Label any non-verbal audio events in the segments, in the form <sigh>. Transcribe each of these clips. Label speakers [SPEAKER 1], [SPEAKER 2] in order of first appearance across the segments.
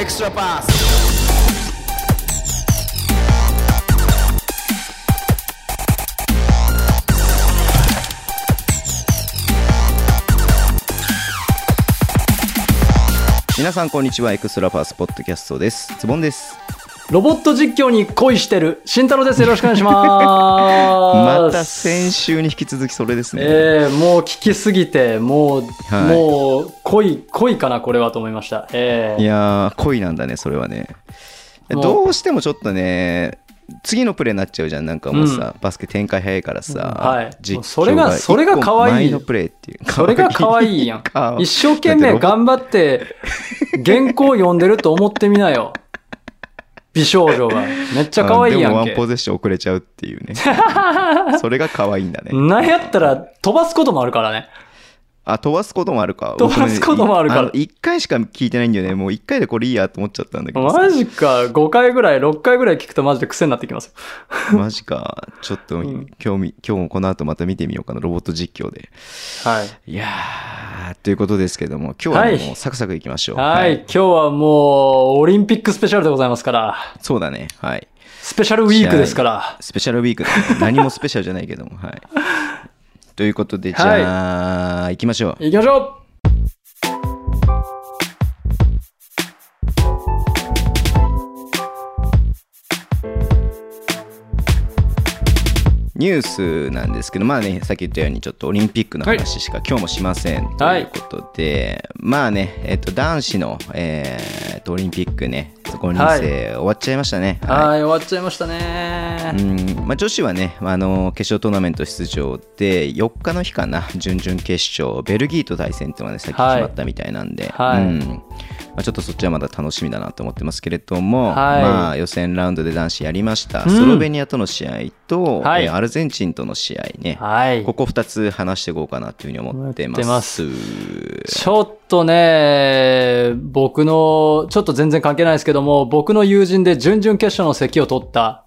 [SPEAKER 1] extra pass.
[SPEAKER 2] Extra 皆さんこんにちはエクストラパースポッドキャストですズボンです
[SPEAKER 3] ロボット実況に恋してる、慎太郎です。よろしくお願いしま
[SPEAKER 2] <laughs>
[SPEAKER 3] す。
[SPEAKER 2] また先週に引き続きそれですね、
[SPEAKER 3] えー、もう聞きすぎて、もう、
[SPEAKER 2] はい
[SPEAKER 3] もう、恋、恋かな、これはと思いました。え
[SPEAKER 2] い
[SPEAKER 3] ー、
[SPEAKER 2] やー恋なんだねそれはね
[SPEAKER 3] もう
[SPEAKER 2] どうしてもちょっとね次のプレーになっちゃうじゃんなんかもうさ、バスケ展開早いからさ、
[SPEAKER 3] はい
[SPEAKER 2] 実況
[SPEAKER 3] それがそれが
[SPEAKER 2] 一個
[SPEAKER 3] 可愛い
[SPEAKER 2] 前のプレーっていう
[SPEAKER 3] それが可愛いやん
[SPEAKER 2] 可愛。い
[SPEAKER 3] 一生懸命頑張って、原稿読んでると思ってみなよ。美少女が。めっちゃ可愛いや
[SPEAKER 2] うんでもワ
[SPEAKER 3] け
[SPEAKER 2] ン。ポゼッション遅れちゃうっていう
[SPEAKER 3] <laughs>
[SPEAKER 2] ねそれが可愛いんだね
[SPEAKER 3] なんやったら飛ばすこともあるからね。
[SPEAKER 2] あ飛ばすこともあるか
[SPEAKER 3] 飛ばすこともあるから
[SPEAKER 2] 1回しか聞いてないんだよねもう1回でこれいいやと思っちゃったんだけどさ
[SPEAKER 3] マジか、5回ぐらい、6回ぐらい聞くとマジで癖になってきますよ。 <laughs>
[SPEAKER 2] マジかちょっと
[SPEAKER 3] ん
[SPEAKER 2] 興味、今日もこの後また見てみようかなロボット実況で
[SPEAKER 3] はい。
[SPEAKER 2] いやーということですけども今日はね
[SPEAKER 3] はい
[SPEAKER 2] もうサクサクいきましょう
[SPEAKER 3] はい、今日はもう、オリンピックスペシャルでございますから、
[SPEAKER 2] そうだねはい
[SPEAKER 3] スペシャルウィークですから、
[SPEAKER 2] スペシャルウィークだ
[SPEAKER 3] <laughs>
[SPEAKER 2] ね何もスペシャルじゃないけどもはいということでじゃあ、行きましょう
[SPEAKER 3] 行きましょ
[SPEAKER 2] ニュースなんですけど、まあね、さっき言ったように、ちょっとオリンピックの話しか今日もしませんと
[SPEAKER 3] はいいう
[SPEAKER 2] ことで、まあね、えっと、男子の、えーえっとオリンピックね、5人
[SPEAKER 3] はい
[SPEAKER 2] 生終わっちゃいましたね。
[SPEAKER 3] う
[SPEAKER 2] はい
[SPEAKER 3] はい、終わっちゃいましたね。
[SPEAKER 2] うんまあ、女子はね、あの決勝トーナメント出場で4日の日かな準々決勝ベルギーと対戦っていうのがねさっき決まったみたいなんで、
[SPEAKER 3] はい
[SPEAKER 2] うんまあ、ちょっとそっちはまだ楽しみだなと思ってますけれども、
[SPEAKER 3] はい
[SPEAKER 2] まあ、予選ラウンドで男子やりました、
[SPEAKER 3] うん
[SPEAKER 2] スロベニアとの試合と、
[SPEAKER 3] はい
[SPEAKER 2] えーアルゼンチンとの試合ね、
[SPEAKER 3] はい
[SPEAKER 2] こ。こ2つ話していこうかなというふうに思ってま
[SPEAKER 3] 思っ
[SPEAKER 2] す。
[SPEAKER 3] ちょっとね、僕の、ちょっと全然関係ないですけども、僕の友人で準々決勝の席を取った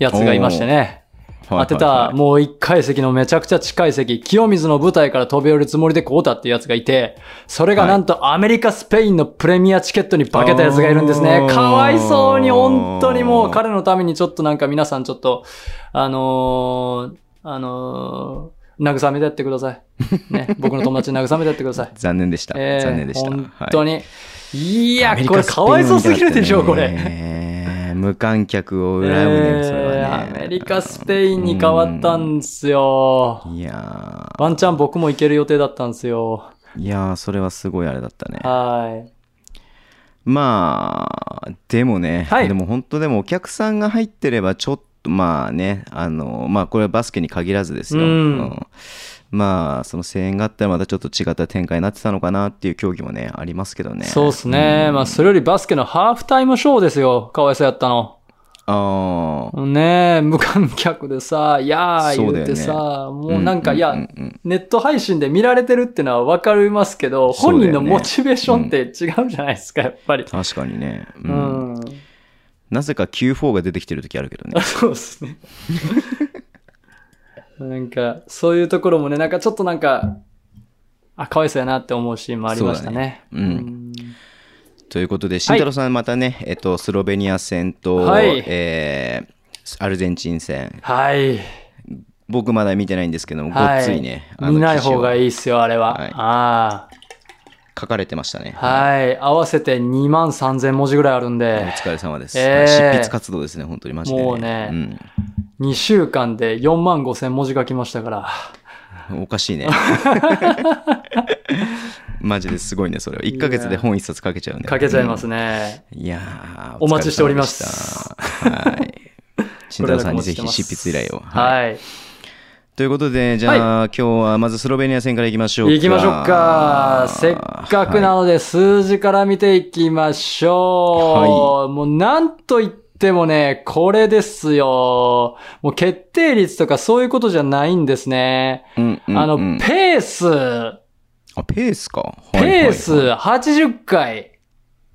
[SPEAKER 3] やつがいましてね、
[SPEAKER 2] はいはいはい
[SPEAKER 3] 当てた、もう1階席のめちゃくちゃ近い席、清水の舞台から飛び降りるつもりでこうたっていうやつがいて、それがなんとアメリカ、スペインのプレミアチケットに化けたやつがいるんです
[SPEAKER 2] お
[SPEAKER 3] ね。
[SPEAKER 2] ー
[SPEAKER 3] かわいそうに、本当にもう彼のためにちょっとなんか皆さんちょっと、あのー、あのー、慰めてやってください。
[SPEAKER 2] <laughs>
[SPEAKER 3] ね、僕の友達に慰めてやってください。
[SPEAKER 2] 残念でした、
[SPEAKER 3] え
[SPEAKER 2] <laughs>
[SPEAKER 3] え
[SPEAKER 2] 残念でした。
[SPEAKER 3] 本当
[SPEAKER 2] はい
[SPEAKER 3] に。い、
[SPEAKER 2] ア
[SPEAKER 3] や
[SPEAKER 2] メ、リカ
[SPEAKER 3] これかわいそうすぎるでしょ、
[SPEAKER 2] スペイ
[SPEAKER 3] こ
[SPEAKER 2] ンだったね
[SPEAKER 3] れ。。
[SPEAKER 2] 無観客を恨むね、それはね
[SPEAKER 3] え。ーアメリカ、スペインに変わったんですよ。
[SPEAKER 2] いや
[SPEAKER 3] ワンチャン僕も行ける予定だったんですよ。
[SPEAKER 2] ー、いやーそれはすごいあれだったね。
[SPEAKER 3] はい。
[SPEAKER 2] まあ、でもね、
[SPEAKER 3] はい
[SPEAKER 2] でも本当でもお客さんが入ってればちょっと、まあね、あの、まあこれはバスケに限らずですよ。
[SPEAKER 3] うん
[SPEAKER 2] まあ、その声援があったらまたちょっと違った展開になってたのかなっていう競技もね、ありますけどね。
[SPEAKER 3] そうですね。まあ、それよりバスケのハーフタイムショーですよ。かわいそうやったの。
[SPEAKER 2] ああ、
[SPEAKER 3] ねえ、無観客でさ、いやー
[SPEAKER 2] そうだよ
[SPEAKER 3] 言う
[SPEAKER 2] ね
[SPEAKER 3] てさ、もうなんか、
[SPEAKER 2] うん
[SPEAKER 3] いや、
[SPEAKER 2] うんうん
[SPEAKER 3] ネット配信で見られてるってのはわかりますけど、
[SPEAKER 2] そう
[SPEAKER 3] 本
[SPEAKER 2] だ
[SPEAKER 3] 人
[SPEAKER 2] よね
[SPEAKER 3] のモチベーションって違うじゃないですか、やっぱり。
[SPEAKER 2] 確かにね。う
[SPEAKER 3] うんん。
[SPEAKER 2] なぜか Q4 が出てきてる時あるけどね
[SPEAKER 3] あ。そうですね。なんか、そういうところもね、なんかちょっとなんか、あ、かわいそうやなって思うシーンもありましたね。
[SPEAKER 2] そうだねうんということで、慎太郎さん、またね、えっと、スロベニア戦と、
[SPEAKER 3] はい
[SPEAKER 2] えーアルゼンチン戦、
[SPEAKER 3] はい。
[SPEAKER 2] 僕まだ見てないんですけども、
[SPEAKER 3] はい
[SPEAKER 2] ごっついね、あの
[SPEAKER 3] 見ない方が
[SPEAKER 2] 記
[SPEAKER 3] いいっすよ、あれは。
[SPEAKER 2] はい
[SPEAKER 3] あ
[SPEAKER 2] 事を書かれてましたね。
[SPEAKER 3] あ。はい。合わせて2万3000文字ぐらいあるん
[SPEAKER 2] お
[SPEAKER 3] で、
[SPEAKER 2] 疲れ様です、
[SPEAKER 3] えー
[SPEAKER 2] 執筆活動ですね、本当にマジで、
[SPEAKER 3] もうね2週間で4万5000文字書きましたから。
[SPEAKER 2] うんおかしい
[SPEAKER 3] <laughs>
[SPEAKER 2] ね。マジですごいね、それは。1ヶ月で本1冊書けちゃうね。。
[SPEAKER 3] 書けちゃいますすね。
[SPEAKER 2] いやー
[SPEAKER 3] お待ちしております。
[SPEAKER 2] お疲れ様でした
[SPEAKER 3] <laughs>
[SPEAKER 2] はい。慎太郎さんにぜひ執筆依頼を。い
[SPEAKER 3] はい。
[SPEAKER 2] ということで、じゃあ、今日はまずスロベニア戦からいきましょうか。
[SPEAKER 3] 行きましょうか。せっかくなので数字から見ていきましょう。もうなんと言ってもね、これですよ。もう決定率とかそういうことじゃないんですね。
[SPEAKER 2] はい、うんうんうん
[SPEAKER 3] あの、ペース、
[SPEAKER 2] あペースか。はいはい
[SPEAKER 3] ペース80回。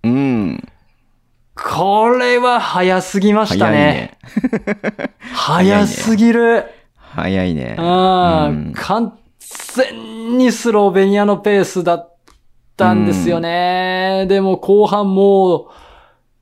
[SPEAKER 2] うん。
[SPEAKER 3] これは早すぎまし
[SPEAKER 2] 早
[SPEAKER 3] た
[SPEAKER 2] い
[SPEAKER 3] ね。
[SPEAKER 2] ね。
[SPEAKER 3] 早
[SPEAKER 2] いね
[SPEAKER 3] すぎる。
[SPEAKER 2] 早いね。
[SPEAKER 3] あ
[SPEAKER 2] うん
[SPEAKER 3] ん、完全にスロベニアのペースだったんですよね。でも後半も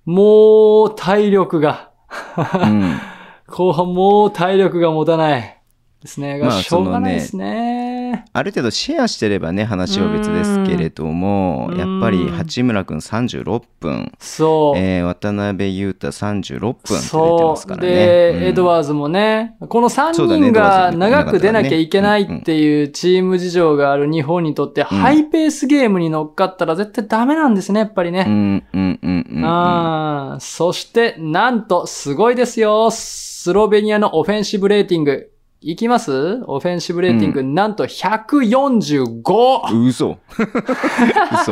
[SPEAKER 3] う、もう体力が、
[SPEAKER 2] うん、
[SPEAKER 3] 後半もう体力が持たないですね。が、
[SPEAKER 2] まあ
[SPEAKER 3] しょうが
[SPEAKER 2] その
[SPEAKER 3] ない
[SPEAKER 2] ね
[SPEAKER 3] ですね。
[SPEAKER 2] ある程度シェアしてればね話は別ですけれども
[SPEAKER 3] うん
[SPEAKER 2] やっぱり
[SPEAKER 3] うん
[SPEAKER 2] 八村君36分、
[SPEAKER 3] そう。
[SPEAKER 2] えー渡辺裕太36分って出てま
[SPEAKER 3] そ
[SPEAKER 2] すか
[SPEAKER 3] う。
[SPEAKER 2] らね。
[SPEAKER 3] で、
[SPEAKER 2] うん
[SPEAKER 3] エドワーズもね、この
[SPEAKER 2] そうだね
[SPEAKER 3] 3人
[SPEAKER 2] エドワ
[SPEAKER 3] が
[SPEAKER 2] ーズ
[SPEAKER 3] 長く出なきゃいけないっていうチーム事情がある日本にとって、ハイペースゲームに乗っかったら絶対ダメなんですね、やっぱり
[SPEAKER 2] う
[SPEAKER 3] ね。
[SPEAKER 2] んうんうんうんうん
[SPEAKER 3] ああ、そして、なんと、すごいですよ。スロベニアのオフェンシブレーティング。いきますオフェンシブレーティング、なんと 145!1
[SPEAKER 2] 嘘 <laughs> 嘘 <laughs>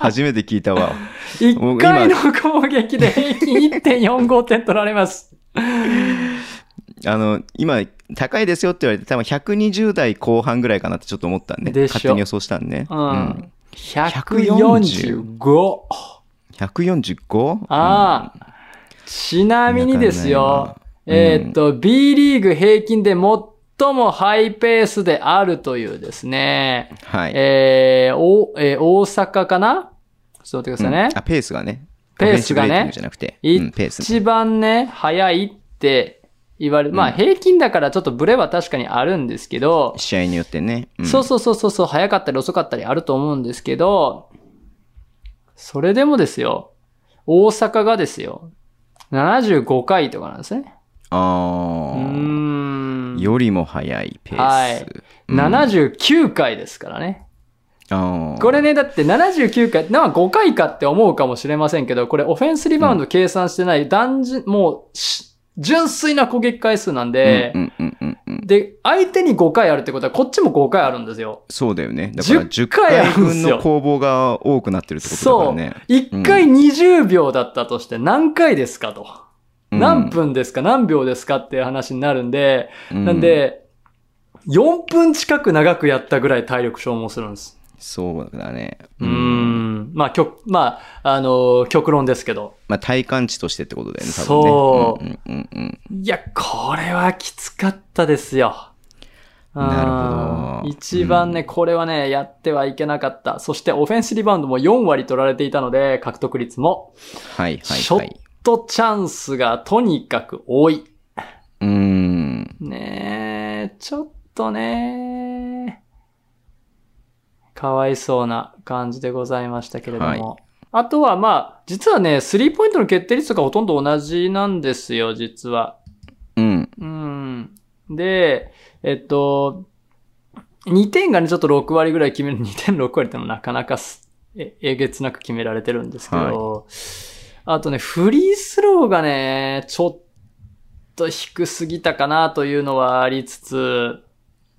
[SPEAKER 2] 初めて聞いたわ。今
[SPEAKER 3] 回の攻撃で平均1.45点取られます。
[SPEAKER 2] あの、今、高いですよって言われて、多分120代後半ぐらいかなってちょっと思ったんで、
[SPEAKER 3] でしょ
[SPEAKER 2] 勝手に予想したんで、ね。
[SPEAKER 3] う
[SPEAKER 2] うんん。
[SPEAKER 3] 145!
[SPEAKER 2] 145?
[SPEAKER 3] ああ、ちなみにですよ、
[SPEAKER 2] いや考え
[SPEAKER 3] え
[SPEAKER 2] るな
[SPEAKER 3] ーっと、B リーグ平均で最もハイペースであるというですね、
[SPEAKER 2] うんはい。
[SPEAKER 3] えー、お、えー大阪かなちょっと待ってくださいね
[SPEAKER 2] うん。あ、ペースがね。
[SPEAKER 3] ペースがね
[SPEAKER 2] オフェンシブレーティングじゃなくて、うん、ペース。
[SPEAKER 3] 一番ね、早いって言われる。まあ、
[SPEAKER 2] うん
[SPEAKER 3] 平均だからちょっとブレは確かにあるんですけど、
[SPEAKER 2] 試合によってね。うん
[SPEAKER 3] そうそうそうそうそう、早かったり遅かったりあると思うんですけど、それでもですよ、大阪がですよ、75回とかなんですね。う
[SPEAKER 2] あ
[SPEAKER 3] ー
[SPEAKER 2] あ。
[SPEAKER 3] ん。
[SPEAKER 2] よりも早いペース。
[SPEAKER 3] はい
[SPEAKER 2] うん、
[SPEAKER 3] 79回ですからね。
[SPEAKER 2] あー
[SPEAKER 3] これね、だって79回、なんか5回かって思うかもしれませんけど、これオフェンスリバウンド計算してない、断じ、もうし、純粋な攻撃回数なんで、
[SPEAKER 2] うんうんうんうんうん。
[SPEAKER 3] で、相手に5回あるってことは、こっちも5回あるんですよ。
[SPEAKER 2] そうだよね。だから
[SPEAKER 3] 10
[SPEAKER 2] 10
[SPEAKER 3] 回あ
[SPEAKER 2] 回
[SPEAKER 3] るんで
[SPEAKER 2] 分
[SPEAKER 3] すよ
[SPEAKER 2] の攻防が多くなってるってことだから
[SPEAKER 3] そう。
[SPEAKER 2] ね。
[SPEAKER 3] 1回20秒だったとして何回ですかと。
[SPEAKER 2] うん
[SPEAKER 3] 何分ですか何秒ですかっていう話になるんで、
[SPEAKER 2] う
[SPEAKER 3] なんで、4分近く長くやったぐらい体力消耗するんです。
[SPEAKER 2] そうだね。
[SPEAKER 3] うーん。まあ、極、まあ、あのー極論ですけど。
[SPEAKER 2] まあ、体感値としてってことだよね、多分ね。
[SPEAKER 3] そうん
[SPEAKER 2] うんうんうん
[SPEAKER 3] いや、これはきつかったですよ。
[SPEAKER 2] なるほど
[SPEAKER 3] うん一番ね、
[SPEAKER 2] う
[SPEAKER 3] これはね、やってはいけなかった。そして、オフェンスリバウンドも4割取られていたので、獲得率も。
[SPEAKER 2] はいはい
[SPEAKER 3] ショ
[SPEAKER 2] は
[SPEAKER 3] ッ
[SPEAKER 2] い。
[SPEAKER 3] トチャンスがとにかく多い。
[SPEAKER 2] うーん。
[SPEAKER 3] ねえ、ちょっとね、かわいそうな感じでございましたけれども。
[SPEAKER 2] は
[SPEAKER 3] あとはまあ、実はね、スリーポイントの決定率とかほとんど同じなんですよ、実は。
[SPEAKER 2] うん。
[SPEAKER 3] うん。で、えっと、2点がね、ちょっと6割ぐらい決める、2.6割 <laughs> ってのもなかなかすええげつなく決められてるんですけど、あとね、フリースローがね、ちょっと低すぎたかなというのはありつつ、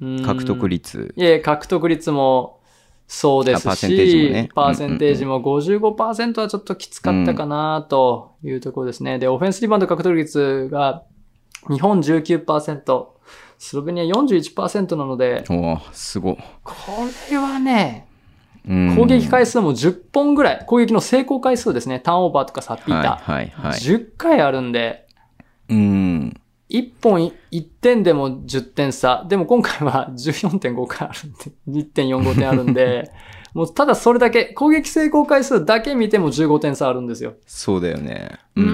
[SPEAKER 3] うん
[SPEAKER 2] 獲得率。
[SPEAKER 3] いえ、獲得率もそうですし、
[SPEAKER 2] あパーセンテージもね
[SPEAKER 3] パーセンテージも55%はちょっときつかったかなというところですね。で、オフェンスリバウンド獲得率が日本19%、スロベニア41%なので、
[SPEAKER 2] おーすごい。
[SPEAKER 3] これはね、
[SPEAKER 2] うん
[SPEAKER 3] 攻撃回数も10本ぐらい、攻撃の成功回数ですね、ターンオーバーとかサッピータ
[SPEAKER 2] はいはい
[SPEAKER 3] ー、
[SPEAKER 2] はい。
[SPEAKER 3] 10回あるんで、
[SPEAKER 2] うん。
[SPEAKER 3] 1本1点でも10点差。でも今回は14.5回あるんで、1.45点あるん
[SPEAKER 2] <laughs>
[SPEAKER 3] で、もうただそれだけ、攻撃成功回数だけ見ても15点差あるんですよ。
[SPEAKER 2] そうだよね。
[SPEAKER 3] う
[SPEAKER 2] うん。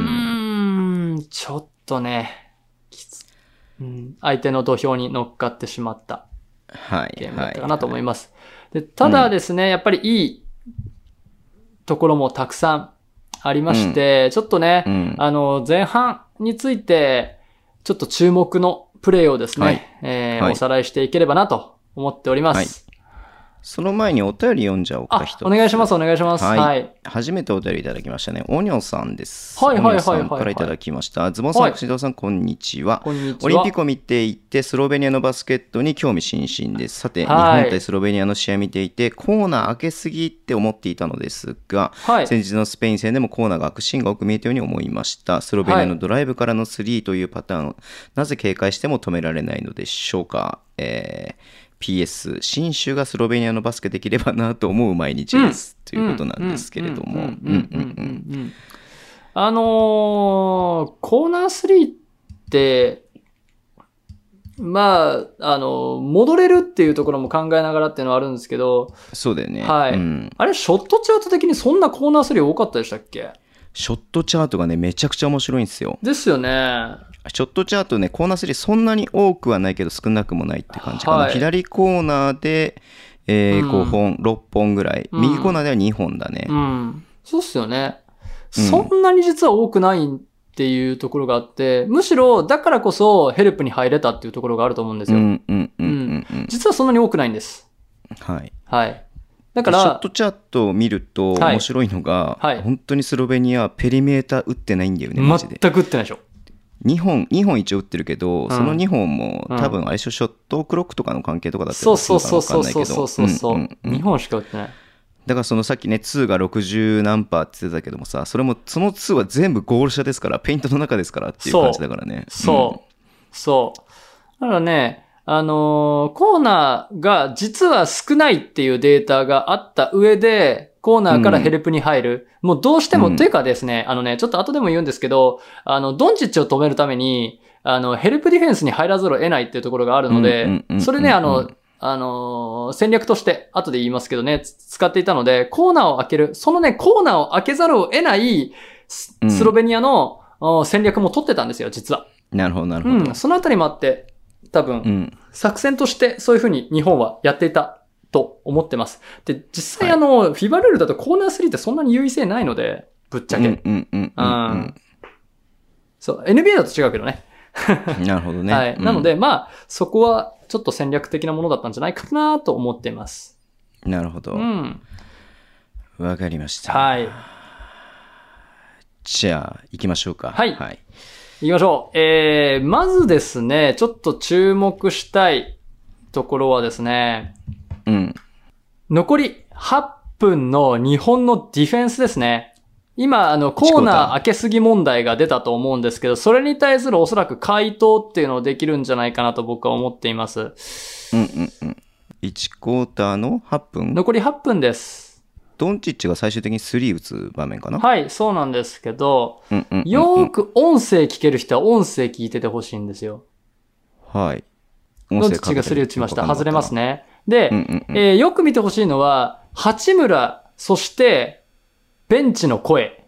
[SPEAKER 3] ーん、ちょっとね、きつ、うん、相手の土俵に乗っかってしまった
[SPEAKER 2] は
[SPEAKER 3] ゲ
[SPEAKER 2] い
[SPEAKER 3] ームだ
[SPEAKER 2] は
[SPEAKER 3] っ
[SPEAKER 2] い。
[SPEAKER 3] たかなと思います。でただですね、やっぱりいいところもたくさんありまして、ちょっとね、
[SPEAKER 2] うん。
[SPEAKER 3] あの、前半について、ちょっと注目のプレーをですね、
[SPEAKER 2] はい
[SPEAKER 3] えー
[SPEAKER 2] はい
[SPEAKER 3] おさらいしていければなと思っております。
[SPEAKER 2] その前にお便り読んじゃおうか、
[SPEAKER 3] あ
[SPEAKER 2] 一、つ。
[SPEAKER 3] お願いします、お願いします。は。
[SPEAKER 2] はいい
[SPEAKER 3] はい。
[SPEAKER 2] 初めてお便りいただきましたね。オニョンさんです。
[SPEAKER 3] はいはいはいはい
[SPEAKER 2] オニョンさんからいただきました。ズボンさ
[SPEAKER 3] は
[SPEAKER 2] ん、
[SPEAKER 3] い
[SPEAKER 2] 串田さん、こんにちは。
[SPEAKER 3] こんにちは。
[SPEAKER 2] オリンピックを見ていて、スロベニアのバスケットに興味津々です。さて、
[SPEAKER 3] はい
[SPEAKER 2] 日本対スロベニアの試合見ていて、コーナー開けすぎって思っていたのですが、
[SPEAKER 3] はい。
[SPEAKER 2] 先日のスペイン戦でもコーナーが開くシーンが多く見えたように思いました。スロベニアのドライブからのスリーというパターン、なぜ警戒しても止められないのでしょうか。えー PS、新州がスロベニアのバスケできればなと思う毎日です。ということなんですけれども。うんんうんん
[SPEAKER 3] うう
[SPEAKER 2] う
[SPEAKER 3] う
[SPEAKER 2] ん
[SPEAKER 3] うん
[SPEAKER 2] ん
[SPEAKER 3] うんうんあのーコーナー3って、まあ、あのー戻れるっていうところも考えながらっていうのはあるんですけど、
[SPEAKER 2] そうだよね。
[SPEAKER 3] はい
[SPEAKER 2] うん
[SPEAKER 3] あれ、ショットチャート的にそんなコーナー3多かったでしたっけ
[SPEAKER 2] ショットチャートがね、めちゃくちゃ面白いんですよ。
[SPEAKER 3] ですよね。
[SPEAKER 2] ショットチャートね、コーナー3そんなに多くはないけど少なくもないって感じかな。
[SPEAKER 3] はい
[SPEAKER 2] 左コーナーで、え
[SPEAKER 3] うん
[SPEAKER 2] ー、5本、6本ぐらい。
[SPEAKER 3] うん
[SPEAKER 2] 右コーナーでは2本だね。
[SPEAKER 3] うん。そうっすよね。
[SPEAKER 2] うん
[SPEAKER 3] そんなに実は多くないっていうところがあって、むしろだからこそヘルプに入れたっていうところがあると思うんです
[SPEAKER 2] うん、
[SPEAKER 3] よ。
[SPEAKER 2] うん、うん、うんうん。
[SPEAKER 3] 実はそんなに多くないんです。
[SPEAKER 2] はい。
[SPEAKER 3] はい。だか
[SPEAKER 2] ショッ
[SPEAKER 3] ら
[SPEAKER 2] ト、チャートを見ると
[SPEAKER 3] はい
[SPEAKER 2] 面白いのが、
[SPEAKER 3] はい
[SPEAKER 2] 本当にスロベニア、ペリメーター打ってないんだよね、マジ
[SPEAKER 3] 全
[SPEAKER 2] で。
[SPEAKER 3] く打ってないでしょ。
[SPEAKER 2] 2本、2本一応打ってるけど、
[SPEAKER 3] ん
[SPEAKER 2] その2本も
[SPEAKER 3] うん
[SPEAKER 2] 多分、あれでしょ、ショットクロックとかの関係とかだったり
[SPEAKER 3] そうそうそう
[SPEAKER 2] するの
[SPEAKER 3] そう
[SPEAKER 2] かな
[SPEAKER 3] そうそうそうそう。
[SPEAKER 2] わかんないけどうんうんうん
[SPEAKER 3] 日本しか打ってない。
[SPEAKER 2] だからそのさっきね、2が60何パーって言ってたけどもさ、それも、その2は全部ゴール下ですから、ペイントの中ですからっていう感じだからね。
[SPEAKER 3] そう。そう。だからね、あのーコーナーが実は少ないっていうデータがあった上で、コーナーからヘルプに入る。もうどうしても、
[SPEAKER 2] うん
[SPEAKER 3] というかですね、あのね、ちょっと後でも言うんですけど、あの、ドンチッチを止めるために、あの、ヘルプディフェンスに入らざるを得ないっていうところがあるの
[SPEAKER 2] うんうんうん
[SPEAKER 3] で
[SPEAKER 2] うんう、ん
[SPEAKER 3] それね、あの、あのー戦略として、後で言いますけどね、つ使っていたので、コーナーを開ける、そのね、コーナーを開けざるを得ない、ス
[SPEAKER 2] うん
[SPEAKER 3] スロベニアの、お戦略も取ってたんですよ、実は。
[SPEAKER 2] うん。なるほど、なるほ
[SPEAKER 3] うん、
[SPEAKER 2] ど。
[SPEAKER 3] そのあたりもあって、多分、
[SPEAKER 2] うん。
[SPEAKER 3] 作戦としてそういうふうに日本はやっていたと思ってます。で、実際
[SPEAKER 2] は
[SPEAKER 3] あの、フィバルールだとコーナー3ってそんなに優位性ないので、ぶっちゃけ。
[SPEAKER 2] うんうんうんう
[SPEAKER 3] うん
[SPEAKER 2] ん
[SPEAKER 3] そう、NBA だと違うけどね。
[SPEAKER 2] うん。なるほどね。
[SPEAKER 3] はい。
[SPEAKER 2] うん
[SPEAKER 3] なので、まあ、そこはちょっと戦略的なものだったんじゃないかなと思ってます。
[SPEAKER 2] なるほど
[SPEAKER 3] う。ん。
[SPEAKER 2] わかりました。
[SPEAKER 3] はい。
[SPEAKER 2] じゃあ、行きましょうか。
[SPEAKER 3] はい
[SPEAKER 2] はい。
[SPEAKER 3] 行きましょう。えー、まずですね、ちょっと注目したいところはですね、
[SPEAKER 2] うん。
[SPEAKER 3] 残り8分の日本のディフェンスですね。今、あの、コーナー開けすぎ問題が出たと思うんですけど、それに対するおそらく回答っていうのをできるんじゃないかなと僕は思っています。
[SPEAKER 2] うんうんうん。1クォーターの8分。
[SPEAKER 3] 残り8分です。
[SPEAKER 2] ドンチッチが最終的に3打つ場面かな。
[SPEAKER 3] はい、そうなんですけど、
[SPEAKER 2] うんうんうんうん
[SPEAKER 3] よーく音声聞ける人は音声聞いててほしいんですよ。
[SPEAKER 2] はい。
[SPEAKER 3] のちがスリ打ちました。外れます
[SPEAKER 2] ね。
[SPEAKER 3] ね。で、
[SPEAKER 2] うんうんうん。
[SPEAKER 3] えーよく見てほしいのは、八村、そして、ベンチの声。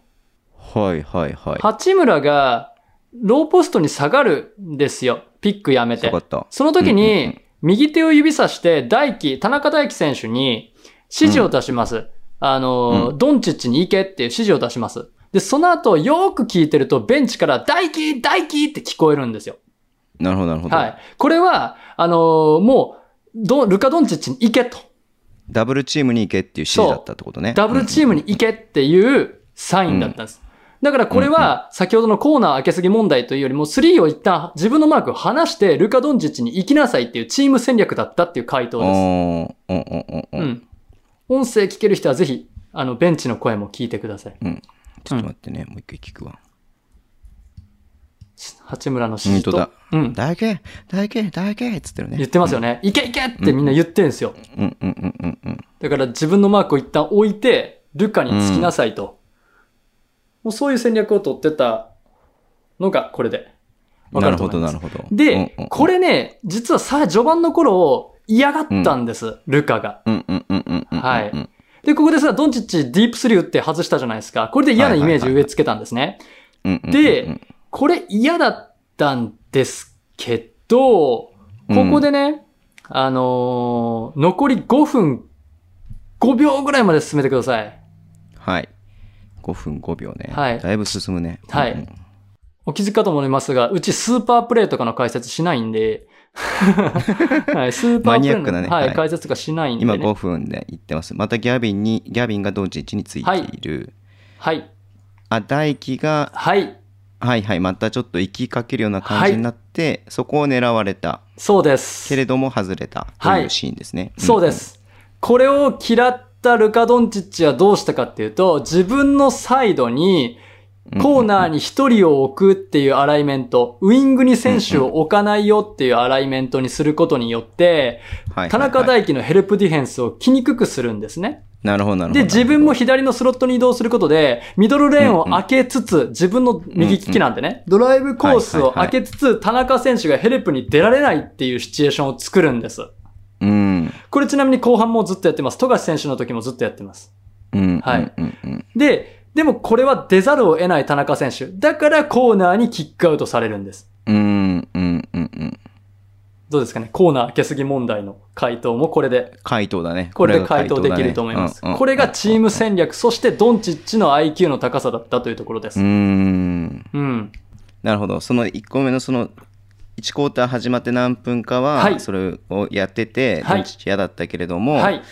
[SPEAKER 2] はいはいはい。
[SPEAKER 3] 八村がローポストに下がるんですよ。ピックやめ
[SPEAKER 2] よ
[SPEAKER 3] て
[SPEAKER 2] か。った。
[SPEAKER 3] その
[SPEAKER 2] う
[SPEAKER 3] 時
[SPEAKER 2] んうんう
[SPEAKER 3] に、右手を指さして、大輝、田中大輝選手に指示を出します。あのー、
[SPEAKER 2] う
[SPEAKER 3] ドンチッチに行けっていう指示を出します。で、その後、よーく聞いてると、ベンチから、大輝大輝って聞こえるんですよ。
[SPEAKER 2] なるほどなるほど。
[SPEAKER 3] はい。これは、あのーもう、ドンルカ・ドンチッチに行けと。
[SPEAKER 2] ダブルチームに行けっていう指示だったってことね。
[SPEAKER 3] ダブルチームに行けっていうサインだったんです。だからこれは、先ほどのコーナー開けすぎ問題というよりも、3を一旦自分のマークを離して、ルカ・ドンジッチに行きなさいっていうチーム戦略だったっていう回答
[SPEAKER 2] うんう
[SPEAKER 3] です。
[SPEAKER 2] ん。おーおーおーおーお
[SPEAKER 3] う
[SPEAKER 2] ー
[SPEAKER 3] ん。音声聞ける人はぜひ、あの、ベンチの声も聞いてください。
[SPEAKER 2] ちょっと待ってね、もう一回聞くわ。
[SPEAKER 3] 八村の指示と
[SPEAKER 2] 本。
[SPEAKER 3] うん。
[SPEAKER 2] だけ、だけ、だけっつってるね。
[SPEAKER 3] 言ってますよね。行け行けってみんな言ってるんですよ。
[SPEAKER 2] うんうんうんうんうん。
[SPEAKER 3] だから自分のマークを一旦置いて、ルカにつきなさいと。もうそういう戦略を取ってたのがこれで。わか
[SPEAKER 2] な
[SPEAKER 3] る
[SPEAKER 2] る
[SPEAKER 3] と
[SPEAKER 2] ほ
[SPEAKER 3] 思
[SPEAKER 2] ど
[SPEAKER 3] いま
[SPEAKER 2] な
[SPEAKER 3] す
[SPEAKER 2] る。ほど。
[SPEAKER 3] で、
[SPEAKER 2] うんうん
[SPEAKER 3] これね、実はさ、序盤の頃、嫌がったんです、ルカが。
[SPEAKER 2] うんうんうんうんうんうん。
[SPEAKER 3] はいで、ここでさ、ドンチッチディープスリー打って外したじゃないですか。これで嫌なイメージ植え付けたんですね。
[SPEAKER 2] うんうんうんうん。
[SPEAKER 3] で、これ嫌だったんですけど、ここでね、あのー残り5分、5秒ぐらいまで進めてください。
[SPEAKER 2] はい。5分5秒ね。
[SPEAKER 3] はい
[SPEAKER 2] だいぶ進むね。
[SPEAKER 3] はい
[SPEAKER 2] うんうん
[SPEAKER 3] お気づきかと思いますが、うちスーパープレイとかの解説しない
[SPEAKER 2] <laughs>
[SPEAKER 3] んで、はい、スーパー
[SPEAKER 2] マ
[SPEAKER 3] プレイの
[SPEAKER 2] ニアックなね
[SPEAKER 3] はい
[SPEAKER 2] はい
[SPEAKER 3] 解説とかしないんで、ね。
[SPEAKER 2] 今5分で言ってます。またギャビンに、ギャビンがドンチッチについている。
[SPEAKER 3] はい。
[SPEAKER 2] あ、大輝が
[SPEAKER 3] はい。
[SPEAKER 2] はいはい、またちょっと行きかけるような感じになって、そこを狙われた
[SPEAKER 3] そうです。
[SPEAKER 2] けれども外れたと
[SPEAKER 3] はいいう
[SPEAKER 2] シーンですね。
[SPEAKER 3] そうです。これを嫌ったルカ・ドンチッチはどうしたかっていうと、自分のサイドに
[SPEAKER 2] うん
[SPEAKER 3] コーナーに一人を置くっていうアライメント、ウィングに選手を置かないよっていうアライメントにすることによって、
[SPEAKER 2] はいはいはい
[SPEAKER 3] 田中大輝のヘルプディフェンスを来にくくするんですね。
[SPEAKER 2] なるほどなるほど。
[SPEAKER 3] で、自分も左のスロットに移動することで、ミドルレーンを開けつつ、自分の右利きなんでね、ドライブコースを開けつつ、田中選手がヘルプに出られないっていうシチュエーションを作るんです。
[SPEAKER 2] うん。
[SPEAKER 3] これちなみに後半もずっとやってます。富樫選手の時もずっとやってます。
[SPEAKER 2] うん。
[SPEAKER 3] は
[SPEAKER 2] う
[SPEAKER 3] い
[SPEAKER 2] んうんうん
[SPEAKER 3] で、でもこれは出ざるを得ない田中選手。だからコーナーにキックアウトされるんです。
[SPEAKER 2] うん、うん、うん、うん。
[SPEAKER 3] どうですかねコーナー消すぎ問題の回答もこれで、
[SPEAKER 2] 回答だね。
[SPEAKER 3] これで回答できると思います。これがチー
[SPEAKER 2] ム。
[SPEAKER 3] ム戦略、そしてドンチッチの IQ の高さだったというところで
[SPEAKER 2] う
[SPEAKER 3] す。
[SPEAKER 2] ん。
[SPEAKER 3] うん。
[SPEAKER 2] なるほど。その1個目のその1クォーター始まって何分か
[SPEAKER 3] は
[SPEAKER 2] は、
[SPEAKER 3] い
[SPEAKER 2] それをやってて、
[SPEAKER 3] はい
[SPEAKER 2] ドンチッチ嫌だったけれども、
[SPEAKER 3] はい。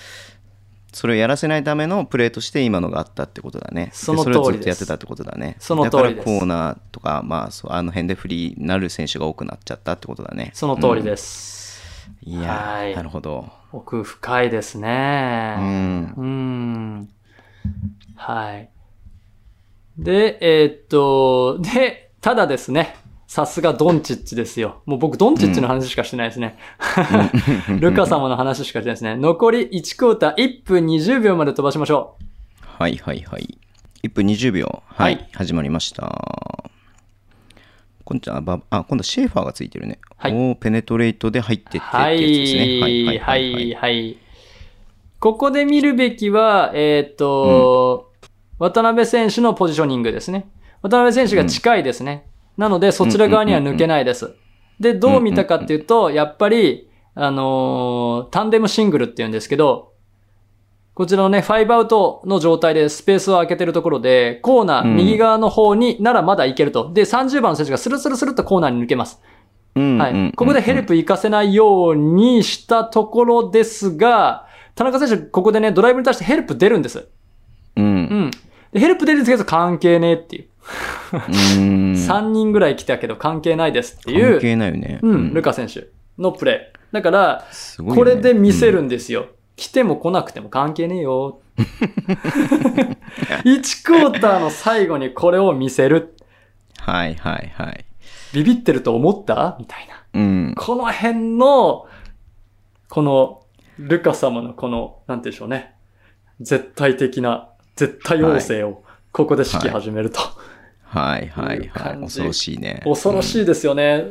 [SPEAKER 2] それをやらせないためのプレーとして今のがあったってことだね。
[SPEAKER 3] その
[SPEAKER 2] それをず
[SPEAKER 3] 通り
[SPEAKER 2] っとや
[SPEAKER 3] で
[SPEAKER 2] って
[SPEAKER 3] す
[SPEAKER 2] たってことだね。
[SPEAKER 3] その通りです
[SPEAKER 2] だからコーナーとか、まあ、そうあの辺でフリーになる選手が多くなっちゃったってことだね。
[SPEAKER 3] その通り
[SPEAKER 2] で。
[SPEAKER 3] です。
[SPEAKER 2] いや
[SPEAKER 3] は
[SPEAKER 2] ー、
[SPEAKER 3] い
[SPEAKER 2] なるほど。
[SPEAKER 3] 奥深いです
[SPEAKER 2] う
[SPEAKER 3] ね。
[SPEAKER 2] ん。
[SPEAKER 3] うん。はい。で、えーっと、で、ただですね、さすがドンチッチですよ。もう僕ドンチッチの話しかしてないですね。 <laughs> ルカ様の話しかしてないですね。残り1クォーター1分20秒まで飛ばしましょう。
[SPEAKER 2] はいはいはい。1分20秒。はい。
[SPEAKER 3] はい
[SPEAKER 2] 始まりました。今度はバあ今度はシェーファーがついてるね。
[SPEAKER 3] はい
[SPEAKER 2] おーペネトレートで入ってってって
[SPEAKER 3] は
[SPEAKER 2] やつですね。
[SPEAKER 3] い、はい、はい。ここで見るべきは、えーっと、渡辺選手のポジショニングですね。渡辺選手が近いですね。なので、そちら側には抜けないです。で、どう見たかっていうと、やっぱり、あのータンデムシングルって言うんですけど、こちらのね、ファイブアウトの状態でスペースを空けてるところで、コーナ
[SPEAKER 2] う
[SPEAKER 3] ー、
[SPEAKER 2] ん
[SPEAKER 3] 右側の方にならまだいけると。で、30番の選手がスルスルスルっとコーナーに抜けます。は
[SPEAKER 2] うんうんうん
[SPEAKER 3] い。ここでヘルプ行かせないようにしたところですが、田中選手、ここでね、ドライブに対してヘルプ出るんです。
[SPEAKER 2] うん
[SPEAKER 3] うん。でヘルプ出るんですけど、関係ねえっていう。
[SPEAKER 2] うん
[SPEAKER 3] 3人ぐらい来たけど、関係ないですって
[SPEAKER 2] 関
[SPEAKER 3] いう、
[SPEAKER 2] 係ないよね。
[SPEAKER 3] うん、ルカ選手のプレー。だから、
[SPEAKER 2] すごい
[SPEAKER 3] こ
[SPEAKER 2] よね
[SPEAKER 3] れで見せるんですよ。来ても来なくても関係ねえ
[SPEAKER 2] <laughs>
[SPEAKER 3] よ。1クォーターの最後にこれを見せる。
[SPEAKER 2] はいはいはい。
[SPEAKER 3] ビビってると思ったみたいな。
[SPEAKER 2] うん。
[SPEAKER 3] この辺の、この、ルカ様のこの、なんて言うんでしょうね。絶対的な、絶対王政を、ここで指揮始めると。
[SPEAKER 2] はいはい
[SPEAKER 3] いう
[SPEAKER 2] はい。
[SPEAKER 3] 感じ
[SPEAKER 2] 恐ろしいね。
[SPEAKER 3] 恐ろしいですよね。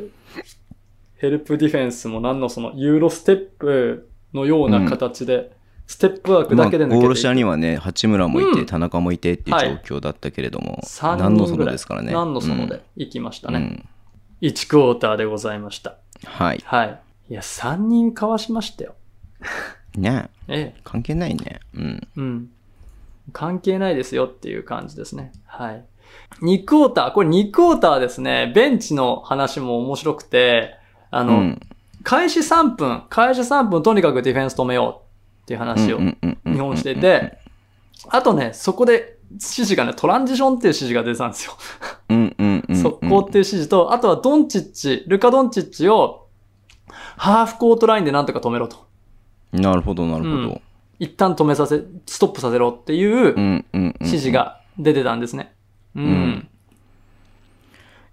[SPEAKER 3] ヘルプディフェンスも何のその、ユーロステップのような形で、ステップワークだけで抜
[SPEAKER 2] まあ、ゴー
[SPEAKER 3] け
[SPEAKER 2] ル
[SPEAKER 3] てい
[SPEAKER 2] 下
[SPEAKER 3] く、
[SPEAKER 2] にはね、八村もいて、
[SPEAKER 3] うん
[SPEAKER 2] 田中もいてっていう
[SPEAKER 3] はい
[SPEAKER 2] 状況だったけれども、
[SPEAKER 3] 三
[SPEAKER 2] 何の
[SPEAKER 3] 人
[SPEAKER 2] そ
[SPEAKER 3] ぐ
[SPEAKER 2] の
[SPEAKER 3] らい
[SPEAKER 2] ですからね。
[SPEAKER 3] 何のそので行きました
[SPEAKER 2] うん。う
[SPEAKER 3] ね。
[SPEAKER 2] ん
[SPEAKER 3] 1クォーターでございました。
[SPEAKER 2] はい。
[SPEAKER 3] はい。いや、3人かわしましたよ。
[SPEAKER 2] ね
[SPEAKER 3] ええ。
[SPEAKER 2] 関係ないね。うん。
[SPEAKER 3] うん。関係ないですよっていう感じですね。はい。2クォーター、これ2クォーターですね、ベンチの話も面白くて、あ
[SPEAKER 2] あ
[SPEAKER 3] の、開始3分、開始3分とにかくディフェンス止めようっていう話を日本してて、あとね、そこで指示がね、トランジションっていう指示が出てたんですよ。
[SPEAKER 2] うんうんうん、
[SPEAKER 3] 速攻っていう指示と、あとはドンチッチ、ルカドンチッチを、ハーフコートラインでなんとか止めろと。
[SPEAKER 2] なるほど、なるほど。
[SPEAKER 3] 一旦止めさせ、ストップさせろっていう
[SPEAKER 2] うんうんうんうん
[SPEAKER 3] 指示。が出てたんですね。うん。
[SPEAKER 2] ん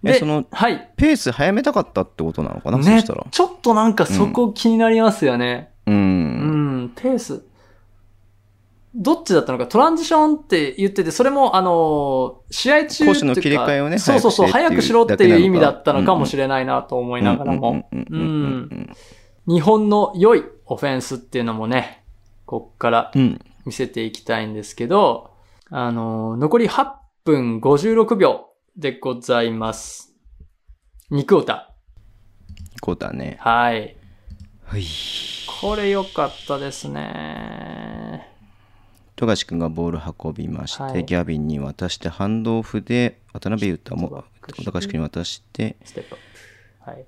[SPEAKER 2] え
[SPEAKER 3] で、
[SPEAKER 2] その
[SPEAKER 3] はい。
[SPEAKER 2] ペース早めたかったってことなのかな、そ
[SPEAKER 3] ね
[SPEAKER 2] したら、。
[SPEAKER 3] ちょっとなんかそこ気になりますよね。
[SPEAKER 2] う。
[SPEAKER 3] うんん、ペース。どっちだったのか、トランジションって言ってて、それも、あのー試合中
[SPEAKER 2] 攻守の切り替えをね
[SPEAKER 3] そうそうそう、
[SPEAKER 2] 早
[SPEAKER 3] 早
[SPEAKER 2] く
[SPEAKER 3] く
[SPEAKER 2] し
[SPEAKER 3] し
[SPEAKER 2] ろ
[SPEAKER 3] ろ
[SPEAKER 2] っ
[SPEAKER 3] って
[SPEAKER 2] いう
[SPEAKER 3] ていう意味
[SPEAKER 2] だ
[SPEAKER 3] だっ
[SPEAKER 2] けなのか
[SPEAKER 3] たのかもしれないなと思いながらも、
[SPEAKER 2] うんう
[SPEAKER 3] うん
[SPEAKER 2] うん
[SPEAKER 3] ん日本の良いオフェンスっていうのもね、こっから
[SPEAKER 2] うんうん。
[SPEAKER 3] 見せていきたいんですけど、あのー残り8分56秒でございます。2クォータ
[SPEAKER 2] こうだね
[SPEAKER 3] ー。。はい。
[SPEAKER 2] はい。
[SPEAKER 3] これ良かったですね。
[SPEAKER 2] 富樫君がボール運びまして、
[SPEAKER 3] はい
[SPEAKER 2] ギャビンに渡して、ハンドオフで渡辺裕太も
[SPEAKER 3] ちょっとバックして
[SPEAKER 2] 富樫君に渡して、
[SPEAKER 3] ステップアップ。はい。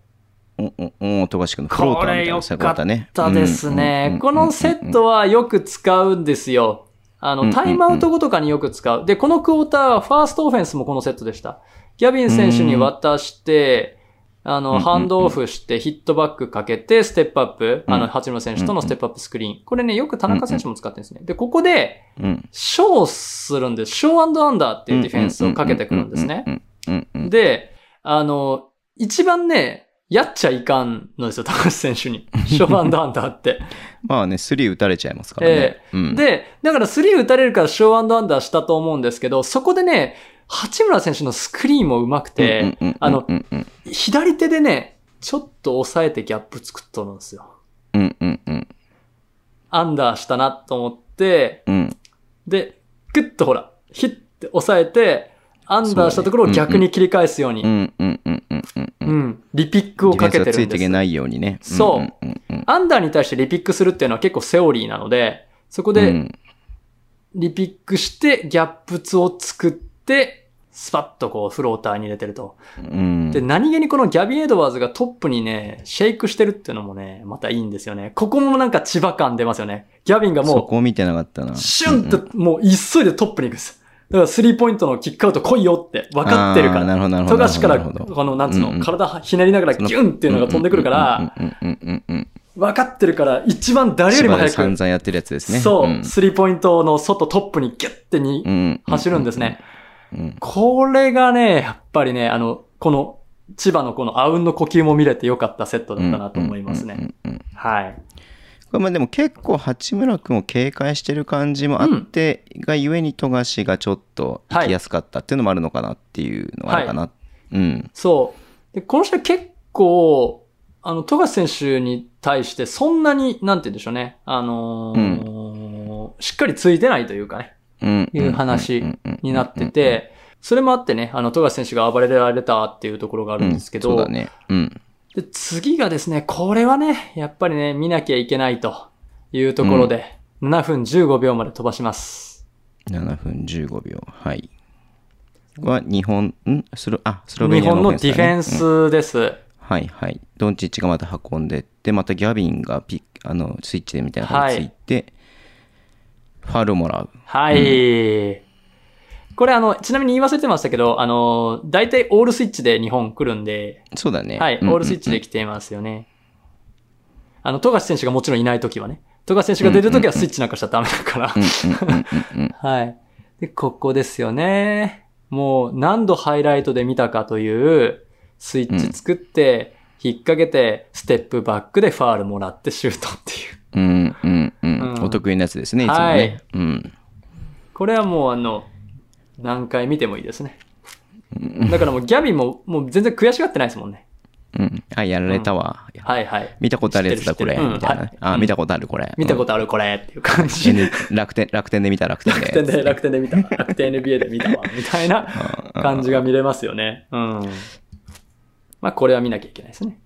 [SPEAKER 2] おおお富樫君のフロー
[SPEAKER 3] こ
[SPEAKER 2] ターみた
[SPEAKER 3] れ
[SPEAKER 2] い
[SPEAKER 3] 良
[SPEAKER 2] な
[SPEAKER 3] か
[SPEAKER 2] 最
[SPEAKER 3] っ
[SPEAKER 2] 後だったね。
[SPEAKER 3] たですね。このセッ
[SPEAKER 2] ト
[SPEAKER 3] トはよく使うんですよ。あ
[SPEAKER 2] うんう
[SPEAKER 3] の、
[SPEAKER 2] んうん
[SPEAKER 3] タイムアウト後とかによく使う。で、このクォーターはファーストオフェンスもこのセットでした。ギャビン選手に渡して、あ
[SPEAKER 2] うんう
[SPEAKER 3] の、
[SPEAKER 2] んうん
[SPEAKER 3] ハンドオフしてヒットバックかけて、ステップアップ。あ
[SPEAKER 2] うん
[SPEAKER 3] の、八村選手とのステップアップスクリーン。これね、よく田中選手も使ってるんですね。で、ここで、
[SPEAKER 2] うん
[SPEAKER 3] ショーするんです。ショーアンドアンダーっていうディフェンスをかけてくるんですね。。
[SPEAKER 2] うんうんうんうんうんうん
[SPEAKER 3] で、あの、一番ね、やっちゃいかんのですよ、高橋選手
[SPEAKER 2] <laughs>
[SPEAKER 3] に。ショーアンドアンダーって。
[SPEAKER 2] まあね、スリー打たれちゃいますからね。うん、
[SPEAKER 3] で、だから3打たれるからショーアンドアンダーしたと思うんですけど、そこでね、八村選手のスクリーンも上手くて、
[SPEAKER 2] うんうんうんうん
[SPEAKER 3] あの
[SPEAKER 2] うんうん
[SPEAKER 3] 左手でね、ちょっと抑えてギャップ作っとるんですよ。
[SPEAKER 2] うんうんうん
[SPEAKER 3] アンダーしたなと思って、
[SPEAKER 2] うん
[SPEAKER 3] で、グッとほら、ヒッて抑えて、アンダーしたところを逆に切り返すように、う
[SPEAKER 2] うんんうんうんうんうんうん。
[SPEAKER 3] リピックをかけ
[SPEAKER 2] ディ
[SPEAKER 3] て
[SPEAKER 2] フェンスがつ
[SPEAKER 3] るん
[SPEAKER 2] いて
[SPEAKER 3] で
[SPEAKER 2] いけ
[SPEAKER 3] す。
[SPEAKER 2] ないようにね。
[SPEAKER 3] そうん
[SPEAKER 2] うんうんうん。
[SPEAKER 3] アンダーに対してリピックするっていうのは結構セオリーなので、そこ
[SPEAKER 2] う
[SPEAKER 3] で
[SPEAKER 2] ん
[SPEAKER 3] リピックしてギャップツを作って、スパッとこうフローターに入れてると。
[SPEAKER 2] うん
[SPEAKER 3] で、何気にこのギャビン・エドワーズがトップにね、シェイクしてるっていうのもね、またいいんですよね。ここもなんか千葉感出ますよね。ギャビンが
[SPEAKER 2] そ
[SPEAKER 3] も
[SPEAKER 2] こを見てなかったな。
[SPEAKER 3] う、シュン
[SPEAKER 2] うんうん
[SPEAKER 3] ってもう急いでトップに行くんです。だからスリーポイントのキックアウト来いよって分かってるか
[SPEAKER 2] あーな
[SPEAKER 3] ら。
[SPEAKER 2] るほど、なるほ
[SPEAKER 3] 富
[SPEAKER 2] ど。
[SPEAKER 3] 樫から、
[SPEAKER 2] なるほど
[SPEAKER 3] この、なんつ
[SPEAKER 2] う
[SPEAKER 3] う
[SPEAKER 2] ん
[SPEAKER 3] の、
[SPEAKER 2] うん
[SPEAKER 3] 体ひねりながらギュンっていうのが飛んでくるから、、
[SPEAKER 2] うんうんうんうんうんうん。
[SPEAKER 3] 分かってるから、一番誰よりも
[SPEAKER 2] 芝で
[SPEAKER 3] 早
[SPEAKER 2] 散
[SPEAKER 3] く、
[SPEAKER 2] 々やってるやつですね。
[SPEAKER 3] そう、スリーポイントの外トップにギュッてに
[SPEAKER 2] ん
[SPEAKER 3] 走るんですね。。
[SPEAKER 2] うんうんうん
[SPEAKER 3] これがね、やっぱりね、あの、この、千葉のこのあうんの呼吸も見れてよかったセットだったなと思います
[SPEAKER 2] うんう
[SPEAKER 3] ね。
[SPEAKER 2] んうんうん
[SPEAKER 3] はい。
[SPEAKER 2] これまあでも結構八村君を警戒してる感じもあって、がゆえに富樫がちょっと行きやすかったっていうのもあるのかなっていうのがあるかな。うん。
[SPEAKER 3] そう。で、この試合結構、あの、富樫選手に対してそんなに、なんて言うんでしょうね。あのーしっかりついてないというかね、
[SPEAKER 2] うん
[SPEAKER 3] いう話になって、て、それもあってね、あの、富樫選手が暴れられたっていうところがあ
[SPEAKER 2] あ
[SPEAKER 3] るんですけど、
[SPEAKER 2] そうだね。うん。
[SPEAKER 3] で、次がですね、これはね、やっぱりね、見なきゃいけないというところで、7分15秒まで飛ばします。
[SPEAKER 2] 7分15秒。はい。は日本、んスロあ、スロベ
[SPEAKER 3] 日
[SPEAKER 2] ニア
[SPEAKER 3] 本
[SPEAKER 2] の
[SPEAKER 3] の
[SPEAKER 2] オ
[SPEAKER 3] デ
[SPEAKER 2] フェ
[SPEAKER 3] ィ
[SPEAKER 2] ンス
[SPEAKER 3] フ
[SPEAKER 2] だね
[SPEAKER 3] ェンスです。
[SPEAKER 2] はいはい。ドンチッチがまた運んでって、またギャビンがピックあのスイッチみたいなのについて、ファウルをもらう。
[SPEAKER 3] はい、これあの、ちなみに言い忘れてましたけど、あの、大体オールスイッチで日本来るんで、
[SPEAKER 2] そうだね。
[SPEAKER 3] はい、
[SPEAKER 2] うん
[SPEAKER 3] オールスイッチで来ていますよね。あの、富樫選手がもちろんいないときはね、富樫選手が出るときはスイッチなんかしちゃダメだから。 <laughs> はい。で、ここですよね。もう何度ハイライトで見たかという、スイッチ作って、引っ掛けて、ステップバックでファールもらってシュートって
[SPEAKER 2] う
[SPEAKER 3] いう。
[SPEAKER 2] んうんうん。
[SPEAKER 3] うん
[SPEAKER 2] お得意なやつですね、いつもね。
[SPEAKER 3] はい
[SPEAKER 2] うん。
[SPEAKER 3] これはもうあの、何回見てもいいですね。だからもうギャビンももう全然悔しがってないですもんね。
[SPEAKER 2] うん。あ、やられたわ。
[SPEAKER 3] はいはい。
[SPEAKER 2] 見たことあるやつ
[SPEAKER 3] 知
[SPEAKER 2] だ、
[SPEAKER 3] って
[SPEAKER 2] こ
[SPEAKER 3] る
[SPEAKER 2] れ。みたい
[SPEAKER 3] 知ってるうんは。
[SPEAKER 2] ないあ、見たことある、これ。
[SPEAKER 3] 見たこととあるこれっていう感じ。
[SPEAKER 2] N 楽天、楽天で見た、楽天
[SPEAKER 3] 楽天
[SPEAKER 2] で。
[SPEAKER 3] で、楽天で見た。楽天 NBA で見たわ。みたいな感じが見れますよね。うん。まあ、これは見なきゃいけないですね。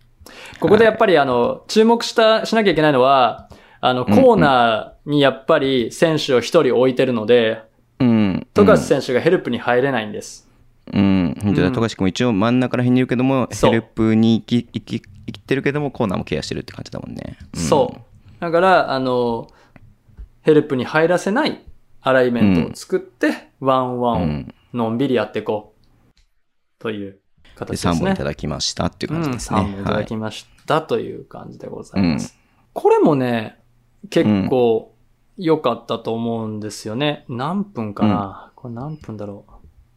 [SPEAKER 3] ここでやっぱり、あの、注目した、しなきゃいけないのは、あの、コーナーにやっぱり選手を一人置いてるので、
[SPEAKER 2] うん。
[SPEAKER 3] 富樫選手がヘルプに入れないんです。
[SPEAKER 2] うん。本当
[SPEAKER 3] う
[SPEAKER 2] だ、
[SPEAKER 3] ん
[SPEAKER 2] 富樫君一応真ん中ら辺にいるけども、
[SPEAKER 3] そう
[SPEAKER 2] ヘルプに行き、行き、行ってるけども、コーナーもケアしてるって感じだもんね。うん
[SPEAKER 3] そう。だから、あの、ヘルプに入らせないアライメントを作って、ワンワ
[SPEAKER 2] う
[SPEAKER 3] ン
[SPEAKER 2] ん。
[SPEAKER 3] をのんびりやっていこう。という形
[SPEAKER 2] で、
[SPEAKER 3] ですね。
[SPEAKER 2] 3本いただきましたっていう感じですね。
[SPEAKER 3] うん、3本いただきましたという感じでございます。これもね、
[SPEAKER 2] うん
[SPEAKER 3] 結構良かったと思うんですよね。何分かな、これ何分だろう。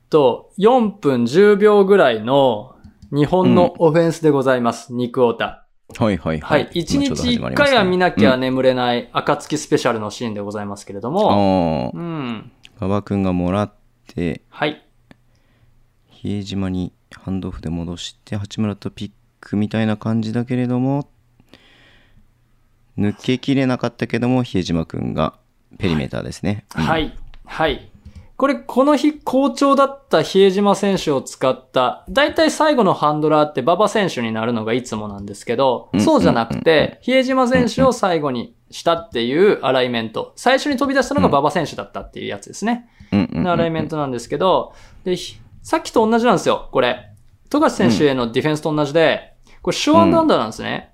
[SPEAKER 3] と、4分10秒ぐらいの日本のオフェンスでございます。2クォータ
[SPEAKER 2] はい、はいはい
[SPEAKER 3] ー。
[SPEAKER 2] は。
[SPEAKER 3] はいい。1日1回は見なきゃ眠れない、暁スペシャルのシーンでございますけれど
[SPEAKER 2] うん。
[SPEAKER 3] も。
[SPEAKER 2] ああ
[SPEAKER 3] う。ん。
[SPEAKER 2] 馬場君がもらって、
[SPEAKER 3] はい。
[SPEAKER 2] 比江島にハンドオフで戻して、八村とピックみたいな感じだけれども、抜けきれなかったけども、比江島君がペリメーターですね。。
[SPEAKER 3] はいい。はい。これ、この日好調だった比江島選手を使った、だいたい最後のハンドラーって馬場選手になるのがいつもなんですけど
[SPEAKER 2] うん、
[SPEAKER 3] そうじゃなくて、比江島選手を最後にしたっていうアライメント。最初に飛び出したのが馬場選手だったっていうやつですね。
[SPEAKER 2] うんうんうん
[SPEAKER 3] のアライメントなんですけど、で、ひさっきと同じなんですよ、これ。富樫選手へのディフェンスと同じで、これ、ショーアンダーなんですね。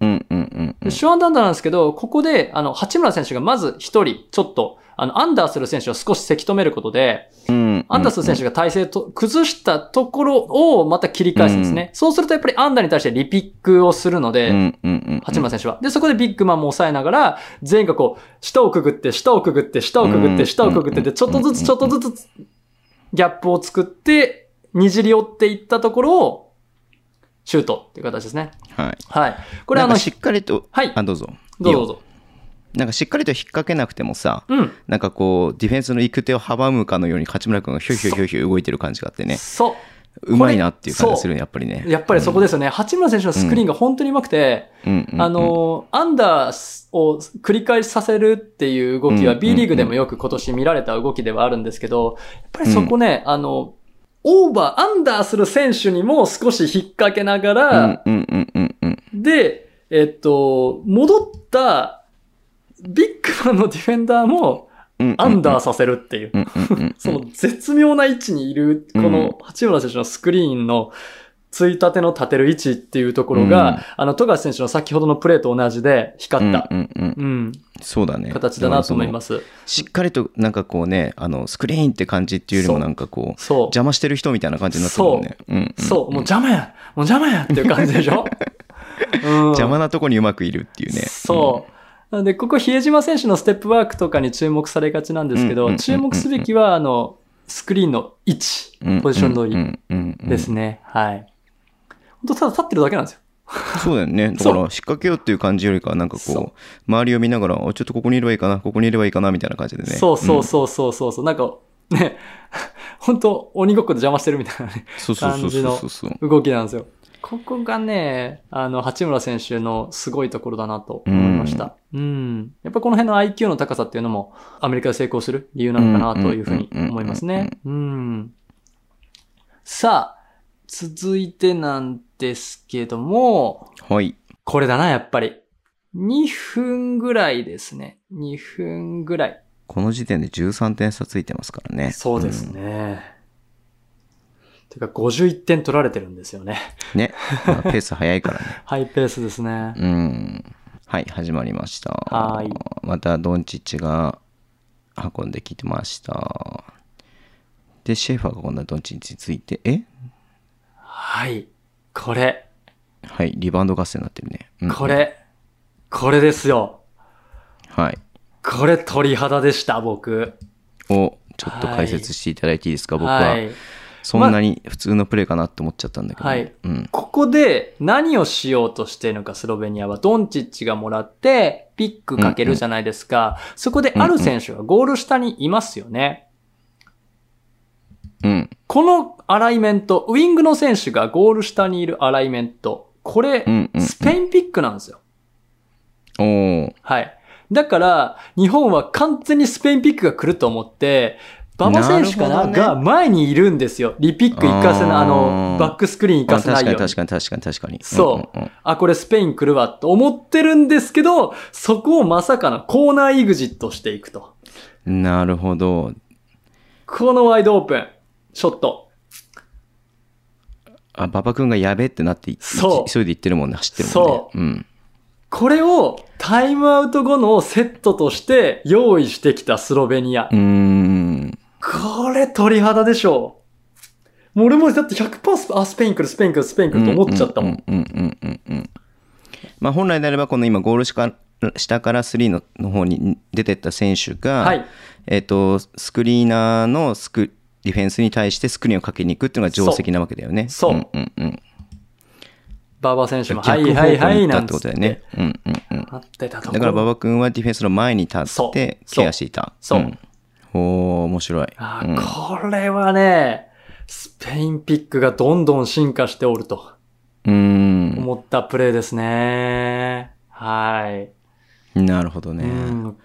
[SPEAKER 2] うんうんうんうん
[SPEAKER 3] でショーアンダーなんですけど、ここで、あの、八村選手がまず一人、ちょっと、あの、アンダーする選手を少しせき止めることで、
[SPEAKER 2] うん。
[SPEAKER 3] アンダーする選手が体勢と、崩したところをまた切り返すんですね。そうするとやっぱりアンダーに対してリピックをするので、
[SPEAKER 2] うんうんうん。
[SPEAKER 3] 八村選手は。で、そこでビッグマンも抑えながら、全員がこう、下をくぐって、下をくぐって、下をくぐっ
[SPEAKER 2] うん
[SPEAKER 3] て、下をくぐってで、ちょっとず
[SPEAKER 2] う
[SPEAKER 3] つ、
[SPEAKER 2] ん
[SPEAKER 3] ちょっとずつ、ギャップを作って、にじり寄っていったところを、シュートっていう形ですね。
[SPEAKER 2] はい。
[SPEAKER 3] はい。こ
[SPEAKER 2] こ
[SPEAKER 3] れ
[SPEAKER 2] れ
[SPEAKER 3] あ
[SPEAKER 2] あ
[SPEAKER 3] の、
[SPEAKER 2] の、
[SPEAKER 3] ひ
[SPEAKER 2] しっかりと、
[SPEAKER 3] はい
[SPEAKER 2] あ、どうぞ。
[SPEAKER 3] ど
[SPEAKER 2] い
[SPEAKER 3] うぞど
[SPEAKER 2] いうよ
[SPEAKER 3] ぞ。
[SPEAKER 2] なんかしっかりと引っ掛けなくてもさ、
[SPEAKER 3] うん。
[SPEAKER 2] なんかこう、ディフェンスの行く手を阻むかのように、八村君がひょいひょいひょいひょい動いてる感じがあってね。
[SPEAKER 3] そう。
[SPEAKER 2] うまいなっていう感じがするね、やっぱりね。
[SPEAKER 3] やっぱりそこですよね。八村選手のスクリーンが本当にうまくて、
[SPEAKER 2] うん、うんうんうん
[SPEAKER 3] あ、の、アンダーを繰り返しさせるっていう動きは
[SPEAKER 2] うん
[SPEAKER 3] B リーグでもよく今年見られた動きではあるんですけど、やっぱりそこね、あの、オーバー、アンダーする選手にも少し引っ掛けながら、
[SPEAKER 2] うんうんうんうんうん。
[SPEAKER 3] で、えっと、戻ったビッグマンのディフェンダーも
[SPEAKER 2] うんうんうん
[SPEAKER 3] アンダーさせるっていう。
[SPEAKER 2] うんうんうんうん
[SPEAKER 3] その絶妙な位置にいる、この八村選手のスクリーンのついたての立てる位置っていうところが、
[SPEAKER 2] うん
[SPEAKER 3] あの、富樫選手の先ほどのプレーと同じで光った、
[SPEAKER 2] うんうんうん
[SPEAKER 3] うん、
[SPEAKER 2] そうだね。。
[SPEAKER 3] 形だなと思いますす。
[SPEAKER 2] しっかりとなんかこうね、あの、スクリーンって感じっていうよりもなんかこう、
[SPEAKER 3] そう。
[SPEAKER 2] 邪魔してる人みたいな感じになってるもんね。うんん
[SPEAKER 3] そう、もう邪魔やもう邪魔やっていう感じでしょ、 <laughs> うん、
[SPEAKER 2] 邪魔なとこにうまくいるっていうね。
[SPEAKER 3] そう。なんで、ここ、比江島選手のステップワークとかに注目されがちなんですけ
[SPEAKER 2] うんうんうんう
[SPEAKER 3] ど、
[SPEAKER 2] ん
[SPEAKER 3] 注目すべきは、あの、スクリーンの位置
[SPEAKER 2] うん、
[SPEAKER 3] ポジション通り
[SPEAKER 2] り
[SPEAKER 3] ですね。はい。本当ただ立ってるだけなんですよ。
[SPEAKER 2] そうだよね。だから、
[SPEAKER 3] そう
[SPEAKER 2] 引っ掛けようっていう感じよりかは、なんか
[SPEAKER 3] そう
[SPEAKER 2] こう、周りを見ながら、あちょっとここにいればいいかな、ここにいればいいかな、みたいな感じでね。
[SPEAKER 3] そうそ
[SPEAKER 2] ん
[SPEAKER 3] うそうそうそうそう、なんか、ね、 <laughs> 本当鬼ごっこで邪魔してるみたいなね、
[SPEAKER 2] そうそうそうそうそうそう。
[SPEAKER 3] 動きなんですよ。ここがね、あの、八村選手のすごいところだなと思いました。うん。やっぱこの辺の IQ の高さっていうのも、アメリカで成功する理由なのかなというふうに思いますね。うん。さあ、続いてなんですけども、
[SPEAKER 2] はい。
[SPEAKER 3] これだな、やっぱり。2分ぐらいですね。2分ぐらい。
[SPEAKER 2] この時点で13点差ついてますからね。
[SPEAKER 3] そうです
[SPEAKER 2] ん
[SPEAKER 3] ね。てか、51点取られてるんですよね。
[SPEAKER 2] ね。まあペース早いからね。 <laughs>
[SPEAKER 3] ハイペースですね。
[SPEAKER 2] うん。はい、始まりました。
[SPEAKER 3] はーい
[SPEAKER 2] またドンチッチが運んできてました。で、シェーファーが今度はドンチッチについて、え
[SPEAKER 3] はい。これ、
[SPEAKER 2] はい、リバウンド合戦になってるね。うん
[SPEAKER 3] こ。れ、これですよ。
[SPEAKER 2] はい。
[SPEAKER 3] これ鳥肌でした、僕。
[SPEAKER 2] をちょっと解説していただいていいですか、僕は。
[SPEAKER 3] はい。
[SPEAKER 2] そんなに普通のプレーかなって思っちゃったんだけど、
[SPEAKER 3] はい
[SPEAKER 2] うん
[SPEAKER 3] ここで何をしようとしてるのか、スロベニアは。ドンチッチがもらって、ピックかけるじゃないですか。そこである選手がゴール下にいますよね。
[SPEAKER 2] うん
[SPEAKER 3] このアライメント、ウィングの選手がゴール下にいるアライメント、これ、
[SPEAKER 2] うんうん
[SPEAKER 3] スペインピックなんですよ。
[SPEAKER 2] おー
[SPEAKER 3] はい。だから、日本は完全にスペインピックが来ると思って、馬場選手
[SPEAKER 2] な
[SPEAKER 3] かな
[SPEAKER 2] るほどね
[SPEAKER 3] が前にいるんですよ。リピック行かせな、
[SPEAKER 2] あー
[SPEAKER 3] あの、バックスクリーン行
[SPEAKER 2] まあ
[SPEAKER 3] かせな
[SPEAKER 2] 確
[SPEAKER 3] い
[SPEAKER 2] か
[SPEAKER 3] よう
[SPEAKER 2] に
[SPEAKER 3] に。
[SPEAKER 2] 確かに確かに確かに。
[SPEAKER 3] そ
[SPEAKER 2] うんうんうん
[SPEAKER 3] あ、これスペイン来るわと思ってるんですけど、そこをまさかのコーナーイグジットしていくと。
[SPEAKER 2] なるほど。
[SPEAKER 3] このワイドオープン、ショット。
[SPEAKER 2] あ、馬場君がやべえってなってい、
[SPEAKER 3] そう
[SPEAKER 2] い急いで行ってるもんね、走ってるもんね。。
[SPEAKER 3] そう
[SPEAKER 2] ん。
[SPEAKER 3] これをタイムアウト後のセットとして用意してきたスロベニア
[SPEAKER 2] う。ーん。
[SPEAKER 3] これ鳥肌でしょう。もう俺もだって100%スペあ、スペイン来る、スペイン来る、スペイン来ると思っちゃったもん。
[SPEAKER 2] うんうんうんうんうん。まあ本来であれば、この今、ゴール下下からスリーのの方に出てった選手が、
[SPEAKER 3] はい。
[SPEAKER 2] えっ、と、スクリーナーのスクディフェンスに対してスクリーンをかけに行くっていうのが定石なわけだよね。
[SPEAKER 3] そう
[SPEAKER 2] うんうんうん。
[SPEAKER 3] ババ選手も、は
[SPEAKER 2] 逆
[SPEAKER 3] い
[SPEAKER 2] 方
[SPEAKER 3] は
[SPEAKER 2] 向
[SPEAKER 3] い
[SPEAKER 2] に
[SPEAKER 3] はい、
[SPEAKER 2] 行った
[SPEAKER 3] な
[SPEAKER 2] っ
[SPEAKER 3] ん
[SPEAKER 2] て
[SPEAKER 3] つ
[SPEAKER 2] こ
[SPEAKER 3] っ
[SPEAKER 2] とだ
[SPEAKER 3] て。
[SPEAKER 2] よね。うんうんうん。
[SPEAKER 3] なってたとこ
[SPEAKER 2] だ
[SPEAKER 3] ろ。
[SPEAKER 2] から馬場君はディフェンスの前に立
[SPEAKER 3] そ
[SPEAKER 2] っ
[SPEAKER 3] う
[SPEAKER 2] て
[SPEAKER 3] そう
[SPEAKER 2] ケアしていた。
[SPEAKER 3] そうん
[SPEAKER 2] おー、面白い。
[SPEAKER 3] あ
[SPEAKER 2] うん
[SPEAKER 3] ーこれはね、スペインピックがどんどん進化しておると
[SPEAKER 2] うーん。
[SPEAKER 3] 思ったプレーですね。はい。
[SPEAKER 2] なるほどね。
[SPEAKER 3] う。ん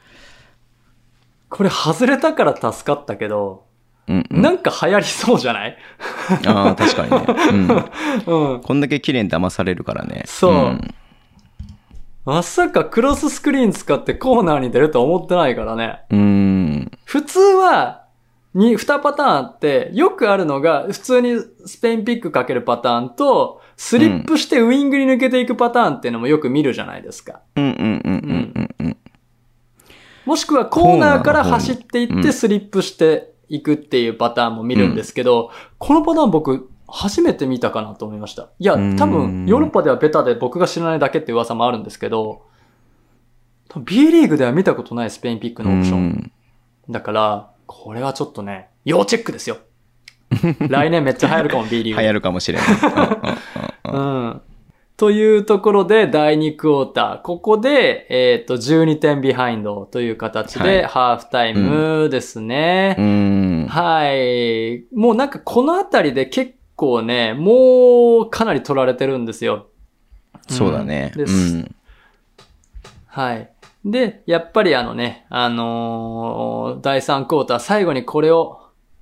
[SPEAKER 3] これ外れたから助かったけど、
[SPEAKER 2] うん、うん。
[SPEAKER 3] なんか流行りそうじゃない
[SPEAKER 2] ああ、確かにね。うん。
[SPEAKER 3] うん。
[SPEAKER 2] こんだけ綺麗に騙されるからね。
[SPEAKER 3] そうんまさかクロススクリーン使ってコーナーに出ると思ってないからね。
[SPEAKER 2] うーん。
[SPEAKER 3] 普通は、に、二パターンあって、よくあるのが、普通にスペインピックかけるパターンと、スリップしてウィングに抜けていくパターンっていうのもよく見るじゃないですか。
[SPEAKER 2] うんうんうんうんうんうん。
[SPEAKER 3] もしくはコーナーから
[SPEAKER 2] コーナーの方に
[SPEAKER 3] 走っていっ
[SPEAKER 2] う
[SPEAKER 3] て
[SPEAKER 2] ん
[SPEAKER 3] スリップしていくっていうパターンも見るんですけど、このパターン僕、初めて見たかなと思いました。いや、多
[SPEAKER 2] う
[SPEAKER 3] 分、
[SPEAKER 2] ん
[SPEAKER 3] ヨーロッパではベタで僕が知らないだけって噂もあるんですけど、多分 B リーグでは見たことないスペインピックのオプションだから、これはちょっとね、要チェックで
[SPEAKER 2] <laughs>
[SPEAKER 3] すよ。来年めっちゃ流行るかも、B リ
[SPEAKER 2] 流
[SPEAKER 3] ーグ。
[SPEAKER 2] 行るかも
[SPEAKER 3] <laughs>
[SPEAKER 2] しれない。うんうんうん
[SPEAKER 3] うん。というところで、第2クォーター。ここで、えっ、と、12点ビハインドという形で、
[SPEAKER 2] はい
[SPEAKER 3] ハーフタイムですね。
[SPEAKER 2] うん。
[SPEAKER 3] はい。もうなんかこのあたりで結構ね、もうかなり取られてるんですよ。
[SPEAKER 2] そうだね。
[SPEAKER 3] うん
[SPEAKER 2] う
[SPEAKER 3] です
[SPEAKER 2] ん。
[SPEAKER 3] はい。で、やっぱりあのね、あのー第3クォーター、最後にこれを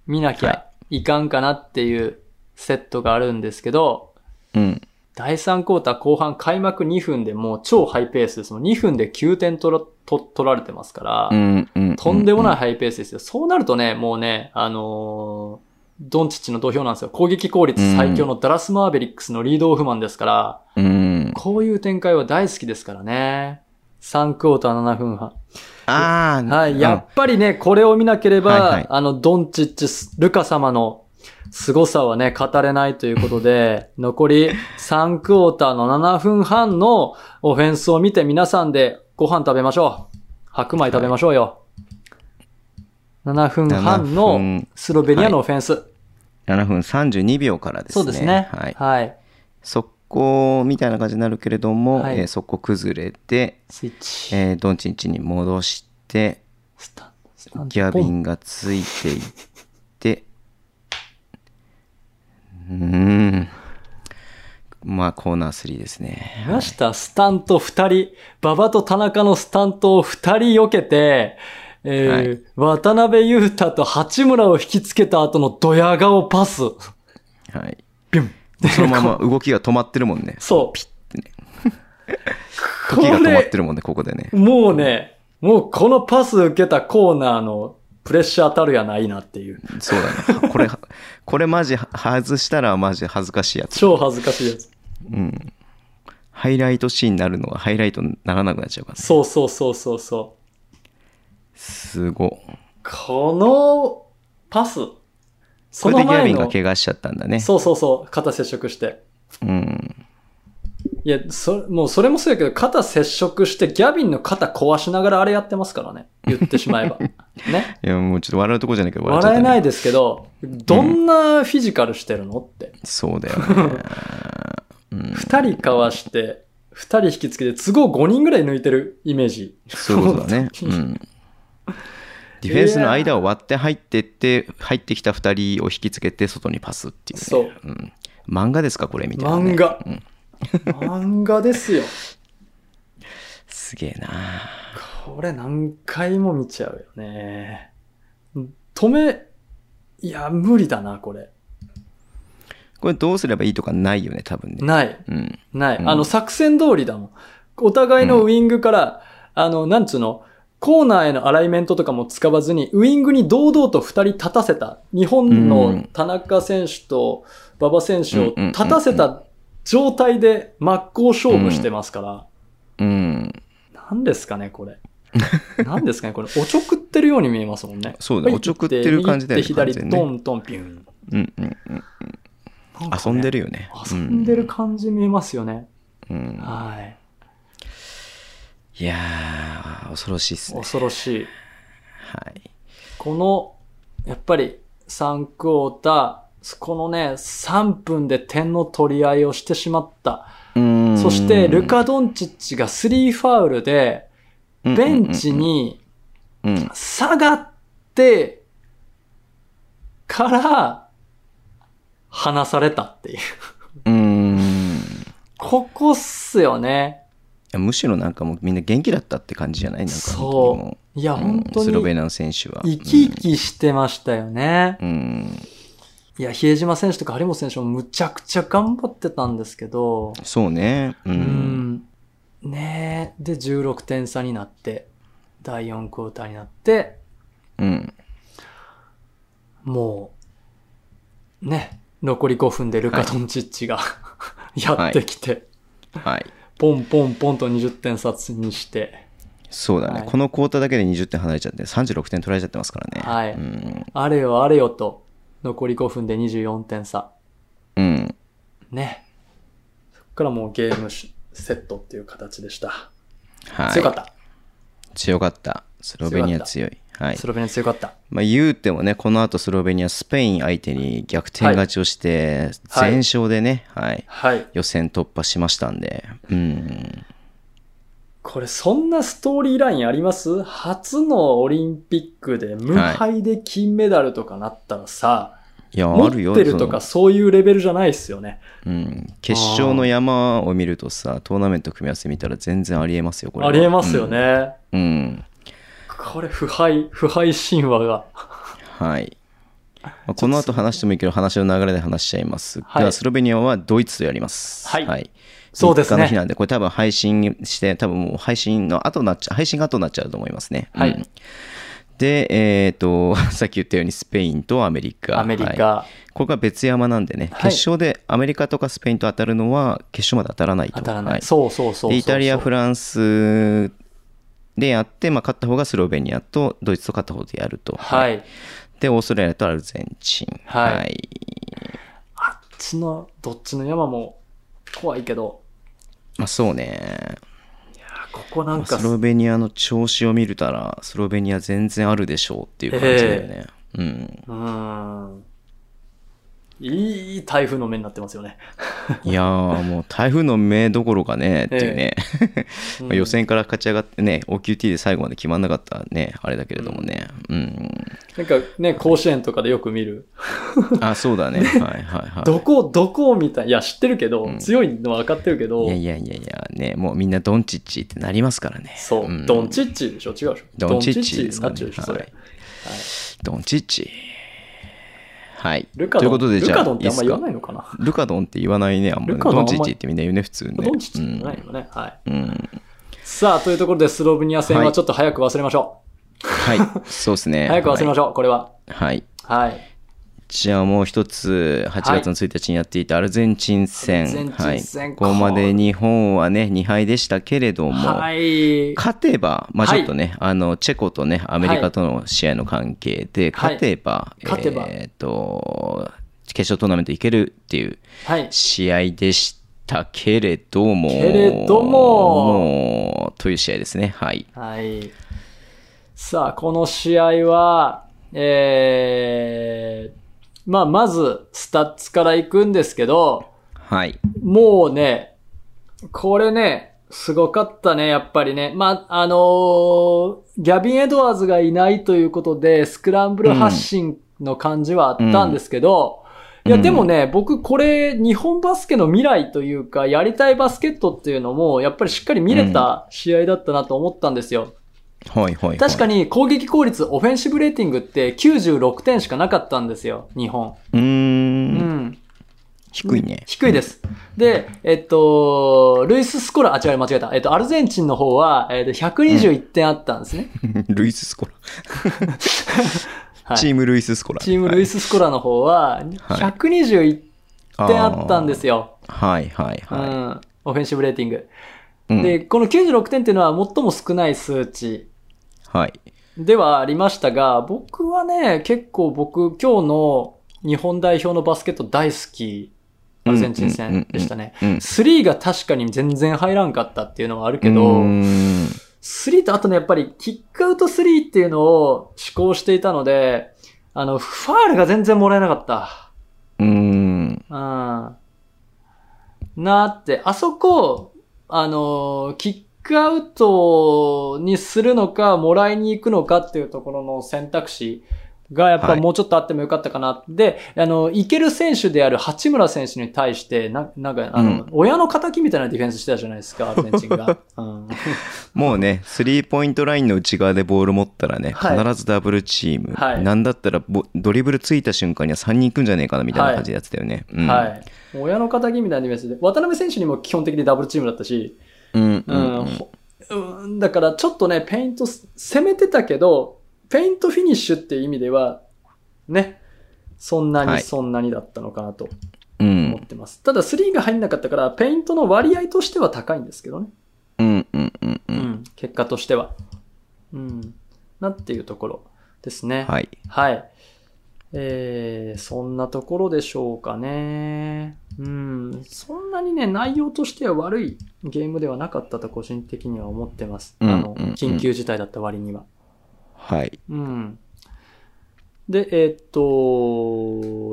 [SPEAKER 3] 見なき
[SPEAKER 2] は
[SPEAKER 3] ゃいかんかなっていうセットがあるんですけど、
[SPEAKER 2] うん。
[SPEAKER 3] 第3クォーター後半開幕2分でもう超ハイペースです。もう2分で9点取らと取られてますから、
[SPEAKER 2] うん。うん。
[SPEAKER 3] とんでもない
[SPEAKER 2] い。
[SPEAKER 3] ハイペースですよ。そうなるとね、もうね、あのードンチッチの土俵なんですよ。攻撃効率最強のダラス・マーベリックスのリードオフマンですから、
[SPEAKER 2] うん。
[SPEAKER 3] こういう展開は大好きですからね。3クォーター7分半。
[SPEAKER 2] ああ、
[SPEAKER 3] はい、
[SPEAKER 2] うん
[SPEAKER 3] やっぱりね、これを見なければ、
[SPEAKER 2] はいはい
[SPEAKER 3] あの、ドンチッチ、ルカ様の凄さはね、語れないということで、 <laughs> 残り3クォーターの7分半のオフェンスを見て皆さんでご飯食べましょう。白米食べましょうよ。7分半
[SPEAKER 2] 7
[SPEAKER 3] の
[SPEAKER 2] 分
[SPEAKER 3] スロベニアのオフェンス。
[SPEAKER 2] 7分32秒からですね。
[SPEAKER 3] そうですね。
[SPEAKER 2] はい。
[SPEAKER 3] はい。
[SPEAKER 2] 速攻みたいな感じになるけれども、
[SPEAKER 3] はい
[SPEAKER 2] えー速攻崩れて、
[SPEAKER 3] スイッチ。
[SPEAKER 2] えードンチンチに戻して、
[SPEAKER 3] スタンド、スタンド。
[SPEAKER 2] ギャビ
[SPEAKER 3] ポン
[SPEAKER 2] ンがついていって、うーん。まあ、コーナー3ですね。
[SPEAKER 3] 見ましたスタント二人、馬場と田中のスタントを二人避けて、えー渡辺裕太と八村を引きつけた後のドヤ顔パス。
[SPEAKER 2] はい。
[SPEAKER 3] ビュン。
[SPEAKER 2] そのまま動きが止まってるもん
[SPEAKER 3] <laughs>
[SPEAKER 2] ね。
[SPEAKER 3] そう。
[SPEAKER 2] 時が止まって
[SPEAKER 3] こ
[SPEAKER 2] るもんね、ここでね
[SPEAKER 3] れ。もうね、もうこのパス受けたコーナーのプレッシャーたるやないなっていう。
[SPEAKER 2] そうだね。これ、これマジ外したらマジ恥ずかしいやつ。
[SPEAKER 3] 超恥ずかしいやつ。
[SPEAKER 2] うん。ハイライトシーンになるのがハイライトにならなくなっちゃうから、ね、
[SPEAKER 3] そうそうそうそうそう。
[SPEAKER 2] すごい。
[SPEAKER 3] このパス。
[SPEAKER 2] こ
[SPEAKER 3] そ
[SPEAKER 2] れで
[SPEAKER 3] の
[SPEAKER 2] ギャ
[SPEAKER 3] 前
[SPEAKER 2] ビンが
[SPEAKER 3] の。
[SPEAKER 2] 怪我しちゃったんだね。
[SPEAKER 3] そうそうそう。肩接触して。
[SPEAKER 2] うん。
[SPEAKER 3] いや、そ、もうそれもそうやけど、肩接触して、ギャビンの肩壊しながらあれやってますからね。言ってしまえば。
[SPEAKER 2] <laughs>
[SPEAKER 3] ね。
[SPEAKER 2] いや、もうちょっと笑うとこじゃないけど笑っちゃった
[SPEAKER 3] 笑え
[SPEAKER 2] ね、
[SPEAKER 3] ないですけど、どんなフィジカルしてるのって。
[SPEAKER 2] そうだよ
[SPEAKER 3] <laughs>
[SPEAKER 2] ね。うん。
[SPEAKER 3] 二人かわして、二人引きつけて、都合五人ぐらい抜いてるイメージ。
[SPEAKER 2] そういうことだね。うん。ディフェンスの間を割って入ってって、入ってきた二人を引きつけて外にパスっていう、ね。
[SPEAKER 3] そう。
[SPEAKER 2] ん。漫画ですかこれみたいな、ね。
[SPEAKER 3] 漫画
[SPEAKER 2] うん。
[SPEAKER 3] <laughs> 漫画ですよ。
[SPEAKER 2] すげえな
[SPEAKER 3] これ何回も見ちゃうよね。止め、いや、無理だな、これ。
[SPEAKER 2] これどうすればいいとかないよね、多分ね。
[SPEAKER 3] ない。
[SPEAKER 2] うん。
[SPEAKER 3] ない。
[SPEAKER 2] うん
[SPEAKER 3] あの、作戦通りだもん。お互いのウィングから、あの、なんつうの、コーナーへのアライメントとかも使わずに、ウィングに堂々と二人立たせた。日本
[SPEAKER 2] う
[SPEAKER 3] の
[SPEAKER 2] ん
[SPEAKER 3] 田中選手と馬場選手
[SPEAKER 2] うんう
[SPEAKER 3] を
[SPEAKER 2] んうんうん
[SPEAKER 3] 立たせた状態で真っ向勝負してますから。
[SPEAKER 2] うん。
[SPEAKER 3] 何ですかね、これ。何ですかね、これ。おちょくってるように見えますもんね。
[SPEAKER 2] そうだねおちょくってる感じだよね
[SPEAKER 3] 右行っ
[SPEAKER 2] 完
[SPEAKER 3] て
[SPEAKER 2] 全に
[SPEAKER 3] 左、
[SPEAKER 2] ね
[SPEAKER 3] トントンピュン。
[SPEAKER 2] うんうんうん。遊んでるよね。
[SPEAKER 3] 遊んでる感じ見えますよね。
[SPEAKER 2] うん。うん
[SPEAKER 3] はい。
[SPEAKER 2] いやー、恐ろしいっすね。
[SPEAKER 3] 恐ろしい。
[SPEAKER 2] はい。
[SPEAKER 3] この、やっぱり3クォーター、このね、3分で点の取り合いをしてしまった。
[SPEAKER 2] うん
[SPEAKER 3] そして、ルカ・ドンチッチが3ファウルで、ベンチに
[SPEAKER 2] うんうんうん、
[SPEAKER 3] 下がって、から、離されたっていう。
[SPEAKER 2] うんうん
[SPEAKER 3] ここっすよね。
[SPEAKER 2] いやむしろなんかもうみんな元気だったって感じじゃないなんか
[SPEAKER 3] そ
[SPEAKER 2] 本
[SPEAKER 3] う。いや、
[SPEAKER 2] 当にもう
[SPEAKER 3] 本当
[SPEAKER 2] うんスロベ
[SPEAKER 3] に、
[SPEAKER 2] ナの選手は。
[SPEAKER 3] 生き生きしてましたよね。
[SPEAKER 2] うん。
[SPEAKER 3] いや、比江島選手とか張本選手もむちゃくちゃ頑張ってたんですけど、
[SPEAKER 2] そうね。う。
[SPEAKER 3] うんん。ねえ。で、16点差になって、第4クォーターになって、
[SPEAKER 2] うん。
[SPEAKER 3] もう、ね、残り5分でルカ・ドンチッチが、やってきて、
[SPEAKER 2] はい。
[SPEAKER 3] ポンポンポンと20点差にして、
[SPEAKER 2] そうだね。
[SPEAKER 3] はい
[SPEAKER 2] このクォーターだけで20点離れちゃって、36点取られちゃってますからね。
[SPEAKER 3] はい
[SPEAKER 2] うん。
[SPEAKER 3] あれよあれよと、残り5分で24点差。
[SPEAKER 2] うん。
[SPEAKER 3] ね。そっからもうゲームしセットっていう形でした。
[SPEAKER 2] はい。
[SPEAKER 3] 強かった。
[SPEAKER 2] 強かった。スロベニア強い。はい。
[SPEAKER 3] スロベニア強かった。
[SPEAKER 2] まあ、言うてもね、この後スロベニア、スペイン相手に逆転勝ちをして、
[SPEAKER 3] はい
[SPEAKER 2] 全勝でね、はい。
[SPEAKER 3] はい。
[SPEAKER 2] 予選突破しましたんで、うん。
[SPEAKER 3] これそんなストーリーラインあります初のオリンピックで無敗で金メダルとかなったらさ、
[SPEAKER 2] いや、
[SPEAKER 3] 持
[SPEAKER 2] あ
[SPEAKER 3] っ
[SPEAKER 2] るよ。
[SPEAKER 3] てるとかそういうレベルじゃないですよね。
[SPEAKER 2] そのうん。決勝の山を見るとさ、トーナメント組み合わせ見たら全然ありえますよ、これは。
[SPEAKER 3] ありえますよね。
[SPEAKER 2] うん。うん。
[SPEAKER 3] これ、腐敗、腐敗神話が。
[SPEAKER 2] はい。まあこの後話してもいいけど、話の流れで話しちゃいますが、
[SPEAKER 3] はい
[SPEAKER 2] スロベニアはドイツとやります。
[SPEAKER 3] はいそうですね
[SPEAKER 2] 3日の日なんで、これ多分配信して、多分もう配信の後になっちゃう、配信が後になっちゃうと思いますね。
[SPEAKER 3] はい
[SPEAKER 2] うんで、えっ、と、 <laughs> さっき言ったようにスペインとアメリカ。
[SPEAKER 3] アメリカ。
[SPEAKER 2] はいここが別山なんでね、
[SPEAKER 3] はい
[SPEAKER 2] 決勝でアメリカとかスペインと当たるのは、決勝まで当たらないと。
[SPEAKER 3] 当たらない。
[SPEAKER 2] はい
[SPEAKER 3] そうそうそうそう
[SPEAKER 2] でイタリア、フランスでやって、まあ、勝った方がスロベニアとドイツと勝った方でやると。
[SPEAKER 3] はい。
[SPEAKER 2] で、オーストラリアとアルゼンチン。
[SPEAKER 3] はい
[SPEAKER 2] い
[SPEAKER 3] あっちの、どっちの山も怖いけど、
[SPEAKER 2] まあそうね。
[SPEAKER 3] あここなん
[SPEAKER 2] ま
[SPEAKER 3] か
[SPEAKER 2] あス、ロベニアの調子を見るたら、スロベニア全然あるでしょうっていう感じだよね。うん。
[SPEAKER 3] うーん。いい台風の目になってますよね。
[SPEAKER 2] いやー、もう台風の目どころかね、っていうね。まあ予選から勝ち上がってね、OQT で最後まで決まんなかったね、あれだけれどもね。うん。
[SPEAKER 3] なんかね、甲子園とかでよく見る。
[SPEAKER 2] あ、そうだ
[SPEAKER 3] <laughs>
[SPEAKER 2] ね。はいはいはい。
[SPEAKER 3] どこ、どこみたい。いや、知ってるけど、
[SPEAKER 2] ん
[SPEAKER 3] 強いのは分かってるけど、
[SPEAKER 2] いやいやいやいや、ね、もうみんなドンチッチってなりますからね。
[SPEAKER 3] そう、
[SPEAKER 2] ん
[SPEAKER 3] ドンチッチでしょ違うでしょ
[SPEAKER 2] ドンチッチ
[SPEAKER 3] ドン
[SPEAKER 2] で
[SPEAKER 3] チ
[SPEAKER 2] す
[SPEAKER 3] にな
[SPEAKER 2] か
[SPEAKER 3] っ
[SPEAKER 2] ね
[SPEAKER 3] ちゃうでしょ、それ。
[SPEAKER 2] はいドンチッチ。はい。
[SPEAKER 3] ルカ
[SPEAKER 2] とい
[SPEAKER 3] ド
[SPEAKER 2] うこと
[SPEAKER 3] ン、
[SPEAKER 2] で、
[SPEAKER 3] ル
[SPEAKER 2] じゃあ、
[SPEAKER 3] カドンってあんま言わない
[SPEAKER 2] い
[SPEAKER 3] のかな
[SPEAKER 2] ですかルカドンって言わないね、あんまり
[SPEAKER 3] ル
[SPEAKER 2] ね。
[SPEAKER 3] カドン
[SPEAKER 2] ドンチッチってみんな言うね、普通ね。
[SPEAKER 3] ドンチッチじゃないよね。はい。
[SPEAKER 2] うん。うん
[SPEAKER 3] さあ、というところでスロベニア戦
[SPEAKER 2] は
[SPEAKER 3] はいちょっと早く忘れましょ
[SPEAKER 2] はい。そうです
[SPEAKER 3] う。
[SPEAKER 2] ね。
[SPEAKER 3] <laughs> 早く忘れましょう、これは。
[SPEAKER 2] はい。はい。
[SPEAKER 3] はい。
[SPEAKER 2] じゃあもう一つ、8月の1日にやっていたアルゼンチン戦。
[SPEAKER 3] アルゼンチン戦
[SPEAKER 2] はい。ここまで日本はね、2敗でしたけれども。
[SPEAKER 3] はい。
[SPEAKER 2] 勝てば、まあ、
[SPEAKER 3] は
[SPEAKER 2] ち
[SPEAKER 3] い
[SPEAKER 2] ょっとね、あの、チェコとね、アメリカとの試合の関係で、
[SPEAKER 3] はい
[SPEAKER 2] 勝てば、
[SPEAKER 3] 勝てば
[SPEAKER 2] えっと、決勝トーナメントいけるっていう
[SPEAKER 3] はい。
[SPEAKER 2] 試合でしたけれども、
[SPEAKER 3] けれども
[SPEAKER 2] もうという試合ですね。はい。
[SPEAKER 3] はい。さあ、この試合は、えー、まあ、まず、スタッツから行くんですけど、
[SPEAKER 2] はい。
[SPEAKER 3] もうね、これね、すごかったね、やっぱりね。まあ、あのーギャビン・エドワーズがいないということで、スクランブル発信の感じはあったんですけど、
[SPEAKER 2] うん
[SPEAKER 3] いや、
[SPEAKER 2] うん
[SPEAKER 3] でもね、僕これ、日本バスケの未来というか、やりたいバスケットっていうのも、やっぱりしっかり見れた試合だったなと思ったんですよ。
[SPEAKER 2] はいはい、はい。
[SPEAKER 3] 確か。に攻撃効率、オフェンシブレーティングって96点しかなかったんですよ、日本。
[SPEAKER 2] うー。
[SPEAKER 3] うんん。
[SPEAKER 2] 低いね。
[SPEAKER 3] 低いです。で、えっと、ルイス・スコラ、あ、違う、間違えた。えっと、アルゼンチンの方は、えっと、121点あったんですね。
[SPEAKER 2] <laughs> ルイス・スコラ、
[SPEAKER 3] はい。
[SPEAKER 2] チームルイス・スコラ。
[SPEAKER 3] チームルイス・スコラの方は、121点あったんです
[SPEAKER 2] よ。
[SPEAKER 3] よ。
[SPEAKER 2] はいはいは
[SPEAKER 3] うん。オフェンシブレーティング。
[SPEAKER 2] い。うん、
[SPEAKER 3] で、この96点っていうのは最も少ない数値
[SPEAKER 2] はい。
[SPEAKER 3] ではありましたが、僕はね、結構僕、今日の日本代表のバスケット大好き、アルゼンチン戦でしたね。
[SPEAKER 2] うん。
[SPEAKER 3] スリーが確かに全然入らんかったっていうのはあるけど、
[SPEAKER 2] うーん
[SPEAKER 3] スリーと、あとね、やっぱり、キックアウトスリーっていうのを試行していたので、あの、ファールが全然もらえなかった。
[SPEAKER 2] うーん。
[SPEAKER 3] うん。なーって、あそこ、あのー、キックアウトにするのか、もらいに行くのかっていうところの選択肢が、やっぱ
[SPEAKER 2] はい
[SPEAKER 3] もうちょっとあってもよかったかな。で、あの、いける選手である八村選手に対して、ななんか、あの、
[SPEAKER 2] うん
[SPEAKER 3] 親の仇みたいなディフェンスしてたじゃないです
[SPEAKER 2] <laughs>
[SPEAKER 3] か、アルゼンチンが。うん
[SPEAKER 2] もうね、スリーポイントラインの内側でボール持ったらね、
[SPEAKER 3] はい
[SPEAKER 2] 必ずダブルチーム、
[SPEAKER 3] はい
[SPEAKER 2] なんだったらボドリブルついた瞬間には3人行くんじゃねえかなみたいな感じでやってたよね。うん
[SPEAKER 3] はい。もう親の敵みたいなイメージで、渡辺選手にも基本的にダブルチームだったし、
[SPEAKER 2] うん
[SPEAKER 3] う
[SPEAKER 2] うんんうん
[SPEAKER 3] ほうんだからちょっとね、ペイントす、攻めてたけど、ペイントフィニッシュっていう意味では、ね、そんな
[SPEAKER 2] は
[SPEAKER 3] に
[SPEAKER 2] い
[SPEAKER 3] そんなにだったのかなと
[SPEAKER 2] う
[SPEAKER 3] 思っ
[SPEAKER 2] ん
[SPEAKER 3] てます。ただ、スリーが入んなかったから、ペイントの割合としては高いんですけどね。
[SPEAKER 2] うんうんうんう
[SPEAKER 3] うんん、結果としては。うん。なっていうところですね。
[SPEAKER 2] はい。
[SPEAKER 3] はい。えー、そんなところでしょうかね。うん。そんなにね、内容としては悪いゲームではなかったと個人的には思ってます。あの、
[SPEAKER 2] うんうんうん
[SPEAKER 3] 緊急事態だった割には。
[SPEAKER 2] はい。
[SPEAKER 3] うん。で、えーっ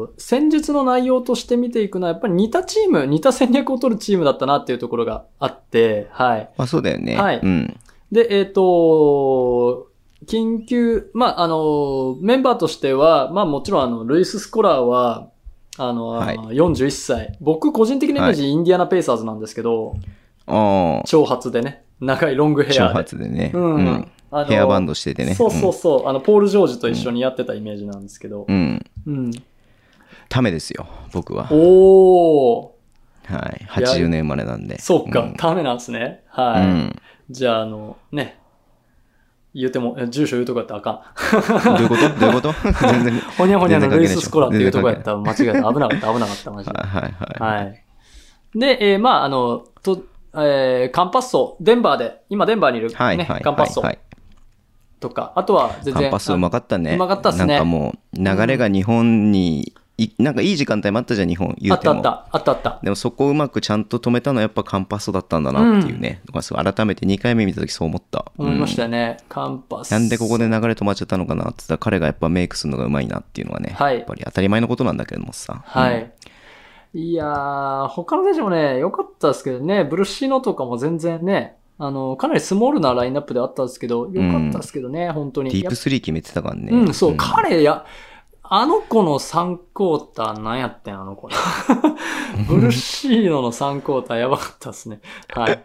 [SPEAKER 3] と、戦術の内容として見ていくのは、やっぱり似たチーム、似た戦略を取るチームだったなっていうところがあって、はい。
[SPEAKER 2] まあそうだよね。
[SPEAKER 3] はい
[SPEAKER 2] うん。
[SPEAKER 3] で、えっ、と、緊急、まあ、あの、メンバーとしては、まあ、もちろん、あの、ルイス・スコラーは、あの、
[SPEAKER 2] はい
[SPEAKER 3] 41歳。僕、個人的なイメージ、インディアナ・ペイサーズなんですけど、
[SPEAKER 2] ああ、
[SPEAKER 3] 長髪でね、長いロングヘ
[SPEAKER 2] 長
[SPEAKER 3] アで。
[SPEAKER 2] 髪でね、
[SPEAKER 3] うん
[SPEAKER 2] うん
[SPEAKER 3] あの
[SPEAKER 2] ヘアバンドしててね。
[SPEAKER 3] そうそうそう、あの、ポール・ジョージと一緒にやってたイメージなんですけど
[SPEAKER 2] う。ん。うん。
[SPEAKER 3] うん。
[SPEAKER 2] ためですよ、僕は。
[SPEAKER 3] おー、
[SPEAKER 2] はい。
[SPEAKER 3] いや
[SPEAKER 2] 80年生まれなんで。
[SPEAKER 3] そっか、
[SPEAKER 2] うん
[SPEAKER 3] ダメなんですね。はい。
[SPEAKER 2] うん。
[SPEAKER 3] じゃあ、あの、ね。言っても、え住所言うとこやったらあか
[SPEAKER 2] どういうことどう
[SPEAKER 3] <laughs>
[SPEAKER 2] いうこと全然。
[SPEAKER 3] ん。ほにゃほにゃの
[SPEAKER 2] 全然関係ない
[SPEAKER 3] ルイ
[SPEAKER 2] でしょ
[SPEAKER 3] ス・スコラっていうとこやったら間違えた。危なかった、危な
[SPEAKER 2] <laughs>
[SPEAKER 3] かった、マジで。
[SPEAKER 2] はいはいはい。
[SPEAKER 3] はい。で、えーまあ、あの、と、えーカンパッソ、デンバーで、今デンバーにいる、ね、
[SPEAKER 2] はいはいはい
[SPEAKER 3] カンパッソ
[SPEAKER 2] はい
[SPEAKER 3] とか、あとは全然。
[SPEAKER 2] カンパスうまかったね。
[SPEAKER 3] うまかったっすね
[SPEAKER 2] なんかもう、流れが日本に、いなんかいい時間帯もあったじゃん、日本、言
[SPEAKER 3] あ
[SPEAKER 2] う
[SPEAKER 3] ってた
[SPEAKER 2] も。
[SPEAKER 3] あった、あったあった。
[SPEAKER 2] でもそこをうまくちゃんと止めたのはやっぱカンパスだったんだなっていうね。まあそう改めて2回目見た時そう思った。
[SPEAKER 3] 思いました
[SPEAKER 2] うん
[SPEAKER 3] よね。カンパッソ。
[SPEAKER 2] なんでここで流れ止まっちゃったのかなって言ったら彼がやっぱメイクするのがうまいなっていうのはね、
[SPEAKER 3] はい
[SPEAKER 2] やっぱり当たり前のことなんだけどもさ。
[SPEAKER 3] は
[SPEAKER 2] うん
[SPEAKER 3] い。いやー、他の選手もね、良かったですけどね、ブルシーノとかも全然ね、あの、かなりスモールなラインナップであったんですけど、良かったですけどね、本当に。
[SPEAKER 2] ディープスリー決めてたからね。
[SPEAKER 3] うん、そう、
[SPEAKER 2] ん
[SPEAKER 3] 彼や、あの子の3クォーターなんやってん、あ
[SPEAKER 2] <laughs>
[SPEAKER 3] の子。ブルシーノの3クォーターやばかったですね。はい。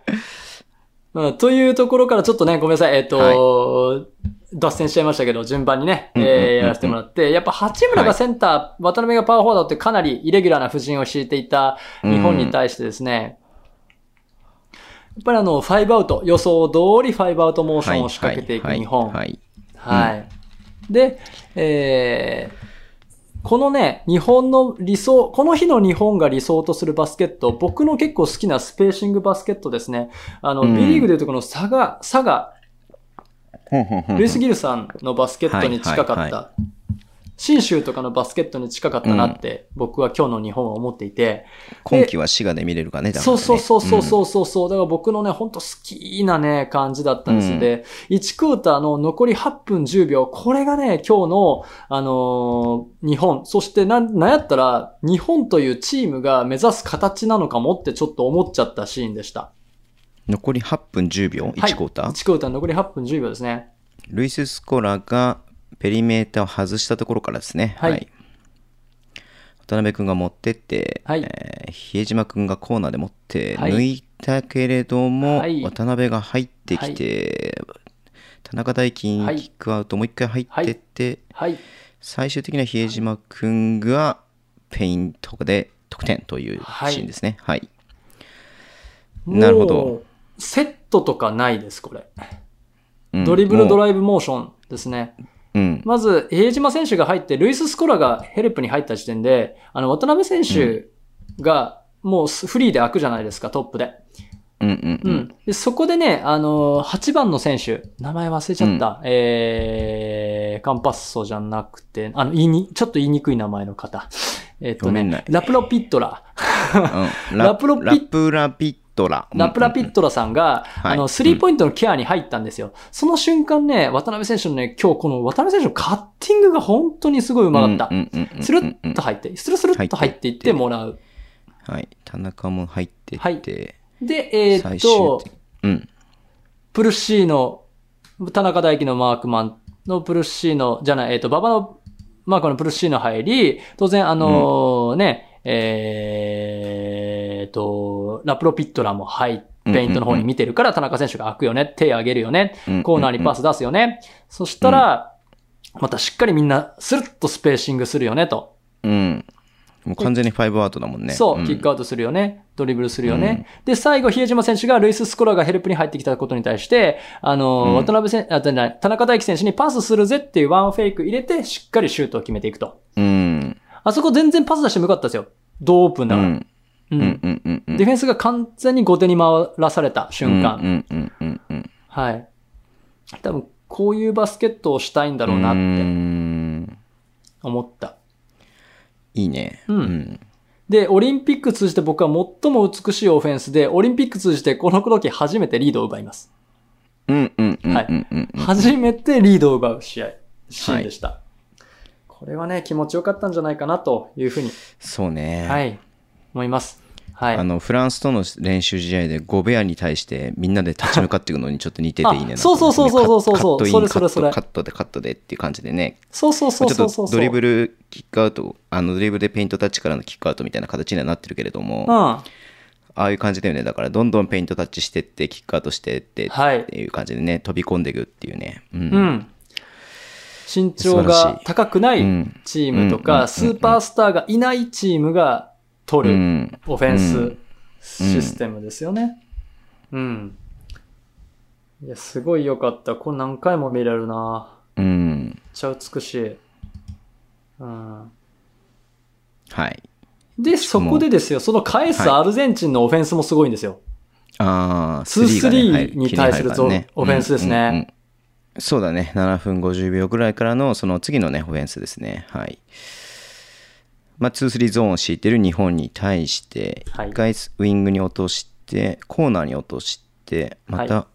[SPEAKER 3] うん、というところからちょっとね、ごめんなさい、えっ、と、脱線しちゃいましたけど、順番にね、え
[SPEAKER 2] うんうんうんう
[SPEAKER 3] ー
[SPEAKER 2] ん
[SPEAKER 3] やらせてもらって、やっぱ八村がセンター、渡辺がパワーフォワードってかなりイレギュラーな布陣を敷いていた日本に対してですね、やっぱりあの、ファイブアウト、予想通りファイブアウトモーションを仕掛けていく日本。
[SPEAKER 2] はいはいはい
[SPEAKER 3] はい。で、えーこのね、日本の理想、この日の日本が理想とするバスケット、僕の結構好きなスペーシングバスケットですね。あの、
[SPEAKER 2] うん
[SPEAKER 3] B リーグでいうとこの佐賀、佐賀、
[SPEAKER 2] はい
[SPEAKER 3] ルイス・ギルさんのバスケットに近か
[SPEAKER 2] は
[SPEAKER 3] っ
[SPEAKER 2] いはい
[SPEAKER 3] た。信州とかのバスケットに近かったなって、僕は今日の日本は思っていて。
[SPEAKER 2] 今季は滋賀で見れるかね、だから
[SPEAKER 3] そう
[SPEAKER 2] ね
[SPEAKER 3] そうそうそうそううそうそう、だから僕のね、ほんと好きなね、感じだったんですよ。
[SPEAKER 2] うん
[SPEAKER 3] で、1クォーターの残り8分10秒、これがね、今日の、あのー日本、そしてなん、なんやったら、日本というチームが目指す形なのかもってちょっと思っちゃったシーンでした。
[SPEAKER 2] ん残り8分10秒、1クォーター、
[SPEAKER 3] ?1 クォーター残り8分10秒ですね。
[SPEAKER 2] ルイス・スコラがペリメーターを外したところからですね。
[SPEAKER 3] はい
[SPEAKER 2] 渡辺君が持ってって、
[SPEAKER 3] はい
[SPEAKER 2] えー比江島君がコーナーで持って、
[SPEAKER 3] はい
[SPEAKER 2] 抜いたけれども、
[SPEAKER 3] はい
[SPEAKER 2] 渡辺が入ってきて、田中大輝、
[SPEAKER 3] はい
[SPEAKER 2] キックアウトもう一回入ってって、
[SPEAKER 3] はい。
[SPEAKER 2] 最終的には比江島君がペイントで得点という
[SPEAKER 3] はい
[SPEAKER 2] シーンですね。はい。なるほど
[SPEAKER 3] もう。セットとかないです、これ。
[SPEAKER 2] うん
[SPEAKER 3] ドリブル、ド
[SPEAKER 2] も
[SPEAKER 3] ライブ、モーションですね。
[SPEAKER 2] ううん。
[SPEAKER 3] まず、比江島選手が入って、ルイス・スコラがヘルプに入った時点で、あの、渡辺選手が、もうすフリーで開くじゃないですか、トップで。
[SPEAKER 2] うんうんう
[SPEAKER 3] う。
[SPEAKER 2] んん。
[SPEAKER 3] でそこでね、あのー、8番の選手、名前忘れちゃった。えー、カンパッソじゃなくて、あの、言いに、ちょっと言いにくい名前の方。えっ、と
[SPEAKER 2] ごめんな
[SPEAKER 3] ね
[SPEAKER 2] い、
[SPEAKER 3] ラプロピットラ。
[SPEAKER 2] うん
[SPEAKER 3] ラプロピ
[SPEAKER 2] ラプラピットラ。
[SPEAKER 3] ラプラピ
[SPEAKER 2] ト
[SPEAKER 3] ットラさんが、
[SPEAKER 2] い
[SPEAKER 3] あの、スリーポイントのケアに入ったんですよ。その瞬間ね、渡辺選手のね、今日この渡辺選手のカッティングが本当にすごいうまかった。スルッと入って、スルスルッと入っていってもらう。
[SPEAKER 2] はい。田中も入ってって、
[SPEAKER 3] はいで、えーっ
[SPEAKER 2] 最終
[SPEAKER 3] と
[SPEAKER 2] 的、うん。
[SPEAKER 3] プルッシーの、田中大輝のマークマンのプルッシーの、じゃない、えーっと、馬場のマークのプルッシーの入り、当然あのーね、えーっと、ラプロピットラも入って、ペイントの方に見てるから田中選手が開くよね、手上げるよね、
[SPEAKER 2] うん
[SPEAKER 3] コーナーにパス出すよね。そしたら、またしっかりみんなスルッとスペーシングするよね、と。
[SPEAKER 2] うん。もう完全にファイブアウトだもんね。
[SPEAKER 3] そう、
[SPEAKER 2] ん
[SPEAKER 3] キックアウトするよね。ドリブルするよね。で、最後、比江島選手がルイス・スコラがヘルプに入ってきたことに対して、あのー、
[SPEAKER 2] うん
[SPEAKER 3] 渡辺選あ、じゃない、田中大輝選手にパスするぜっていうワンフェイク入れて、しっかりシュートを決めていくと。
[SPEAKER 2] うん。
[SPEAKER 3] あそこ全然パス出してもよかったですよ。ドープン
[SPEAKER 2] う
[SPEAKER 3] だから。
[SPEAKER 2] ん。
[SPEAKER 3] う。
[SPEAKER 2] うんん。うん。うん。うん
[SPEAKER 3] ディフェンスが完全に後手に回らされた瞬間。
[SPEAKER 2] うん。うん。うん。うん。
[SPEAKER 3] はい。多分、こういうバスケットをしたいんだろうな
[SPEAKER 2] う
[SPEAKER 3] って
[SPEAKER 2] ん
[SPEAKER 3] 思った。
[SPEAKER 2] いいね。
[SPEAKER 3] うん
[SPEAKER 2] ん。
[SPEAKER 3] で、オリンピック通じて僕は最も美しいオフェンスで、オリンピック通じてこの時初めてリードを奪います。
[SPEAKER 2] うん。うん。うん。
[SPEAKER 3] はい
[SPEAKER 2] うん。うん。
[SPEAKER 3] 初めてリードを奪う試合、シーンでした。これはね、気持ちよかったんじゃないかなというふうに、
[SPEAKER 2] そうね。。
[SPEAKER 3] はいい、思います。はい
[SPEAKER 2] あの、フランスとの練習試合でゴベアに対してみんなで立ち向かっていくのにちょっと似てていいねな
[SPEAKER 3] あそうそうそうそうそうそう
[SPEAKER 2] カットイン
[SPEAKER 3] それそれそれ
[SPEAKER 2] カットカットでカットでっていう感じでね。
[SPEAKER 3] そうそうそうそうそうそう。
[SPEAKER 2] ちょっとドリブルキックアウト、あのドリブルでペイントタッチからのキックアウトみたいな形にはなってるけれども、
[SPEAKER 3] うん。
[SPEAKER 2] あ
[SPEAKER 3] は
[SPEAKER 2] あいう感じだよね。だからどんどんペイントタッチしてって、キックアウトしてって、
[SPEAKER 3] い
[SPEAKER 2] っ。ていう感じでね、飛び込んでいくっていうね。うん。
[SPEAKER 3] うん。身
[SPEAKER 2] 素晴ら
[SPEAKER 3] 長が
[SPEAKER 2] しい
[SPEAKER 3] 高くないチームと
[SPEAKER 2] うんうん
[SPEAKER 3] か、スーパースターがいないチームが取
[SPEAKER 2] う
[SPEAKER 3] る
[SPEAKER 2] ん
[SPEAKER 3] オフェ
[SPEAKER 2] う
[SPEAKER 3] ン
[SPEAKER 2] ん
[SPEAKER 3] スシステムですよね。うん。いや、すごい良かった。これ何回も見れるな。
[SPEAKER 2] うん。
[SPEAKER 3] めっちゃ美しい。うん。
[SPEAKER 2] はい。
[SPEAKER 3] で、そこでですよ、その返す
[SPEAKER 2] は
[SPEAKER 3] アルゼンチンのオフェンスもすごいんですよ。
[SPEAKER 2] ああ、
[SPEAKER 3] ツー
[SPEAKER 2] スリーがね入
[SPEAKER 3] スリー
[SPEAKER 2] る
[SPEAKER 3] に
[SPEAKER 2] 切り入る
[SPEAKER 3] 対する
[SPEAKER 2] からね
[SPEAKER 3] ゾオフェンスですね
[SPEAKER 2] うんうんうんそうだね。7分50秒ぐらいからの、その次のね、オフェンスですね。はい。まあ、2、3ゾーンを敷いてる日本に対して、
[SPEAKER 3] はい
[SPEAKER 2] 1回ウイングに落として、コーナーに落として、また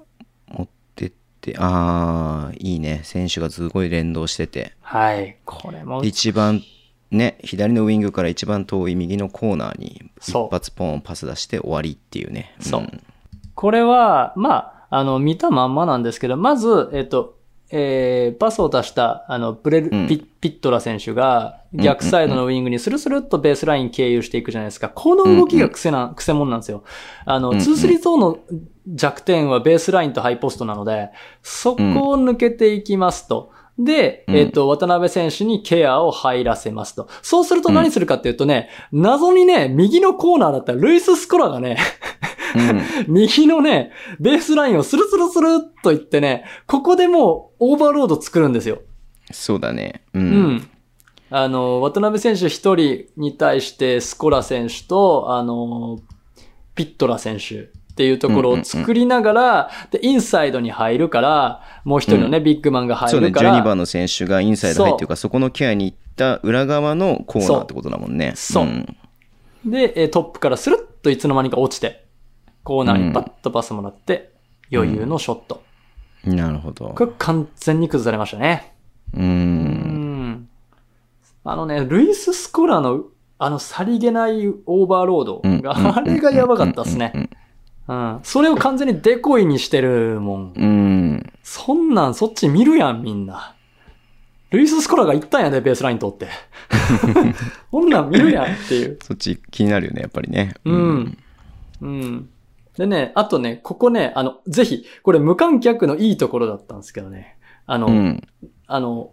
[SPEAKER 2] 持ってって、ああ、いいね。選手がすごい連動してて。
[SPEAKER 3] はい。これも、
[SPEAKER 2] 一番ね左のウイングから一番遠い右のコーナーに
[SPEAKER 3] そう
[SPEAKER 2] 一発ポンパス出して終わりっていうね
[SPEAKER 3] そうんこれは、まあ、あの、見たまんまなんですけど、まず、えっと、えー、パスを出した、あの、ブレル、
[SPEAKER 2] うん
[SPEAKER 3] ピピットラ選手が、逆サイドのウィングにスルスルっとベースライン経由していくじゃないですか。この動きが癖な、癖もんなんですよ。あの、
[SPEAKER 2] うんうん
[SPEAKER 3] 2-3ゾーンの弱点はベースラインとハイポストなので、そこを抜けていきますと。で、
[SPEAKER 2] うん
[SPEAKER 3] えっ、と、渡辺選手にケアを入らせますと。そうすると何するかっていうとね、謎にね、右のコーナーだったらルイス・スコラがね、
[SPEAKER 2] うん
[SPEAKER 3] <laughs> 右のね、ベースラインをスルスルスルっといってね、ここでもうオーバーロード作るんですよ。
[SPEAKER 2] そうだねう、
[SPEAKER 3] うんん。あの、渡辺選手一人に対して、スコラ選手と、あの、ピットラ選手っていうところを作りながら、で、インサイドに入るから、もう一人のね、ビッグマンが
[SPEAKER 2] そ
[SPEAKER 3] 入
[SPEAKER 2] うね
[SPEAKER 3] るから、
[SPEAKER 2] 12番の選手がインサイド入ってるからそこのケアに行った裏側のコーナーってことだもんね
[SPEAKER 3] そうんで、えートップからスルッといつの間にか落ちて、コーナーにパッとパスもらって、余裕のショット。
[SPEAKER 2] なるほど
[SPEAKER 3] これ完全に崩されましたね。
[SPEAKER 2] う
[SPEAKER 3] うんんあのね、ルイス・スコラの、あの、さりげないオーバーロード
[SPEAKER 2] うん
[SPEAKER 3] <laughs> が、あれがやばかったですね
[SPEAKER 2] う。ん
[SPEAKER 3] うん。それを完全にデコイにしてるもん。
[SPEAKER 2] うん
[SPEAKER 3] そんなん、そっち見るやん、みんな。ルイス・スコラが行ったんやで、ベースライン通って。 <laughs> そんなん見るやんっていう。
[SPEAKER 2] そっち気になるよねやっぱりね
[SPEAKER 3] うん。うん。でね、あとね、ここね、あの、ぜひ、これ無観客のいいところだったんですけどね。あの、
[SPEAKER 2] うん
[SPEAKER 3] あの、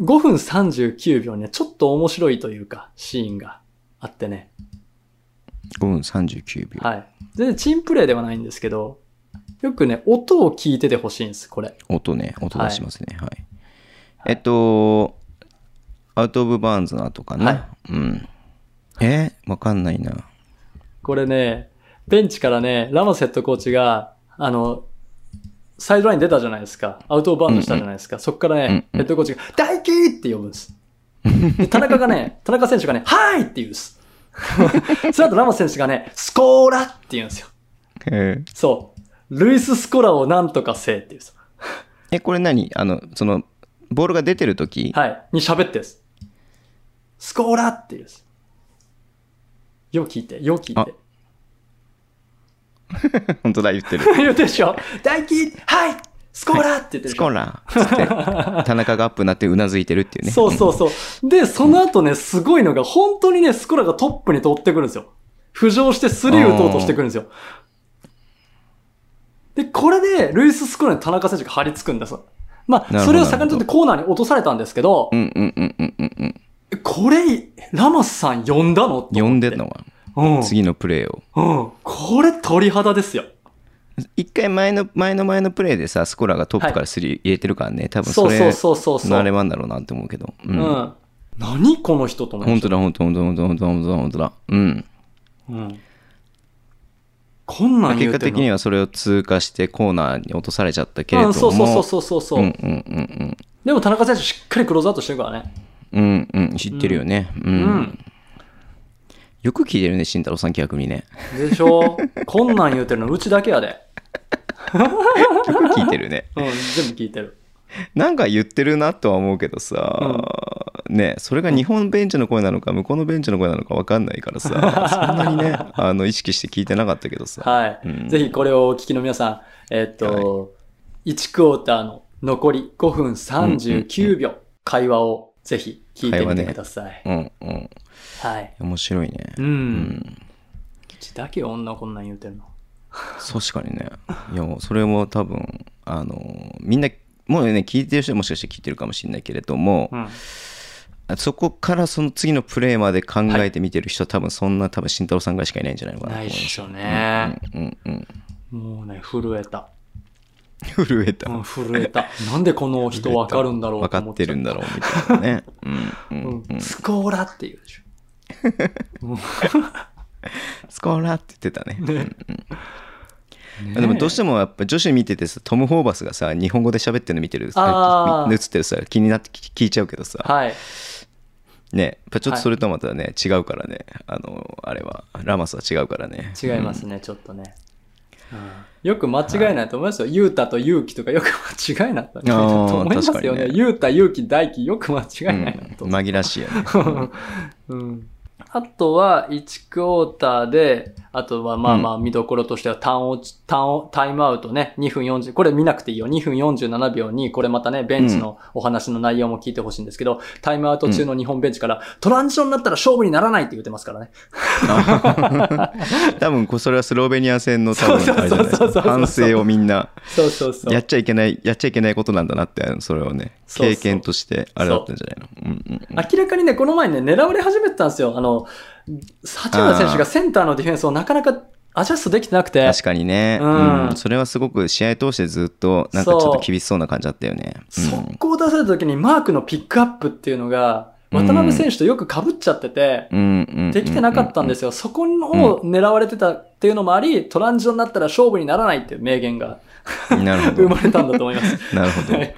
[SPEAKER 3] 5分39秒ね、ちょっと面白いというか、シーンがあってね。
[SPEAKER 2] 5分39秒
[SPEAKER 3] はい。全然チンプレーではないんですけど、よくね、音を聞いててほしいんです、これ。
[SPEAKER 2] 音ね、音出しますね。はい。
[SPEAKER 3] はい
[SPEAKER 2] えっと、アウト・オブ・バーンズの後かな。
[SPEAKER 3] は
[SPEAKER 2] うん。えわかんないな。
[SPEAKER 3] これね、ベンチからね、ラマスヘッドコーチが、あの、サイドライン出たじゃないですか。アウトオブバウンドしたじゃないですか。そっからね、
[SPEAKER 2] うんうん
[SPEAKER 3] ヘッドコーチが、大輝って呼ぶんです。で田中がね、 <laughs> 田中選手がね、はいって言うん
[SPEAKER 2] <laughs>
[SPEAKER 3] です。その後ラマス選手がね、スコーラって言うんですよ。
[SPEAKER 2] えー、
[SPEAKER 3] そう。ルイス・スコラをなんとかせえっていうさ。
[SPEAKER 2] えこれ何あの、その、ボールが出てる時
[SPEAKER 3] はい。に喋ってです。スコーラっていうんです。よう聞いて、よう聞い
[SPEAKER 2] あ
[SPEAKER 3] て。
[SPEAKER 2] 本当だ、言ってる。
[SPEAKER 3] 言うてでしょ大輝はいスコーラって言ってるで
[SPEAKER 2] ス
[SPEAKER 3] しょ
[SPEAKER 2] コラーっつって、田中がアップになってうなずいてるっていうね。
[SPEAKER 3] そうそうそう。で、その後ね、すごいのが、本当にね、スコラがトップに通ってくるんですよ。浮上してスリー打とうとしてくるんですよ。で、これで、ルイス・スコラに田中選手が張り付くんです。ま
[SPEAKER 2] な
[SPEAKER 3] あ、
[SPEAKER 2] るほど
[SPEAKER 3] それを逆にとってコーナーに落とされたんですけど、
[SPEAKER 2] うん。うんうんうんうんうんうん。
[SPEAKER 3] これ、ラマスさん呼んだの
[SPEAKER 2] 呼んでんのは、
[SPEAKER 3] うん。
[SPEAKER 2] 次のプレーを。
[SPEAKER 3] うん。これ鳥肌ですよ。
[SPEAKER 2] 一回前の、前の前のプレーでさ、スコラがトップか
[SPEAKER 3] は
[SPEAKER 2] らスリー入れてるからね、多分
[SPEAKER 3] そ
[SPEAKER 2] そう
[SPEAKER 3] そう
[SPEAKER 2] れ
[SPEAKER 3] そうそうそう。
[SPEAKER 2] のあれなんだろうなって思うけど。う。
[SPEAKER 3] うんん。何この人と思いま
[SPEAKER 2] 本
[SPEAKER 3] した
[SPEAKER 2] 当だ、本当本当本当本当本当本当だ。うん。
[SPEAKER 3] うん。こんなん
[SPEAKER 2] 結
[SPEAKER 3] 言う
[SPEAKER 2] 果
[SPEAKER 3] てん
[SPEAKER 2] 的
[SPEAKER 3] の
[SPEAKER 2] にはそれを通過してコーナーに落とされちゃったけれども、
[SPEAKER 3] うん、そうそうそうそうそう。
[SPEAKER 2] うんうんうん
[SPEAKER 3] でも田中選手しっかりクローズアウトしてるからね。
[SPEAKER 2] うんうんうん知ってるよね、うん
[SPEAKER 3] うん。
[SPEAKER 2] よく聞いてるね慎太郎さん逆にね
[SPEAKER 3] でしょこんなん言うてるのうちだけやで。
[SPEAKER 2] よく聞いてるね
[SPEAKER 3] うん、全部聞いてる。
[SPEAKER 2] なんか言ってるなとは思うけどさ、ね、それが日本ベンチの声なのか、向こうのベンチの声なのか分かんないから
[SPEAKER 3] <laughs>
[SPEAKER 2] さ、そんなにね、あの、意識して聞いてなかったけどさ。
[SPEAKER 3] はい。
[SPEAKER 2] うん
[SPEAKER 3] ぜひこれをお聞きの皆さん、えっと、1クォーターの残り5分39秒、会話をぜひ聞いてみてください。
[SPEAKER 2] うんうん。
[SPEAKER 3] はい。
[SPEAKER 2] 面白いね。
[SPEAKER 3] う。
[SPEAKER 2] うんん。
[SPEAKER 3] うちだけ女こんなん言うてるの。
[SPEAKER 2] 確かにね。いや、もうそれも多分、あの、みんな、もうね、聞いてる人はもしかして聞いてるかもしれないけれども、
[SPEAKER 3] うん。
[SPEAKER 2] そこからその次のプレーまで考えて見てる人は多分そんな多分慎太郎さんぐらいしかいないんじゃないのかなと
[SPEAKER 3] ない
[SPEAKER 2] 思
[SPEAKER 3] っ
[SPEAKER 2] います。
[SPEAKER 3] しょね。
[SPEAKER 2] うんうん。 <laughs>
[SPEAKER 3] もうね、震えた。
[SPEAKER 2] 震えた。
[SPEAKER 3] うん、震えた。なんでこの人わかるんだろう
[SPEAKER 2] 分
[SPEAKER 3] と
[SPEAKER 2] か
[SPEAKER 3] 思
[SPEAKER 2] っ
[SPEAKER 3] ち
[SPEAKER 2] て
[SPEAKER 3] ゃ
[SPEAKER 2] るんだろうみたいな
[SPEAKER 3] <laughs>
[SPEAKER 2] ね。うんう
[SPEAKER 3] うん
[SPEAKER 2] んうん。
[SPEAKER 3] スコーラって言うでしょ。
[SPEAKER 2] スコーラって言ってたね。
[SPEAKER 3] ね
[SPEAKER 2] でもどうしてもやっぱ女子見ててさトム・ホーバスがさ日本語で喋ってるの見てる
[SPEAKER 3] あー
[SPEAKER 2] 映ってるさ気になって聞聞いちゃうけどさ、
[SPEAKER 3] はい。
[SPEAKER 2] ねやっぱちょっとそれとはまたね、違うからねあのあれはラマスは違うからね
[SPEAKER 3] 違いますね、ちょっとね。うんよく間違いないと思いますよ。ユータとユウキとかよく間違いない <laughs> と思います
[SPEAKER 2] 確か
[SPEAKER 3] よ
[SPEAKER 2] にね
[SPEAKER 3] ね。ユータ、ユウキ、ダイキ、よく間
[SPEAKER 2] う
[SPEAKER 3] <laughs> 違い
[SPEAKER 2] ん
[SPEAKER 3] ないなと。
[SPEAKER 2] 紛らわしいよね
[SPEAKER 3] うんあとは、1クォーターで、あとは、まあまあ、見どころとしては、ターンオチ、ターンオ、タイムアウトね、2分40、これ見なくていいよ。2分47秒に、これまたね、ベンチのお話の内容も聞いてほしいんですけど、タイムアウト中の日本ベンチから、トランジションになったら勝負にならないって言ってますからね。
[SPEAKER 2] 多分こうそれはスロベニア戦の多分あれじゃないです
[SPEAKER 3] そうそうそう
[SPEAKER 2] か
[SPEAKER 3] そうそう
[SPEAKER 2] 反省をみんな
[SPEAKER 3] そうそうそう。
[SPEAKER 2] やっちゃいけないやっちゃいけないことなんだなってそれをね
[SPEAKER 3] そうそう
[SPEAKER 2] 経験としてあれだったんじゃないのうんうんうん
[SPEAKER 3] 明らかにね、この前ね、狙われ始めてたんですよ。あの、八村選手がセンターのディフェンスをなかなかアジャストできてなくて。
[SPEAKER 2] 確かにね、
[SPEAKER 3] うん
[SPEAKER 2] うん、それはすごく試合通してずっとなんかちょっと厳しそうな感じだったよね。うん。
[SPEAKER 3] 速攻を出された時にマークのピックアップっていうのが、渡辺選手とよく被っちゃってて、できてなかったんですすよ。そこを狙われてたっていうのもあり、トランジションになったら勝負にならないっていう名言が
[SPEAKER 2] なる
[SPEAKER 3] <laughs>
[SPEAKER 2] ほ
[SPEAKER 3] 生
[SPEAKER 2] ど。
[SPEAKER 3] まれたんだと思い <laughs> ます。
[SPEAKER 2] なるほ
[SPEAKER 3] は
[SPEAKER 2] ど。
[SPEAKER 3] い。はい。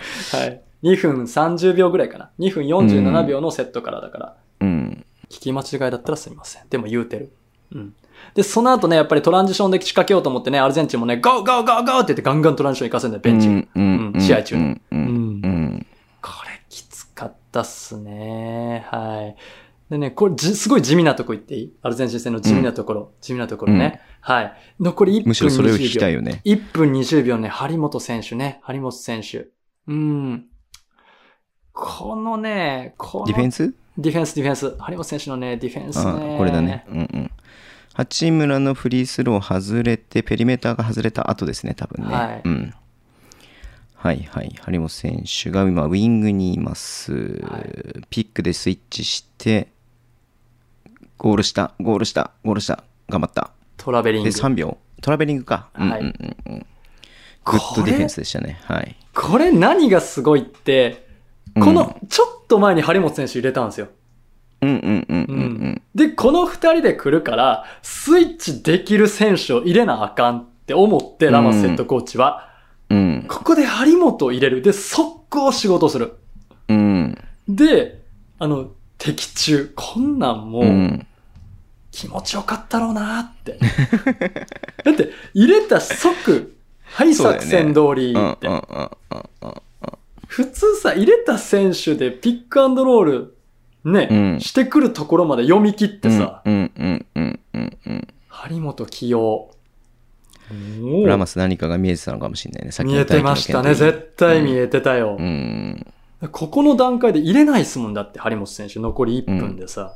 [SPEAKER 3] 2分30秒ぐらいかな。2分47秒のセットからだから。
[SPEAKER 2] うん。
[SPEAKER 3] 聞き間違いだったらすみません。でも言うてる。うん。で、その後ね、やっぱりトランジションで仕掛けようと思ってね、アルゼンチンもね、ゴーゴーゴーゴーって言ってガンガントランジション行かせるんだよ、 <laughs> ベンチ。
[SPEAKER 2] うんうん
[SPEAKER 3] うん試合中
[SPEAKER 2] うんう
[SPEAKER 3] うんん
[SPEAKER 2] う。ん。
[SPEAKER 3] これきつかったっすね。はい。でね、これじ、すごい地味なとこ行っていいアルゼンチン戦の地味なところ、地味なところね。はい。残り1分
[SPEAKER 2] むし
[SPEAKER 3] 20秒。
[SPEAKER 2] ろそれを聞きたいよね。
[SPEAKER 3] 1分20秒ね、張本選手ね、張本選手。うん。このね、この
[SPEAKER 2] ディフェンス
[SPEAKER 3] ディフェンス、ディフェンス。張本選手のね、ディフェンス
[SPEAKER 2] あ
[SPEAKER 3] ね。
[SPEAKER 2] これだね。。うんうん。八村のフリースロー外れて、ペリメーターが外れた後ですね、多分ね。
[SPEAKER 3] はい
[SPEAKER 2] うん。はいはい。張本選手が今、ウィングにいます。
[SPEAKER 3] はい
[SPEAKER 2] ピックでスイッチして、ゴールした、ゴールした、ゴールした、頑張った。
[SPEAKER 3] トラベリン
[SPEAKER 2] で、
[SPEAKER 3] グ。
[SPEAKER 2] 3秒。トラベリングか。うん
[SPEAKER 3] はい
[SPEAKER 2] うんうんうん。グッドディフェンスでしたね。はい。
[SPEAKER 3] これ何がすごいって、
[SPEAKER 2] うん
[SPEAKER 3] このちょっと前に張本選手入れたんですよ。
[SPEAKER 2] うんうんうんう
[SPEAKER 3] うん
[SPEAKER 2] うん。
[SPEAKER 3] で、この二人で来るから、スイッチできる選手を入れなあかんって思って、ラマスヘッドコーチは、
[SPEAKER 2] うん。
[SPEAKER 3] ここで張本を入れる。で、速攻仕事をする。
[SPEAKER 2] うん。
[SPEAKER 3] で、あの、敵中、こんなんも
[SPEAKER 2] う。
[SPEAKER 3] うん気持ちよかったろうなって。 <laughs> だって、入れた即、はい、
[SPEAKER 2] そうだよ
[SPEAKER 3] 作
[SPEAKER 2] ね
[SPEAKER 3] 戦通り
[SPEAKER 2] うんうん
[SPEAKER 3] って
[SPEAKER 2] う。んうん
[SPEAKER 3] 普通さ、入れた選手でピックアンドロール、ね、
[SPEAKER 2] うん
[SPEAKER 3] してくるところまで読み切ってさ、
[SPEAKER 2] うんうんうんうんうん
[SPEAKER 3] 張本起用。
[SPEAKER 2] う
[SPEAKER 3] も
[SPEAKER 2] ん。
[SPEAKER 3] う
[SPEAKER 2] ラマス何かが見えてたのかもしれないね。さっき
[SPEAKER 3] 見
[SPEAKER 2] の
[SPEAKER 3] えてましたね。
[SPEAKER 2] 大気の件
[SPEAKER 3] 絶対見えてたよ
[SPEAKER 2] う、ん。
[SPEAKER 3] ここの段階で入れないっすもんだって、張本選手、残り1分でさ、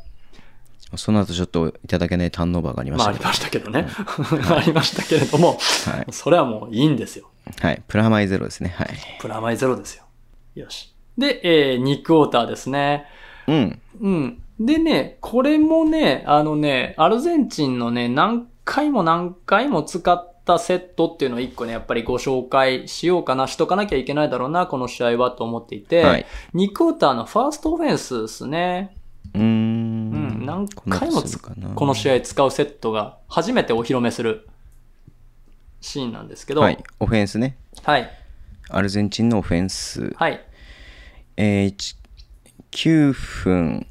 [SPEAKER 2] その後ちょっといただけないターンオーバーがありまし
[SPEAKER 3] まああ
[SPEAKER 2] た
[SPEAKER 3] り
[SPEAKER 2] けど
[SPEAKER 3] ましたけどね。 <laughs> ありましたけれども、
[SPEAKER 2] はい。
[SPEAKER 3] それはもういいんですよ。
[SPEAKER 2] はい。プラマイゼロですね。はい。
[SPEAKER 3] プラマイゼロですよ。よし。で、えー、2クォーターですね。
[SPEAKER 2] うん。
[SPEAKER 3] うん。でね、これもね、あのね、アルゼンチンのね、何回も何回も使ったセットっていうのを一個ね、やっぱりご紹介しようかな、しとかなきゃいけないだろうな、この試合はと思っていて、
[SPEAKER 2] はい。
[SPEAKER 3] 2クォーターのファーストオフェンスですね。
[SPEAKER 2] うーん
[SPEAKER 3] うん何回
[SPEAKER 2] こんな
[SPEAKER 3] もつ
[SPEAKER 2] とするかな
[SPEAKER 3] この試合使うセットが初めてお披露目するシーンなんですけど、
[SPEAKER 2] はい。オフェンスね。
[SPEAKER 3] はい。
[SPEAKER 2] アルゼンチンのオフェンス。
[SPEAKER 3] はい。
[SPEAKER 2] えー一9分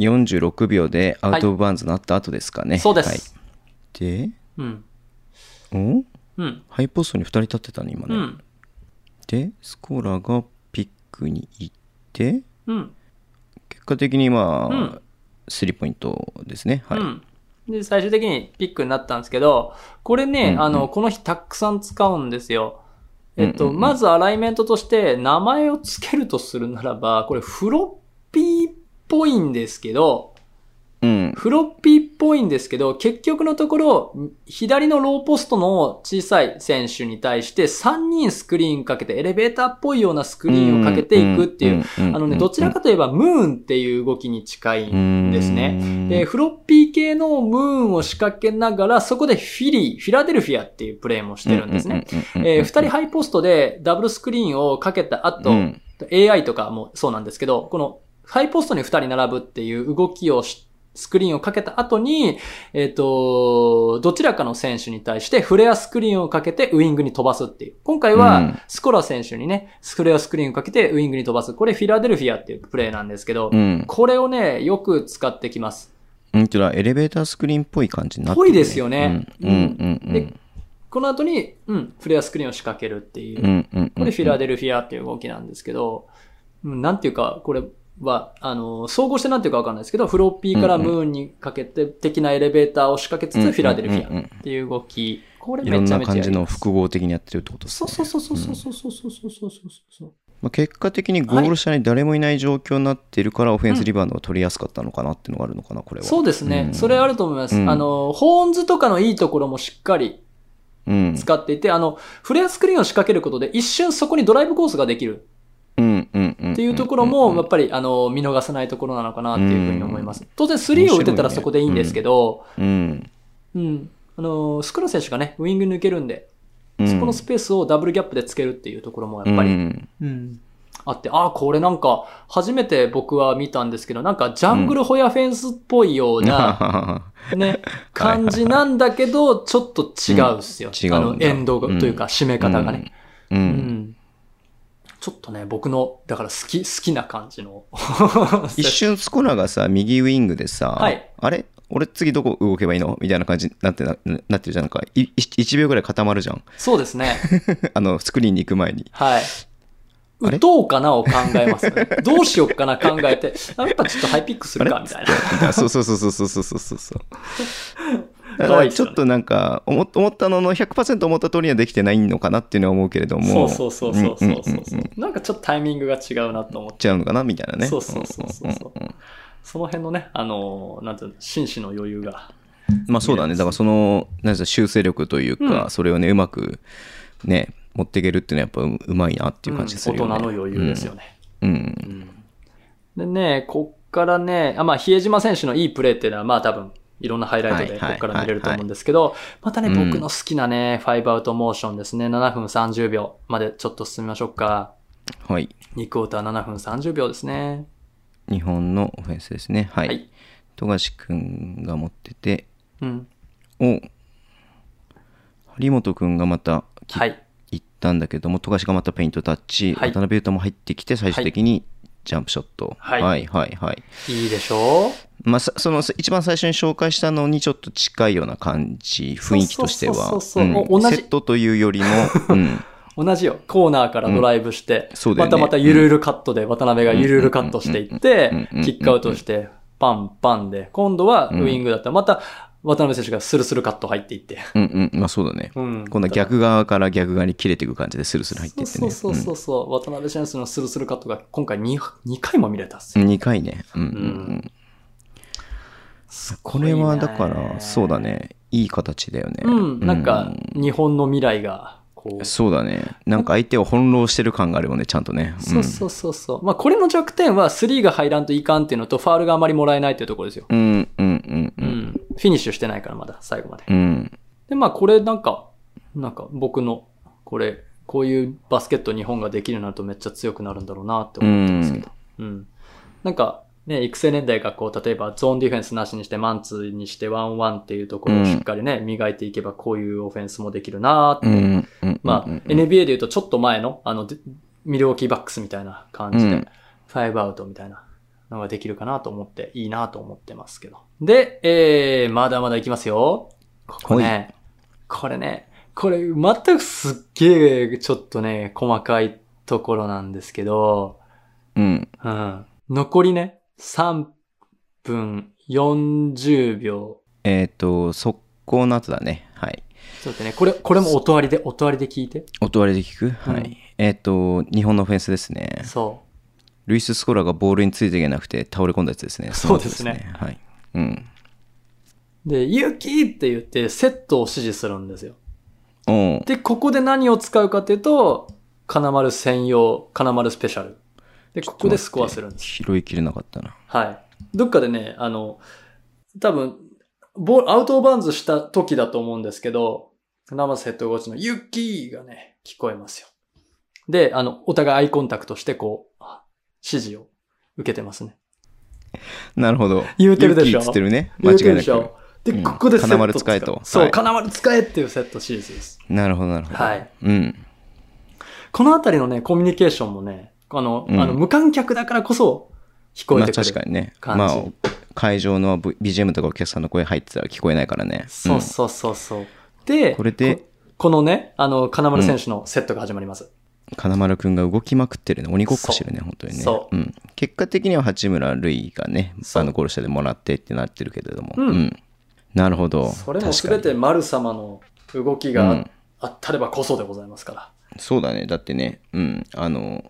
[SPEAKER 2] 46秒でアウト・オブ・バーンズになった後ですかね。
[SPEAKER 3] そうで
[SPEAKER 2] はい
[SPEAKER 3] す。
[SPEAKER 2] で、
[SPEAKER 3] うん。
[SPEAKER 2] お
[SPEAKER 3] うん。
[SPEAKER 2] ハイポストに2人立ってたね、今ね。
[SPEAKER 3] うん。
[SPEAKER 2] で、スコーラがピックに行って、
[SPEAKER 3] うん。
[SPEAKER 2] 果的にまあ、
[SPEAKER 3] うん
[SPEAKER 2] スリーポイントですね。はい。
[SPEAKER 3] うん。で、最終的にピックになったんですけど、これね、
[SPEAKER 2] うんうん
[SPEAKER 3] あの、この日たくさん使うんですよ。えっと、
[SPEAKER 2] うんうんうん
[SPEAKER 3] まずアライメントとして名前を付けるとするならば、これフロッピーっぽいんですけど、
[SPEAKER 2] うん。
[SPEAKER 3] フロッピーっぽいんですけど、結局のところ、左のローポストの小さい選手に対して3人スクリーンかけて、エレベーターっぽいようなスクリーンをかけていくっていう、
[SPEAKER 2] うん。
[SPEAKER 3] あのね、どちらかといえばムーンっていう動きに近いですね
[SPEAKER 2] ね
[SPEAKER 3] えーフロッピー系のムーンを仕掛けながら、そこでフィリー、フィラデルフィアっていうプレーもしてるんですね。。
[SPEAKER 2] うん
[SPEAKER 3] えー二人ハイポストでダブルスクリーンをかけた後、
[SPEAKER 2] うん。
[SPEAKER 3] AI とかもそうなんですけど、このハイポストに二人並ぶっていう動きをしスクリーンをかけた後に、えっ、と、どちらかの選手に対してフレアスクリーンをかけてウイングに飛ばすっていう。今回は、
[SPEAKER 2] うん
[SPEAKER 3] スコラ選手にね、フレアスクリーンをかけてウイングに飛ばす。これフィラデルフィアっていうプレーなんですけど、
[SPEAKER 2] うん。
[SPEAKER 3] これをね、よく使ってきます。
[SPEAKER 2] うんとだ、エレベータースクリーンっぽい感じになって
[SPEAKER 3] ぽいですよね
[SPEAKER 2] うんうんうんう
[SPEAKER 3] で
[SPEAKER 2] ん。
[SPEAKER 3] この後に、うん、フレアスクリーンを仕掛けるっていう。
[SPEAKER 2] うんうんうん。
[SPEAKER 3] これフィラデルフィアっていう動きなんですけど、うんなんていうか、これは、あの、総合してなんていうかわかんないですけど、フロッピーからムーンにかけて的なエレベーターを仕掛けつ
[SPEAKER 2] うんうんう
[SPEAKER 3] つ、
[SPEAKER 2] ん
[SPEAKER 3] フィラデルフィアっていう動き。これ
[SPEAKER 2] いろん
[SPEAKER 3] めち
[SPEAKER 2] な
[SPEAKER 3] ゃめちゃや
[SPEAKER 2] 感じ
[SPEAKER 3] り
[SPEAKER 2] の
[SPEAKER 3] ます。
[SPEAKER 2] 複合的にやってるってことです
[SPEAKER 3] そう
[SPEAKER 2] ね。
[SPEAKER 3] そうそうそうそうそうそうそうそうそうそう。
[SPEAKER 2] まあ、結果的にゴール下に誰もいない状況になってるから、オフェンスリバウンドが取りやすかったのかなっていうのがあるのかな、これは。
[SPEAKER 3] そうですね。
[SPEAKER 2] うん
[SPEAKER 3] それあると思います。
[SPEAKER 2] うん
[SPEAKER 3] あの、ホーンズとかのいいところもしっかり
[SPEAKER 2] うん。
[SPEAKER 3] 使っていて、あの、フレアスクリーンを仕掛けることで一瞬そこにドライブコースができる
[SPEAKER 2] うんうんうん。っ
[SPEAKER 3] っていうところも、やっぱり、あの、見逃さないところなのかなっていうふうに思います。当然、スリーを打てたらそこでいいんですけど、
[SPEAKER 2] うん。
[SPEAKER 3] うん。あの、スクラ選手がね、ウイング抜けるんで、
[SPEAKER 2] うん
[SPEAKER 3] そこのスペースをダブルギャップでつけるっていうところもやっぱ
[SPEAKER 2] う
[SPEAKER 3] り、
[SPEAKER 2] ん
[SPEAKER 3] うん。あって、ああ、これなんか、初めて僕は見たんですけど、なんか、ジャングルホヤフェンスっぽいような、
[SPEAKER 2] <laughs>
[SPEAKER 3] ね、感じなんだけど、ちょっと違うっすよ。
[SPEAKER 2] うん違うんだ
[SPEAKER 3] あの、エンドが
[SPEAKER 2] うん
[SPEAKER 3] というか、締め方がね。
[SPEAKER 2] う。
[SPEAKER 3] うんんちょっとね、僕の、だから好き、好きな感じの。 <laughs>
[SPEAKER 2] 一瞬スコラがさ右ウィングでさ、
[SPEAKER 3] はい
[SPEAKER 2] あれ俺次どこ動けばいいのみたいな感じになってななってるじゃんなんかいい1秒ぐらい固まるじゃん <laughs>
[SPEAKER 3] そうですね。
[SPEAKER 2] あのスクリーンに行く前に
[SPEAKER 3] はい。
[SPEAKER 2] あれ
[SPEAKER 3] 打とうかなを考えます
[SPEAKER 2] <laughs>
[SPEAKER 3] よね。どうしようかな考えて、あやっぱちょっとハイピックするか、みたいな。 <laughs>
[SPEAKER 2] あそうそうそうそうそうそうそうそうそうだからち
[SPEAKER 3] 可愛いっすよね
[SPEAKER 2] ょっとなんか思っ思ったのの100%思った通りにはできてないのかなっていうのは思うけれど
[SPEAKER 3] そ
[SPEAKER 2] も
[SPEAKER 3] うそうそうそうそうそ
[SPEAKER 2] んんん
[SPEAKER 3] うなんかちょっとタイミングが違うなと思っ。
[SPEAKER 2] 行ってちゃうのかなみたいなね
[SPEAKER 3] そうそうそうそうん
[SPEAKER 2] んんん
[SPEAKER 3] その辺のね、あのー、なんていうの、紳士の余裕が。
[SPEAKER 2] まあそうだねだからそのなんていうの修正力というか、
[SPEAKER 3] うん
[SPEAKER 2] それをねうまくね持っていけるっていうのはやっぱううまいなっていう感じがするよね、
[SPEAKER 3] うん大人の余裕ですよね。
[SPEAKER 2] うん
[SPEAKER 3] でね、こっからね、あまあ、比江島選手のいいプレーっていうのは、まあ多分、いろんなハイライトでこ
[SPEAKER 2] はいは
[SPEAKER 3] っ
[SPEAKER 2] い
[SPEAKER 3] から見れると思うんですけど、またね、
[SPEAKER 2] うん
[SPEAKER 3] 僕の好きなね、ファイブアウトモーションですね、7分30秒までちょっと進みましょうか。
[SPEAKER 2] はい。
[SPEAKER 3] 2クォーター7分30秒ですね。
[SPEAKER 2] 日本のオフェンスですね。はい。
[SPEAKER 3] はい
[SPEAKER 2] 富樫君が持ってて、
[SPEAKER 3] うん。
[SPEAKER 2] お張本君がまたき
[SPEAKER 3] はい。
[SPEAKER 2] 行ったんだけども、富樫がまたペイントタッチ、
[SPEAKER 3] はい
[SPEAKER 2] 渡辺優太も入ってきて、最終的にジャンプショット。
[SPEAKER 3] はい
[SPEAKER 2] はいはいはい
[SPEAKER 3] いいでしょ
[SPEAKER 2] まあ、さそのさ一番最初に紹介したのにちょっと近いような感じ、雰囲気としては。
[SPEAKER 3] そうそうそうそうもう
[SPEAKER 2] うん
[SPEAKER 3] 同じ
[SPEAKER 2] セットというよ
[SPEAKER 3] <laughs>
[SPEAKER 2] りも、うん
[SPEAKER 3] う同じよ。コーナーからドライブして、
[SPEAKER 2] そうだよ
[SPEAKER 3] ま
[SPEAKER 2] ね
[SPEAKER 3] たまたゆるゆるカットで、渡辺がゆるゆるカットしていって
[SPEAKER 2] うんうんうんうんう、ん
[SPEAKER 3] キックアウトして、パンパンで、今度はウイングだったら、また渡辺選手がスルスルカット入っていって。
[SPEAKER 2] うんうん、まあそうだね。
[SPEAKER 3] うん
[SPEAKER 2] 今度は逆側から逆側に切れていく感じでスルスル入っていってね。
[SPEAKER 3] そうそうそうそう、渡辺選手のスルスルカットが今回 2, 2回も見れたっすよ。
[SPEAKER 2] 2回ね。うんうん
[SPEAKER 3] う
[SPEAKER 2] うんん
[SPEAKER 3] す
[SPEAKER 2] こ
[SPEAKER 3] ごいね
[SPEAKER 2] れはだから、そうだ。ね。いい形だよね。
[SPEAKER 3] うん、なんか日本の未来が、こ
[SPEAKER 2] う
[SPEAKER 3] う。
[SPEAKER 2] んそうだね。なんか相手を翻弄してる感があるよね、ちゃんとね。ん
[SPEAKER 3] そうそうそうそう。まあこれの弱点は3が入らんといかんっていうのと、ファールがあまりもらえないっていうところですよ。
[SPEAKER 2] うんうんう
[SPEAKER 3] うんん。フィニッシュしてないからまだ、最後まで。
[SPEAKER 2] うん。うん。
[SPEAKER 3] で、まあこれなんか、なんか僕の、これ、こういうバスケット日本ができるようになるとめっちゃ強くなるんだろうなって思ったんですけど。うん。なんか、ね、育成年代がこう、例えばゾーンディフェンスなしにして、マンツーにして、ワンワンっていうところをしっかりね、磨いていけばこういうオフェンスもできるなって。
[SPEAKER 2] うんうんうん。
[SPEAKER 3] まあ、
[SPEAKER 2] うん
[SPEAKER 3] NBA で言うとちょっと前の、あの、デミルウォーキーバックスみたいな感じで、
[SPEAKER 2] うん
[SPEAKER 3] ファイブアウトみたいなのができるかなと思って、いいなと思ってますけど。で、えー、まだまだいきますよ。ここ
[SPEAKER 2] は
[SPEAKER 3] ね。これね、これ、全くすっげえ、ちょっとね、細かいところなんですけど、
[SPEAKER 2] うん。
[SPEAKER 3] うん。残りね、 3分40秒。
[SPEAKER 2] えっ、と、速攻の後だね。はい。
[SPEAKER 3] ちょっとね、これ、これも音割りで、音割りで聞いて。
[SPEAKER 2] 音割りで聞くはい。
[SPEAKER 3] うん
[SPEAKER 2] えっ、と、日本のオフェンスですね。
[SPEAKER 3] そ
[SPEAKER 2] ルイス・スコラがボールについていけなくて倒れ込んだやつですね。
[SPEAKER 3] そうですね
[SPEAKER 2] の後ですねはい。うん。
[SPEAKER 3] う。で、勇気って言ってセットを指示するんですよ。
[SPEAKER 2] うん。
[SPEAKER 3] で、ここで何を使うかっていうと、金丸専用、金丸スペシャル。で、ここでスコアするんです。
[SPEAKER 2] 拾いきれなかったな。
[SPEAKER 3] はい。どっかでね、あの、多分、ボール、アウトオブバウンズした時だと思うんですけど、生瀬ヘッドコーチのユッキーがね、聞こえますよ。で、あの、お互いアイコンタクトして、こう、指示を受けてますね。
[SPEAKER 2] なるほど。
[SPEAKER 3] 言うてるでし
[SPEAKER 2] ユッキ
[SPEAKER 3] ょ
[SPEAKER 2] ーっつってるね。間違い
[SPEAKER 3] 言うてる
[SPEAKER 2] な
[SPEAKER 3] でし
[SPEAKER 2] く
[SPEAKER 3] ょ。で、
[SPEAKER 2] うん
[SPEAKER 3] ここでセット
[SPEAKER 2] 金丸使えと
[SPEAKER 3] うそう、
[SPEAKER 2] はい
[SPEAKER 3] 金丸使えっていうセットシリーズです。
[SPEAKER 2] なるほど、なるほど。
[SPEAKER 3] はい。
[SPEAKER 2] うん。
[SPEAKER 3] このあたりのね、コミュニケーションもね、あの、
[SPEAKER 2] うん
[SPEAKER 3] あの無観客だからこそ聞こえ
[SPEAKER 2] まあ
[SPEAKER 3] てくる。
[SPEAKER 2] 確かにね。
[SPEAKER 3] 感
[SPEAKER 2] ま
[SPEAKER 3] じ
[SPEAKER 2] あ、会場の V- BGM とかお客さんの声入ってたら聞こえないからね。
[SPEAKER 3] そう
[SPEAKER 2] す。
[SPEAKER 3] そうそうそう。で、
[SPEAKER 2] これで
[SPEAKER 3] こ、このね、あの、金丸選手のセットが始まります。
[SPEAKER 2] 金丸くんが動きまくってるね。鬼ごっこしてるね、本当にね。
[SPEAKER 3] そう
[SPEAKER 2] うん。結果的には八村塁がね、
[SPEAKER 3] そう
[SPEAKER 2] あのゴール下でもらってってなってるけれども。
[SPEAKER 3] うん
[SPEAKER 2] なるほど。
[SPEAKER 3] それも
[SPEAKER 2] 確か
[SPEAKER 3] 全
[SPEAKER 2] に
[SPEAKER 3] て丸様の動き
[SPEAKER 2] う
[SPEAKER 3] が
[SPEAKER 2] ん
[SPEAKER 3] あったればこそでございますから。
[SPEAKER 2] そうだね。だってね、うん。あの、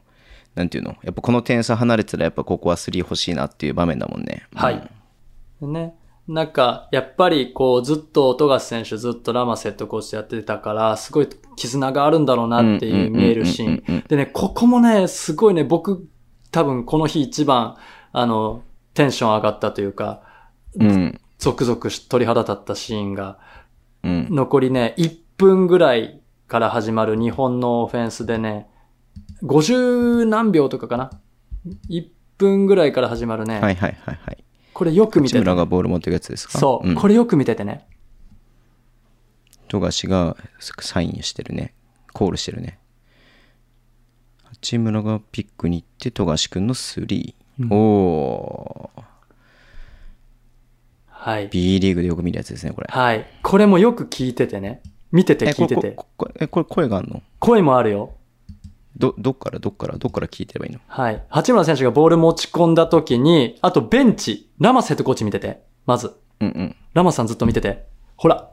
[SPEAKER 2] なんていうのやっぱこの点差離れてたらやっぱここは3欲しいなっていう場面だもんね。
[SPEAKER 3] は
[SPEAKER 2] うん
[SPEAKER 3] い。ね。なんか、やっぱりこう、ずっと、富樫選手ずっとラマセットコーチやってたから、すごい絆があるんだろうなっていう見えるシー
[SPEAKER 2] うんうんうんうんう
[SPEAKER 3] ン。でね、ここもね、すごいね、僕、多分この日一番、あの、テンション上がったというか、
[SPEAKER 2] うん。
[SPEAKER 3] ゾクゾクし鳥肌立ったシーンが、
[SPEAKER 2] うん。
[SPEAKER 3] 残りね、1分ぐらいから始まる日本のオフェンスでね、50何秒とかかな ?1 分ぐらいから始まるね。
[SPEAKER 2] はいはいはいはい。
[SPEAKER 3] これよく見
[SPEAKER 2] 内
[SPEAKER 3] てて。
[SPEAKER 2] 村がボール持ってるやつですか
[SPEAKER 3] そう、
[SPEAKER 2] ん
[SPEAKER 3] これよく見ててね。
[SPEAKER 2] 富樫がサインしてるねコールしてるね八村がピックに行って富樫君の3、
[SPEAKER 3] うん
[SPEAKER 2] おー
[SPEAKER 3] はい。
[SPEAKER 2] B リーグでよく見るやつですねこれ
[SPEAKER 3] はい。これもよく聞いててね。見てて
[SPEAKER 2] え
[SPEAKER 3] 聞いて
[SPEAKER 2] こ
[SPEAKER 3] て。
[SPEAKER 2] ここえこれ声があるの
[SPEAKER 3] 声もあるよ。
[SPEAKER 2] どどっからどっからどっから聞いてればいいの
[SPEAKER 3] はい。八村選手がボール持ち込んだ時に、あとベンチ、ラマスヘッドコーチ見てて。まず。
[SPEAKER 2] うんうん
[SPEAKER 3] ラマスさんずっと見てて。ほら。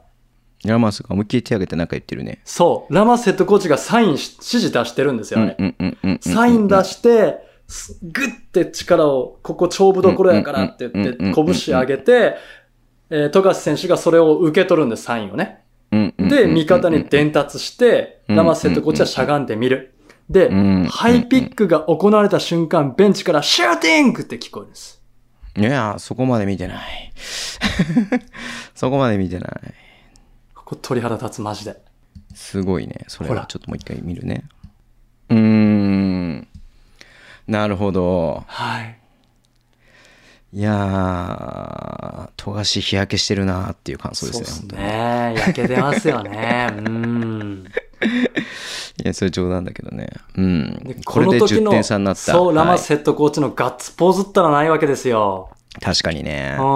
[SPEAKER 2] ラマスが思いっきり手挙げてなんか言ってるね
[SPEAKER 3] そう。ラマスヘッドコーチがサインし、指示出してるんですよ、あれ。
[SPEAKER 2] うんうんうんうんうん
[SPEAKER 3] サイン出して、すグッて力を、ここ勝負どころやからって言って、
[SPEAKER 2] うんうんうん
[SPEAKER 3] 拳上げて、えー、富樫選手がそれを受け取るんです、サインをね。
[SPEAKER 2] うんうんうんうん
[SPEAKER 3] で、味方に伝達して、
[SPEAKER 2] うん
[SPEAKER 3] ラマスヘッドコーチはしゃがんでみる。で
[SPEAKER 2] うん、
[SPEAKER 3] ハイピックが行われた瞬間、ベンチからシューティングって聞こえるんです。
[SPEAKER 2] いやそこまで見てない <laughs> そこまで見てない
[SPEAKER 3] ここ鳥肌立つ、マジで。
[SPEAKER 2] すごいね。それ
[SPEAKER 3] ほ
[SPEAKER 2] は
[SPEAKER 3] ら
[SPEAKER 2] ちょっともう一回見るね。うーん。なるほど。
[SPEAKER 3] はい。
[SPEAKER 2] いやー、富樫日焼けしてるなーっていう感想ですね。
[SPEAKER 3] っ
[SPEAKER 2] 本当に
[SPEAKER 3] ね。焼けてます
[SPEAKER 2] <laughs>
[SPEAKER 3] よね。うん。
[SPEAKER 2] いや、それ冗談だけどね。うん
[SPEAKER 3] で。
[SPEAKER 2] これで10点差になった。
[SPEAKER 3] そう、ラマ
[SPEAKER 2] はい
[SPEAKER 3] スヘッドコーチのガッツポーズったらないわけですよ。
[SPEAKER 2] 確かにね。
[SPEAKER 3] う
[SPEAKER 2] うん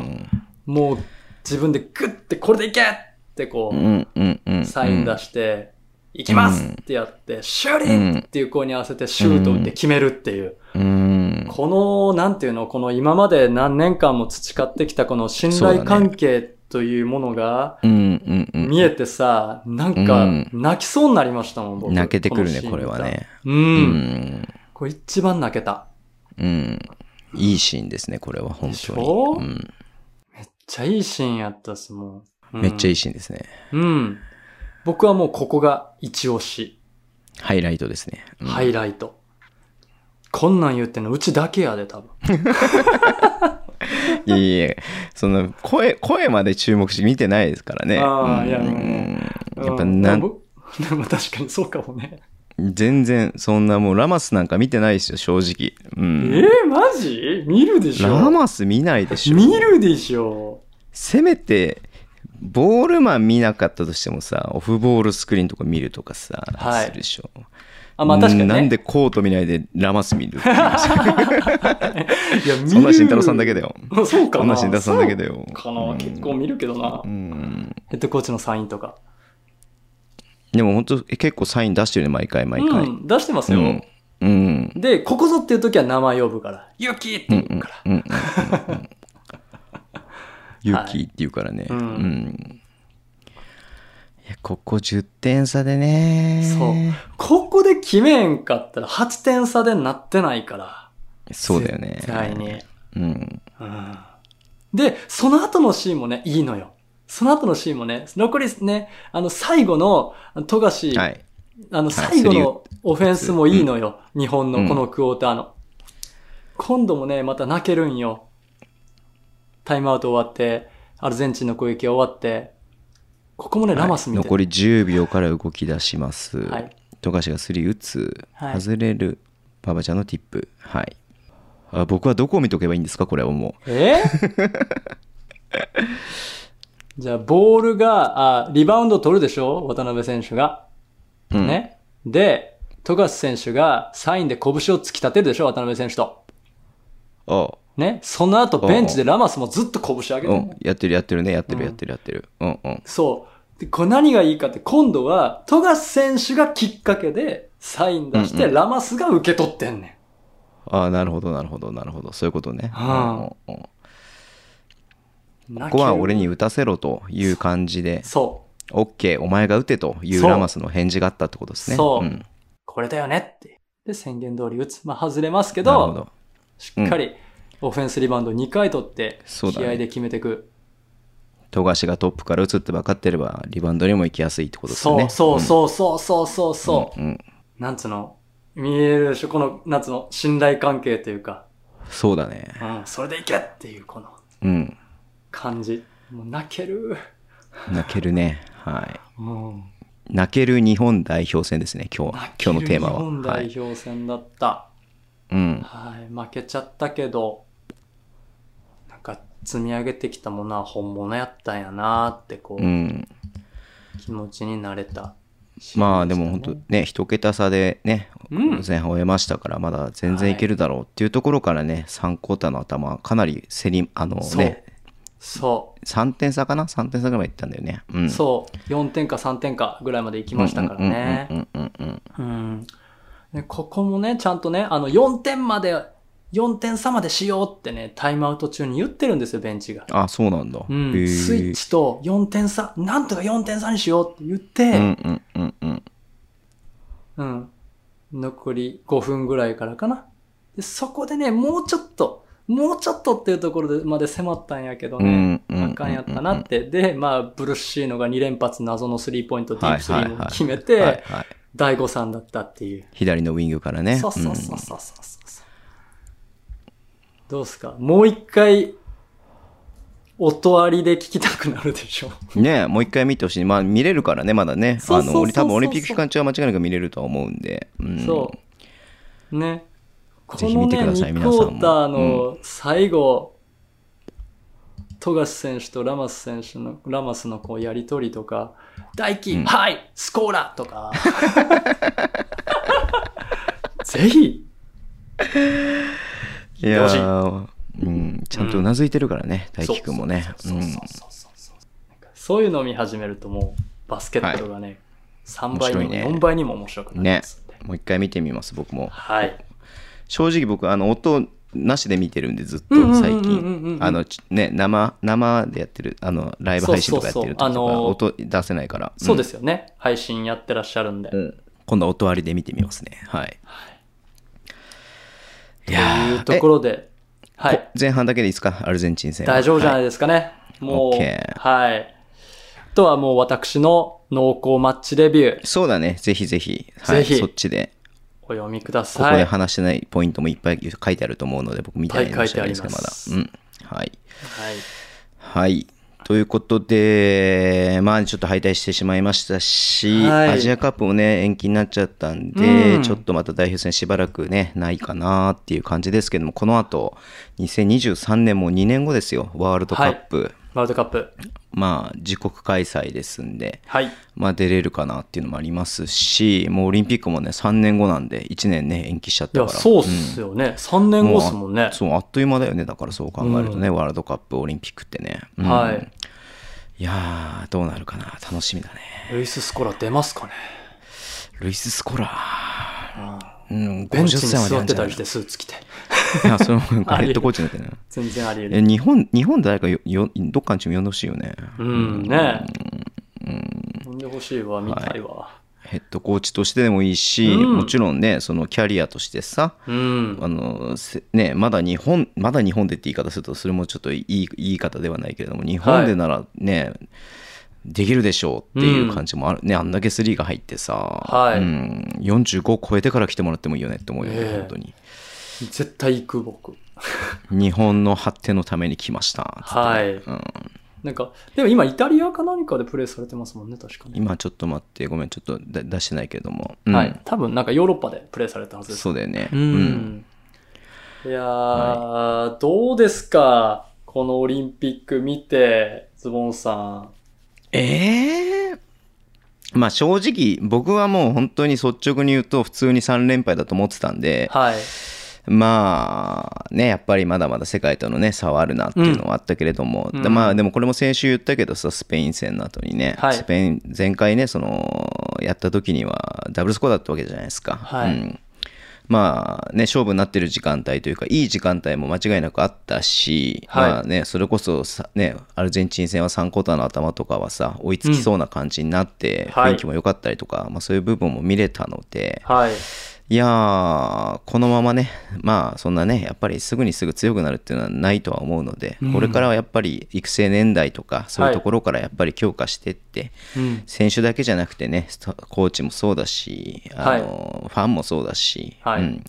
[SPEAKER 2] ん。
[SPEAKER 3] もう自分でグッてこれでいけってこ
[SPEAKER 2] う
[SPEAKER 3] う、
[SPEAKER 2] んうんうん。
[SPEAKER 3] サイン出して、行きますってやって、シューリンっていう声に合わせてシュート打って決めるっていう。
[SPEAKER 2] うん。
[SPEAKER 3] この、なんていうの、この今まで何年間も培ってきたこの信頼関係というものが
[SPEAKER 2] うんうんうん。
[SPEAKER 3] 見えてさ、なん
[SPEAKER 2] う
[SPEAKER 3] か
[SPEAKER 2] ん
[SPEAKER 3] 泣きそうになりましたもん、僕。
[SPEAKER 2] 泣けてくるね、
[SPEAKER 3] のシーン
[SPEAKER 2] これはね。
[SPEAKER 3] 見た。う。
[SPEAKER 2] うんん。
[SPEAKER 3] これ一番泣けた。
[SPEAKER 2] うん。いいシーンですね、これは、本
[SPEAKER 3] でし
[SPEAKER 2] 当
[SPEAKER 3] ょ
[SPEAKER 2] に。うん
[SPEAKER 3] めっちゃいいシーンやったし、もう。
[SPEAKER 2] めっちゃいい
[SPEAKER 3] い。
[SPEAKER 2] シーンですね。
[SPEAKER 3] うん。僕はもうここが一押し。
[SPEAKER 2] ハイライトですね。うん
[SPEAKER 3] ハイライト。こんなん言ってんのうちだけやで、多分。
[SPEAKER 2] いやいや、その声、声まで注目して見てないですからね。
[SPEAKER 3] あー
[SPEAKER 2] うん
[SPEAKER 3] いや
[SPEAKER 2] うんやっぱな
[SPEAKER 3] うん
[SPEAKER 2] ん、
[SPEAKER 3] でも確かにそうかもね。
[SPEAKER 2] 全然、そんなもうラマスなんか見てないですよ、正直。う
[SPEAKER 3] え
[SPEAKER 2] ん。
[SPEAKER 3] ー、マジ見るでしょ
[SPEAKER 2] ラマス見ないでしょ。
[SPEAKER 3] 見るでしょ
[SPEAKER 2] せめて、ボールマン見なかったとしてもさ、オフボールスクリーンとか見るとかさ、
[SPEAKER 3] はい
[SPEAKER 2] するでしょ。
[SPEAKER 3] あ、まあ確かにね。
[SPEAKER 2] なんでコート見ないでラマス見るっていう
[SPEAKER 3] <laughs> いや、見る。
[SPEAKER 2] そんな慎太郎さんだけだよ。
[SPEAKER 3] あ。 <laughs> そうかな。
[SPEAKER 2] そんな慎太郎さんだけだよ
[SPEAKER 3] そうかな。結構見るけどな
[SPEAKER 2] う。ん。
[SPEAKER 3] ヘッドコーチのサインとか。
[SPEAKER 2] でも本当結構サイン出してるね、毎回毎
[SPEAKER 3] う
[SPEAKER 2] 回。
[SPEAKER 3] ん、出してますよ。
[SPEAKER 2] うんうん。
[SPEAKER 3] で、ここぞっていう時は名前呼ぶから。ユキって言うから。
[SPEAKER 2] うんうんうんうん。ユキって言うからね。
[SPEAKER 3] うん
[SPEAKER 2] うん。いや、ここ10点差でね。
[SPEAKER 3] そう。ここで決めんかったら8点差でなってないから。
[SPEAKER 2] そうだよね。
[SPEAKER 3] 絶対に。
[SPEAKER 2] うん。
[SPEAKER 3] うんで、その後のシーンもね、いいのよ。その後のシーンもね、残りね、あの、最後の、富樫、
[SPEAKER 2] はい。
[SPEAKER 3] あの、
[SPEAKER 2] はい
[SPEAKER 3] 最後のオフェンスもいいのよ。日本のこのクォーターの。今度もね、また泣けるんよ。タイムアウト終わって、アルゼンチンの攻撃が終わって、ここもね、ラマス見て
[SPEAKER 2] 残り10秒から動き出します。
[SPEAKER 3] はい
[SPEAKER 2] 富樫が3打つ。
[SPEAKER 3] はい
[SPEAKER 2] 外れる。馬場ちゃんのティップ。はい。あ僕はどこを見とけばいいんですかこれはも
[SPEAKER 3] え <laughs> じゃあ、ボールが、あ、リバウンド取るでしょ渡辺選手が。
[SPEAKER 2] う。うん。
[SPEAKER 3] ね。で、富樫選手がサインで拳を突き立てるでしょ渡辺選手と。
[SPEAKER 2] ああ。
[SPEAKER 3] ね。その後、ベンチでラマスもずっと拳上げて
[SPEAKER 2] う
[SPEAKER 3] る、
[SPEAKER 2] ん。やってるやってるね。やってるやってるやってる。うんうん。
[SPEAKER 3] そう。で、これ何がいいかって、今度は、富樫選手がきっかけでサイン出して、
[SPEAKER 2] うんうん
[SPEAKER 3] ラマスが受け取ってんね
[SPEAKER 2] ああ、なるほどなるほどなるほど。そういうことね。
[SPEAKER 3] は
[SPEAKER 2] うんうんうん
[SPEAKER 3] ん。
[SPEAKER 2] ここは俺
[SPEAKER 3] に。
[SPEAKER 2] に打たせろという感じで、
[SPEAKER 3] そう。
[SPEAKER 2] OK、お前が打てという
[SPEAKER 3] そう
[SPEAKER 2] ラマスの返事があったってことですね。
[SPEAKER 3] そうんこれだよねって。で、宣言通り打つ。まあ、外れますけ
[SPEAKER 2] なるほ
[SPEAKER 3] ど、
[SPEAKER 2] ど。
[SPEAKER 3] しっかり、オフェンスリバウンド2回取って、
[SPEAKER 2] そうだね
[SPEAKER 3] 試合で決めていく。
[SPEAKER 2] 富樫がトップから打つって分かってれば、リバウンドにも行きやすいってことですよ
[SPEAKER 3] そう,、
[SPEAKER 2] ね。
[SPEAKER 3] そうそうそうそうそうそう。
[SPEAKER 2] うん。うん
[SPEAKER 3] なんつうの、見えるでしょ、この、なんつうの、信頼関係というか、
[SPEAKER 2] そうだね。
[SPEAKER 3] うん、それでいけっていうこの
[SPEAKER 2] うん。
[SPEAKER 3] 感じ。もう泣ける。
[SPEAKER 2] 泣けるね。はい。
[SPEAKER 3] うん。
[SPEAKER 2] 泣ける日本代表戦ですね、今日は
[SPEAKER 3] 泣。け
[SPEAKER 2] <laughs> 今日
[SPEAKER 3] る
[SPEAKER 2] のテーマは。
[SPEAKER 3] 日本
[SPEAKER 2] は
[SPEAKER 3] 代
[SPEAKER 2] い。
[SPEAKER 3] 表戦だった。
[SPEAKER 2] うん。
[SPEAKER 3] はい、負けちゃったけど、なんか積み上げてきたものは本物やったんやなって、こう、
[SPEAKER 2] うん。
[SPEAKER 3] 気持ちになれた。
[SPEAKER 2] まあでも本当
[SPEAKER 3] ね
[SPEAKER 2] ね、一桁差でね、
[SPEAKER 3] うん
[SPEAKER 2] 前半終えましたから、まだ全然いけるだろうっていうところからね、3クォーターの頭、かなり競り、あの
[SPEAKER 3] そう
[SPEAKER 2] ね、。
[SPEAKER 3] そ
[SPEAKER 2] 3点差かな ?3 点差ぐらいまでいったんだよね。うん。
[SPEAKER 3] う。そう。4点か3点かぐらいまで行き
[SPEAKER 2] う
[SPEAKER 3] ましたからね。
[SPEAKER 2] んうんうんうんうん
[SPEAKER 3] うん。ね、ここもね、ちゃんとね、あの、4点まで、4点差までしようってね、タイムアウト中に言ってるんですよ、ベンチが。
[SPEAKER 2] あ、そうなんだ。
[SPEAKER 3] うん。
[SPEAKER 2] へえ
[SPEAKER 3] スイッチと4点差、なんとか4点差にしようって言って、
[SPEAKER 2] うんうんうんうん。
[SPEAKER 3] うん。残り5分ぐらいからかな。でそこでね、もうちょっと、もうちょっとっていうところでまで迫ったんやけど
[SPEAKER 2] うん
[SPEAKER 3] ね。
[SPEAKER 2] うんうんうん。
[SPEAKER 3] あかんやったなって。で、まあ、ブルッシーノが2連発謎のスリーポイント、ディー
[SPEAKER 2] はい
[SPEAKER 3] プスリ
[SPEAKER 2] はい
[SPEAKER 3] ー
[SPEAKER 2] は
[SPEAKER 3] も
[SPEAKER 2] い。
[SPEAKER 3] 決め
[SPEAKER 2] はい
[SPEAKER 3] て、
[SPEAKER 2] はい
[SPEAKER 3] 大誤算だったっていう。
[SPEAKER 2] 左のウィングからね。
[SPEAKER 3] そうそうそうそうそうそう。どうすかもう一回、音ありで聞きたくなるでしょ。
[SPEAKER 2] うんねもう一回見てほしい。まあ見れるからね、まだね。
[SPEAKER 3] そう
[SPEAKER 2] あ
[SPEAKER 3] そうそうそう
[SPEAKER 2] の、多分オリンピック期間中は間違いなく見れるとは思うんで。うん
[SPEAKER 3] そう。ね。こ
[SPEAKER 2] ぜひ
[SPEAKER 3] の
[SPEAKER 2] 見て
[SPEAKER 3] ね、
[SPEAKER 2] ください
[SPEAKER 3] 2ク
[SPEAKER 2] 皆さ
[SPEAKER 3] ォ
[SPEAKER 2] んも
[SPEAKER 3] ーターの最後、富樫選手とラマス選手の、ラマスのこうやりとりとか、大輝、
[SPEAKER 2] うん
[SPEAKER 3] はい、スコーラとか。ぜひ、
[SPEAKER 2] いやーうん、ちゃんとうなずいてるからね、大輝くんもね。
[SPEAKER 3] そうそうそうそうそうなんかそういうのを見始めるともうバスケットがね、3倍に
[SPEAKER 2] 面白い
[SPEAKER 3] も
[SPEAKER 2] ね
[SPEAKER 3] 4倍にも面白く
[SPEAKER 2] う
[SPEAKER 3] なんりま
[SPEAKER 2] ね
[SPEAKER 3] すんで、
[SPEAKER 2] もう一回見てみます、僕も。
[SPEAKER 3] はい。
[SPEAKER 2] 正直僕あの音なしで見てるんでずっ
[SPEAKER 3] うんうん
[SPEAKER 2] と
[SPEAKER 3] うんうんう
[SPEAKER 2] 最
[SPEAKER 3] ん
[SPEAKER 2] 近あのちね生生でやってるあのライブ配信とかやってる時と
[SPEAKER 3] そうそうそうあ
[SPEAKER 2] か
[SPEAKER 3] のー
[SPEAKER 2] 音出せないから、
[SPEAKER 3] そうですすよね。配信やってらっしゃるんで。
[SPEAKER 2] うんうん今度は音ありで見てみますねはいい
[SPEAKER 3] と
[SPEAKER 2] や
[SPEAKER 3] いう
[SPEAKER 2] ー
[SPEAKER 3] ところで、は
[SPEAKER 2] え
[SPEAKER 3] い
[SPEAKER 2] こ。前半だけでいいですかアルゼンチン戦は
[SPEAKER 3] 大丈夫じゃない
[SPEAKER 2] は
[SPEAKER 3] ですかね。もう、
[SPEAKER 2] OK
[SPEAKER 3] はい。あとはもう私の濃厚マッチレビュー、
[SPEAKER 2] そうだねぜひぜひ,、はい、
[SPEAKER 3] ぜひ
[SPEAKER 2] そっちで
[SPEAKER 3] お読みくだ
[SPEAKER 2] こ
[SPEAKER 3] さ
[SPEAKER 2] こで
[SPEAKER 3] い。
[SPEAKER 2] 話してないポイントもいっぱい書いてあると思うので僕見てないかもしれないですけどま
[SPEAKER 3] いっぱ
[SPEAKER 2] だ
[SPEAKER 3] い書
[SPEAKER 2] うんはいは
[SPEAKER 3] はい。
[SPEAKER 2] い。ということで、まあちょっと敗退してしまいましたし、
[SPEAKER 3] はい
[SPEAKER 2] アジアカップもね、延期になっちゃったんで、
[SPEAKER 3] うん
[SPEAKER 2] ちょっとまた代表戦しばらくね、ないかなっていう感じですけども、この後、2023年も2年後ですよ、ワールドカップ。
[SPEAKER 3] ワールドカップ。
[SPEAKER 2] まあ自国開催ですんで、
[SPEAKER 3] はい。
[SPEAKER 2] まあ出れるかなっていうのもありますし、もうオリンピックもね、3年後なんで、1年ね、延期しちゃっ
[SPEAKER 3] い
[SPEAKER 2] た
[SPEAKER 3] や、
[SPEAKER 2] から。
[SPEAKER 3] そうっすよね。3年後っすもんね。
[SPEAKER 2] そう、あっという間だよね。だからそう考えるとね、ワールドカップ、オリンピックってね。うん
[SPEAKER 3] はい。
[SPEAKER 2] いやー、どうなるかな。楽しみだね。
[SPEAKER 3] ルイス・スコラ出ますかね。
[SPEAKER 2] ルイス・スコラー。
[SPEAKER 3] うん
[SPEAKER 2] うん、
[SPEAKER 3] ベンチに
[SPEAKER 2] 50
[SPEAKER 3] 座ってたり
[SPEAKER 2] い
[SPEAKER 3] してスーツ着て。
[SPEAKER 2] や、その、
[SPEAKER 3] <laughs>
[SPEAKER 2] なんかヘッドコーチになってるな。
[SPEAKER 3] 全然あり得る。
[SPEAKER 2] え日本、日本誰かよよどっかのチーム呼んでほしいよね。
[SPEAKER 3] うん、ね飲んでほしいわ、見たいわ。
[SPEAKER 2] ヘッドコーチとしてでもいいし、
[SPEAKER 3] うん
[SPEAKER 2] もちろんね、そのキャリアとしてさ、
[SPEAKER 3] うん。
[SPEAKER 2] あのせね、まだ日本、まだ日本でって言い方すると、それもちょっといい言い方ではないけれども、日本でならね、できるでしょうっていう感じもある、ね、あんだけスリーが入ってさ、
[SPEAKER 3] はい
[SPEAKER 2] うん、45超えてから来てもらってもいいよねって思うよね、
[SPEAKER 3] ええ
[SPEAKER 2] 本当に。
[SPEAKER 3] 絶対行く、僕。
[SPEAKER 2] 日本の発展のために来ました。
[SPEAKER 3] はい。
[SPEAKER 2] うん、
[SPEAKER 3] なんか、でも今イタリアか何かでプレイされてますもんね、確かに。
[SPEAKER 2] 今ちょっと待って、ごめん、ちょっとだ出してないけれども、うん
[SPEAKER 3] はい。多分なんかヨーロッパでプレイされたはずです。
[SPEAKER 2] そうだよね。
[SPEAKER 3] う。ん。いやー、どうですかこのオリンピック見て、ズボンさん。
[SPEAKER 2] ええまあ正直、僕はもう本当に率直に言うと、普通に3連敗だと思ってたんで、
[SPEAKER 3] はい。
[SPEAKER 2] まあね、やっぱりまだまだ世界とのね、差はあるなっていうのはあったけれども、
[SPEAKER 3] うん
[SPEAKER 2] でまあでもこれも先週言ったけどさ、スペイン戦の後にね、
[SPEAKER 3] はい
[SPEAKER 2] スペイン、前回ね、その、やった時にはダブルスコアだったわけじゃないですか。
[SPEAKER 3] はい
[SPEAKER 2] うんまあね、勝負になってる時間帯というか、いい時間帯も間違いなくあったし、
[SPEAKER 3] はい
[SPEAKER 2] まあね、それこそさ、ね、アルゼンチン戦は3クォーターの頭とかはさ、追いつきそうな感じになって、
[SPEAKER 3] うんはい
[SPEAKER 2] 雰囲気も良かったりとか、まあそういう部分も見れたので、
[SPEAKER 3] はい。
[SPEAKER 2] いやー、このままね、まあそんなね、やっぱりすぐにすぐ強くなるっていうのはないとは思うので、
[SPEAKER 3] うん
[SPEAKER 2] これからはやっぱり育成年代とか、そういうところからやっぱり強化してって、
[SPEAKER 3] うん。
[SPEAKER 2] 選手だけじゃなくてね、スタコーチもそうだし、あのファンもそうだし、
[SPEAKER 3] はい
[SPEAKER 2] うん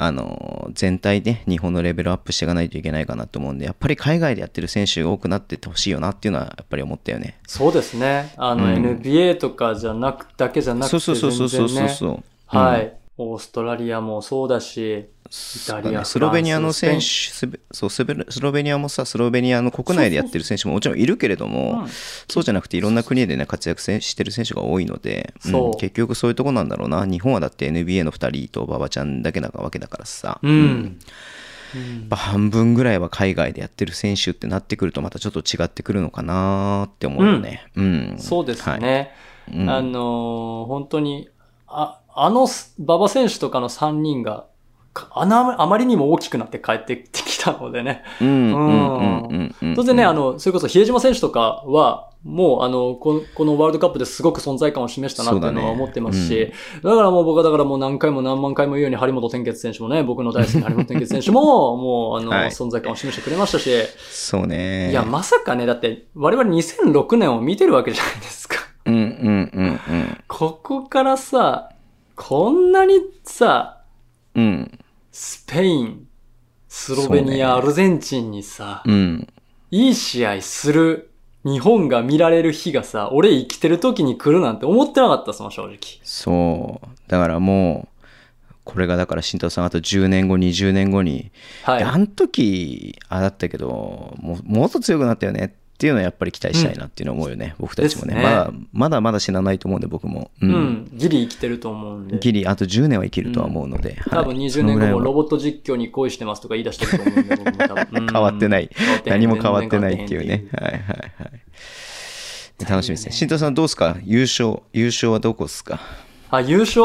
[SPEAKER 2] あの全体で日本のレベルアップしていかないといけないかなと思うんで、やっぱり海外でやってる選手が多くなってってほしいよなっていうのはやっぱり思ったよね。
[SPEAKER 3] そうですね。あの、
[SPEAKER 2] うん
[SPEAKER 3] NBA とかじゃなく、だけじゃなくて、
[SPEAKER 2] そうそうそうそうそう
[SPEAKER 3] 全然
[SPEAKER 2] そう
[SPEAKER 3] ね
[SPEAKER 2] そう。
[SPEAKER 3] は
[SPEAKER 2] うん
[SPEAKER 3] い。オーストラリアもそうだし、イタ
[SPEAKER 2] だ
[SPEAKER 3] リ
[SPEAKER 2] ね
[SPEAKER 3] ア、
[SPEAKER 2] スロベニアの選手、
[SPEAKER 3] 手。
[SPEAKER 2] スベそうスベルスロベニアもさ、スロベニアの国内でやってる選手ももちろんいるけれども、
[SPEAKER 3] うん
[SPEAKER 2] そうじゃなくていろんな国でね、活躍せしてる選手が多いので、うん
[SPEAKER 3] そう
[SPEAKER 2] 結局そういうとこなんだろうな。日本はだって NBA の2人と馬場ちゃんだけなわけだからさ、
[SPEAKER 3] う
[SPEAKER 2] うん
[SPEAKER 3] ん。
[SPEAKER 2] やっぱ半分ぐらいは海外でやってる選手ってなってくるとまたちょっと違ってくるのかなーって思うよね。うん。
[SPEAKER 3] そうです
[SPEAKER 2] はい
[SPEAKER 3] ね。
[SPEAKER 2] うん
[SPEAKER 3] あのー本当に、あ、あのす、馬場選手とかの3人が、かあなあまりにも大きくなって帰ってきたのでね。
[SPEAKER 2] うんうんうんうん。
[SPEAKER 3] 当然ね、あ、の、それこそ比江島選手とかは、もう、あの、このこのワールドカップですごく存在感を示したなっていうの
[SPEAKER 2] そ
[SPEAKER 3] は
[SPEAKER 2] うだね
[SPEAKER 3] 思ってますし、だからもう僕はだからもう何回も何万回も言うように、張本天傑選手もね、僕の大好きな張本天傑選手
[SPEAKER 2] <laughs>
[SPEAKER 3] も、もう、あの、
[SPEAKER 2] はい
[SPEAKER 3] 存在感を示してくれましたし、
[SPEAKER 2] そうね。
[SPEAKER 3] いや、まさかね、だって、我々2006年を見てるわけじゃないですか。
[SPEAKER 2] うんうんうんうん。
[SPEAKER 3] ここからさ、こんなにさ、
[SPEAKER 2] うん。
[SPEAKER 3] スペイン、スロベニア、
[SPEAKER 2] そうね
[SPEAKER 3] アルゼンチンにさ、
[SPEAKER 2] うん。
[SPEAKER 3] いい試合する日本が見られる日がさ、俺生きてる時に来るなんて思ってなかったっすもん、正直。
[SPEAKER 2] そう。だからもう、これがだから慎太郎さんあと10年後、20年後に、
[SPEAKER 3] はい。
[SPEAKER 2] であの時、ああだったけど、もうもっと強くなったよねっていうのはやっぱり期待したいなっていうのは思うよね、僕たちもね
[SPEAKER 3] ですね
[SPEAKER 2] まだ。まだまだ死なないと思うんで、僕も。う
[SPEAKER 3] うんん、ギリ生きてると思うんで。
[SPEAKER 2] ギリ、あと10年は生きるとは思うので。
[SPEAKER 3] 多分20年後もロ
[SPEAKER 2] ボ
[SPEAKER 3] ボット実況に恋してますとか言い出してると思うんで、僕も多分。。
[SPEAKER 2] <laughs> 変わってないい
[SPEAKER 3] 変わっ。てない
[SPEAKER 2] 何も変わってないっていうね。はいはいはい。楽しみですね。慎太郎さんどうですか優勝、優勝はどこですか
[SPEAKER 3] あ、優勝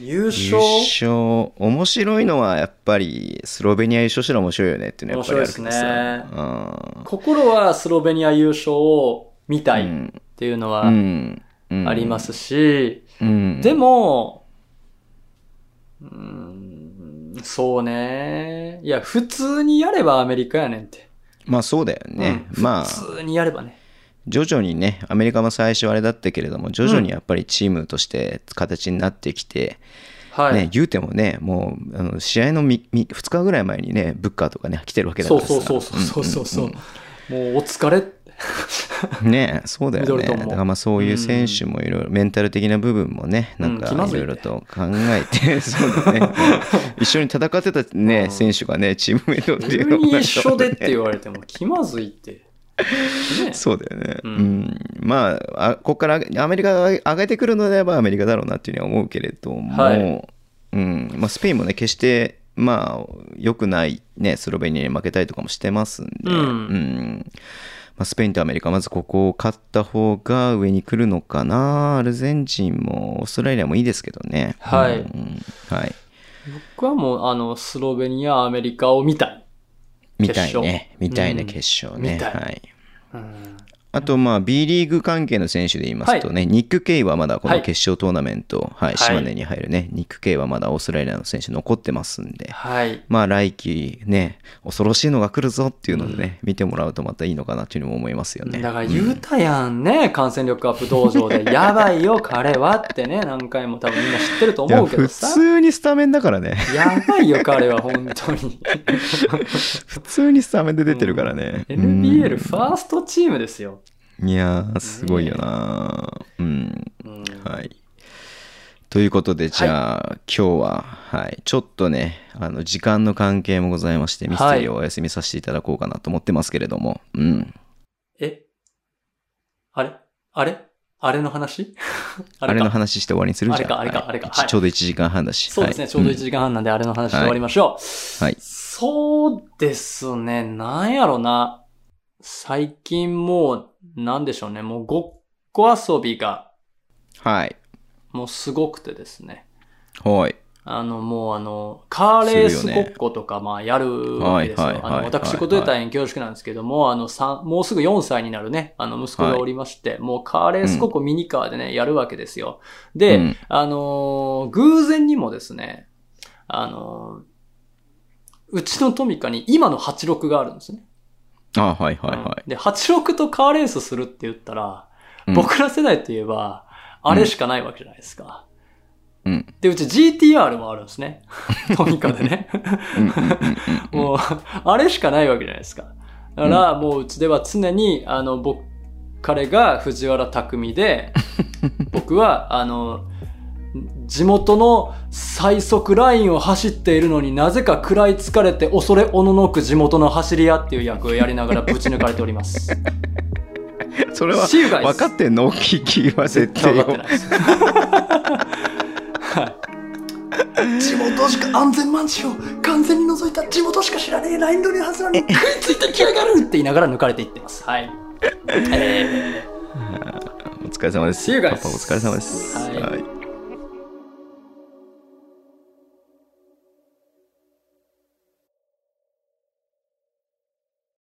[SPEAKER 3] 優
[SPEAKER 2] 優
[SPEAKER 3] 勝
[SPEAKER 2] 勝、面白いのはやっぱりスロベニア優勝したら面白いよねっていうのはやっぱりあるけどさ。
[SPEAKER 3] 面白いです心はスロベニア優勝を見たいっていうの
[SPEAKER 2] う
[SPEAKER 3] は
[SPEAKER 2] ん。うん。
[SPEAKER 3] ありま。すし、
[SPEAKER 2] うん。
[SPEAKER 3] でも、うーん、そうね。いや、普通にやればアメリカやねんって。
[SPEAKER 2] まあそうだよね。
[SPEAKER 3] うん
[SPEAKER 2] まあ、
[SPEAKER 3] 普通にやればね。
[SPEAKER 2] 徐々にね、アメリカも最初あれだったけれども、徐々にやっぱりチームとして形になってきて、
[SPEAKER 3] はい。
[SPEAKER 2] ね、言うてもね、もう、あの試合のみみ2日ぐらい前にね、ブッカーとかね、来てるわけだか
[SPEAKER 3] そう
[SPEAKER 2] らさ。
[SPEAKER 3] そうそうそうそうそう。もうお
[SPEAKER 2] <laughs>
[SPEAKER 3] 疲れって。
[SPEAKER 2] うん <laughs> ね、そうだよ
[SPEAKER 3] ミ
[SPEAKER 2] ね。
[SPEAKER 3] ドルトン
[SPEAKER 2] だ
[SPEAKER 3] も
[SPEAKER 2] からまあそういう選手もいろいろ、メンタル的な部分もね、なん
[SPEAKER 3] う
[SPEAKER 2] か
[SPEAKER 3] ん気ま
[SPEAKER 2] い
[SPEAKER 3] ずい
[SPEAKER 2] ろ
[SPEAKER 3] ね
[SPEAKER 2] いろと考え
[SPEAKER 3] <laughs>
[SPEAKER 2] て、そうだね。一緒に戦ってたね、選手がね、チームメイトってい
[SPEAKER 3] 急
[SPEAKER 2] うのも
[SPEAKER 3] に
[SPEAKER 2] なんか
[SPEAKER 3] 一緒でって言われても気まずいって。ね。
[SPEAKER 2] そうだよね。うん
[SPEAKER 3] ん。
[SPEAKER 2] まあ、あここからアメリカが上げてくるのであればアメリカだろうなっていうのは思うけれども、
[SPEAKER 3] はい
[SPEAKER 2] うんまあ、スペインもね、決して、まあ、良くない、ね、スロベニアに負けたりとかもしてますんで、
[SPEAKER 3] うん
[SPEAKER 2] んまあ、スペインとアメリカ、まずここを勝った方が上に来るのかな、アルゼンチンもオーストラリアもいいですけどね。
[SPEAKER 3] は
[SPEAKER 2] う
[SPEAKER 3] い
[SPEAKER 2] んはい、
[SPEAKER 3] 僕はもう、あの、スロベニア、アメリカを見たい。
[SPEAKER 2] 見たいね、見
[SPEAKER 3] 決勝
[SPEAKER 2] たいうね、
[SPEAKER 3] ん
[SPEAKER 2] 決勝ね。
[SPEAKER 3] 見たい
[SPEAKER 2] はい
[SPEAKER 3] うん
[SPEAKER 2] あと、まあ、B リーグ関係の選手で言いますとね、ニック・ケイはまだこの
[SPEAKER 3] はい
[SPEAKER 2] 決勝トーナメント、はい、
[SPEAKER 3] い
[SPEAKER 2] 島根に入るね、ニック・ケイはまだオーストラリアの選手残ってますんで、
[SPEAKER 3] はい。
[SPEAKER 2] まあ、来季ね、恐ろしいのが来るぞっていうのでね、見てもらうとまたいいのかなっていうのも思いますよね。
[SPEAKER 3] だから
[SPEAKER 2] うん
[SPEAKER 3] 言うたやんね、感染力アップ道
[SPEAKER 2] <laughs>
[SPEAKER 3] 場で。やばいよ、彼はってね、何回も多分みんな知ってると
[SPEAKER 2] いや
[SPEAKER 3] 思うけ
[SPEAKER 2] 普
[SPEAKER 3] どさ。
[SPEAKER 2] 通にスタメンだから
[SPEAKER 3] <laughs>
[SPEAKER 2] ね。
[SPEAKER 3] やばいよ、彼は、本
[SPEAKER 2] <laughs>
[SPEAKER 3] 当に。
[SPEAKER 2] 普通にスタメンで出てるからね。
[SPEAKER 3] NBL ファーストチームですよ。
[SPEAKER 2] うんいやー、すごいよな、うん。
[SPEAKER 3] うん
[SPEAKER 2] はい。ということで、じゃあ、今日は、はい、ちょっとね、あの、時間の関係もございまして、ミステリーをお休みさせていただこうかなと思ってますけれども、うん。
[SPEAKER 3] えあれあれあれの話
[SPEAKER 2] <laughs> あ
[SPEAKER 3] あ
[SPEAKER 2] れ
[SPEAKER 3] れ
[SPEAKER 2] の
[SPEAKER 3] か。
[SPEAKER 2] 話して終わりにする
[SPEAKER 3] あ
[SPEAKER 2] じ
[SPEAKER 3] れ
[SPEAKER 2] ゃ
[SPEAKER 3] か
[SPEAKER 2] ん。
[SPEAKER 3] あれか
[SPEAKER 2] はい
[SPEAKER 3] あれか
[SPEAKER 2] 一
[SPEAKER 3] はい
[SPEAKER 2] ちょうど1時間半だし。
[SPEAKER 3] そうですね、
[SPEAKER 2] はい
[SPEAKER 3] ちょうど1
[SPEAKER 2] ん
[SPEAKER 3] 時間半なんで、あれの話で終わりましょう。
[SPEAKER 2] はい
[SPEAKER 3] そうですね、なんやろな。最近もう、なんでしょうね、もうごっこ遊びが、
[SPEAKER 2] はい。
[SPEAKER 3] もうすごくてですね。
[SPEAKER 2] はい。
[SPEAKER 3] あの、もうあの、カーレース
[SPEAKER 2] する
[SPEAKER 3] ご
[SPEAKER 2] よね
[SPEAKER 3] っことか、まあ、やるわけですよ。
[SPEAKER 2] はいはいはい
[SPEAKER 3] あの、私事で大変恐縮なんですけども、あの、三もうすぐ4歳になるね、あの、息子がおりまして、もうカーレースごっこミニカーでね、やるわけですよ。で、
[SPEAKER 2] うん
[SPEAKER 3] あのー偶然にもですね、あのーうちのトミカに今の86があるんですね。
[SPEAKER 2] あ、はいはいは
[SPEAKER 3] うんで、86とカーレースするって言ったら、
[SPEAKER 2] うん
[SPEAKER 3] 僕ら世代といえば、あれしかないわけじゃないですか。
[SPEAKER 2] い。うん。
[SPEAKER 3] で、うち GTR もあるんで
[SPEAKER 2] <laughs>
[SPEAKER 3] すね。トミカでね。
[SPEAKER 2] うんうんうんうんうん
[SPEAKER 3] もう、あれしかないわけじゃないですか。だから、もううちでは常に、あの、僕、彼が藤原匠
[SPEAKER 2] <laughs>
[SPEAKER 3] で、僕は、あの、地元の最速ラインを走っているのになぜか食らいつかれて恐れおののく地元の走り屋っていう役をやりながらぶち抜かれてお
[SPEAKER 2] <laughs>
[SPEAKER 3] ります。
[SPEAKER 2] それは、
[SPEAKER 3] See you guys
[SPEAKER 2] 分かってんの聞き忘れ
[SPEAKER 3] 絶
[SPEAKER 2] て
[SPEAKER 3] 対分
[SPEAKER 2] よ
[SPEAKER 3] かってないです。はい地元しか安全マンチを完全に除いた地元しか知らねえラインドリーハズなのに食いついてきやがるって言いながら抜かれていってます。はい。えー
[SPEAKER 2] お疲れ様です。
[SPEAKER 3] See you guys
[SPEAKER 2] パパお疲れ様です。
[SPEAKER 3] はい
[SPEAKER 2] はい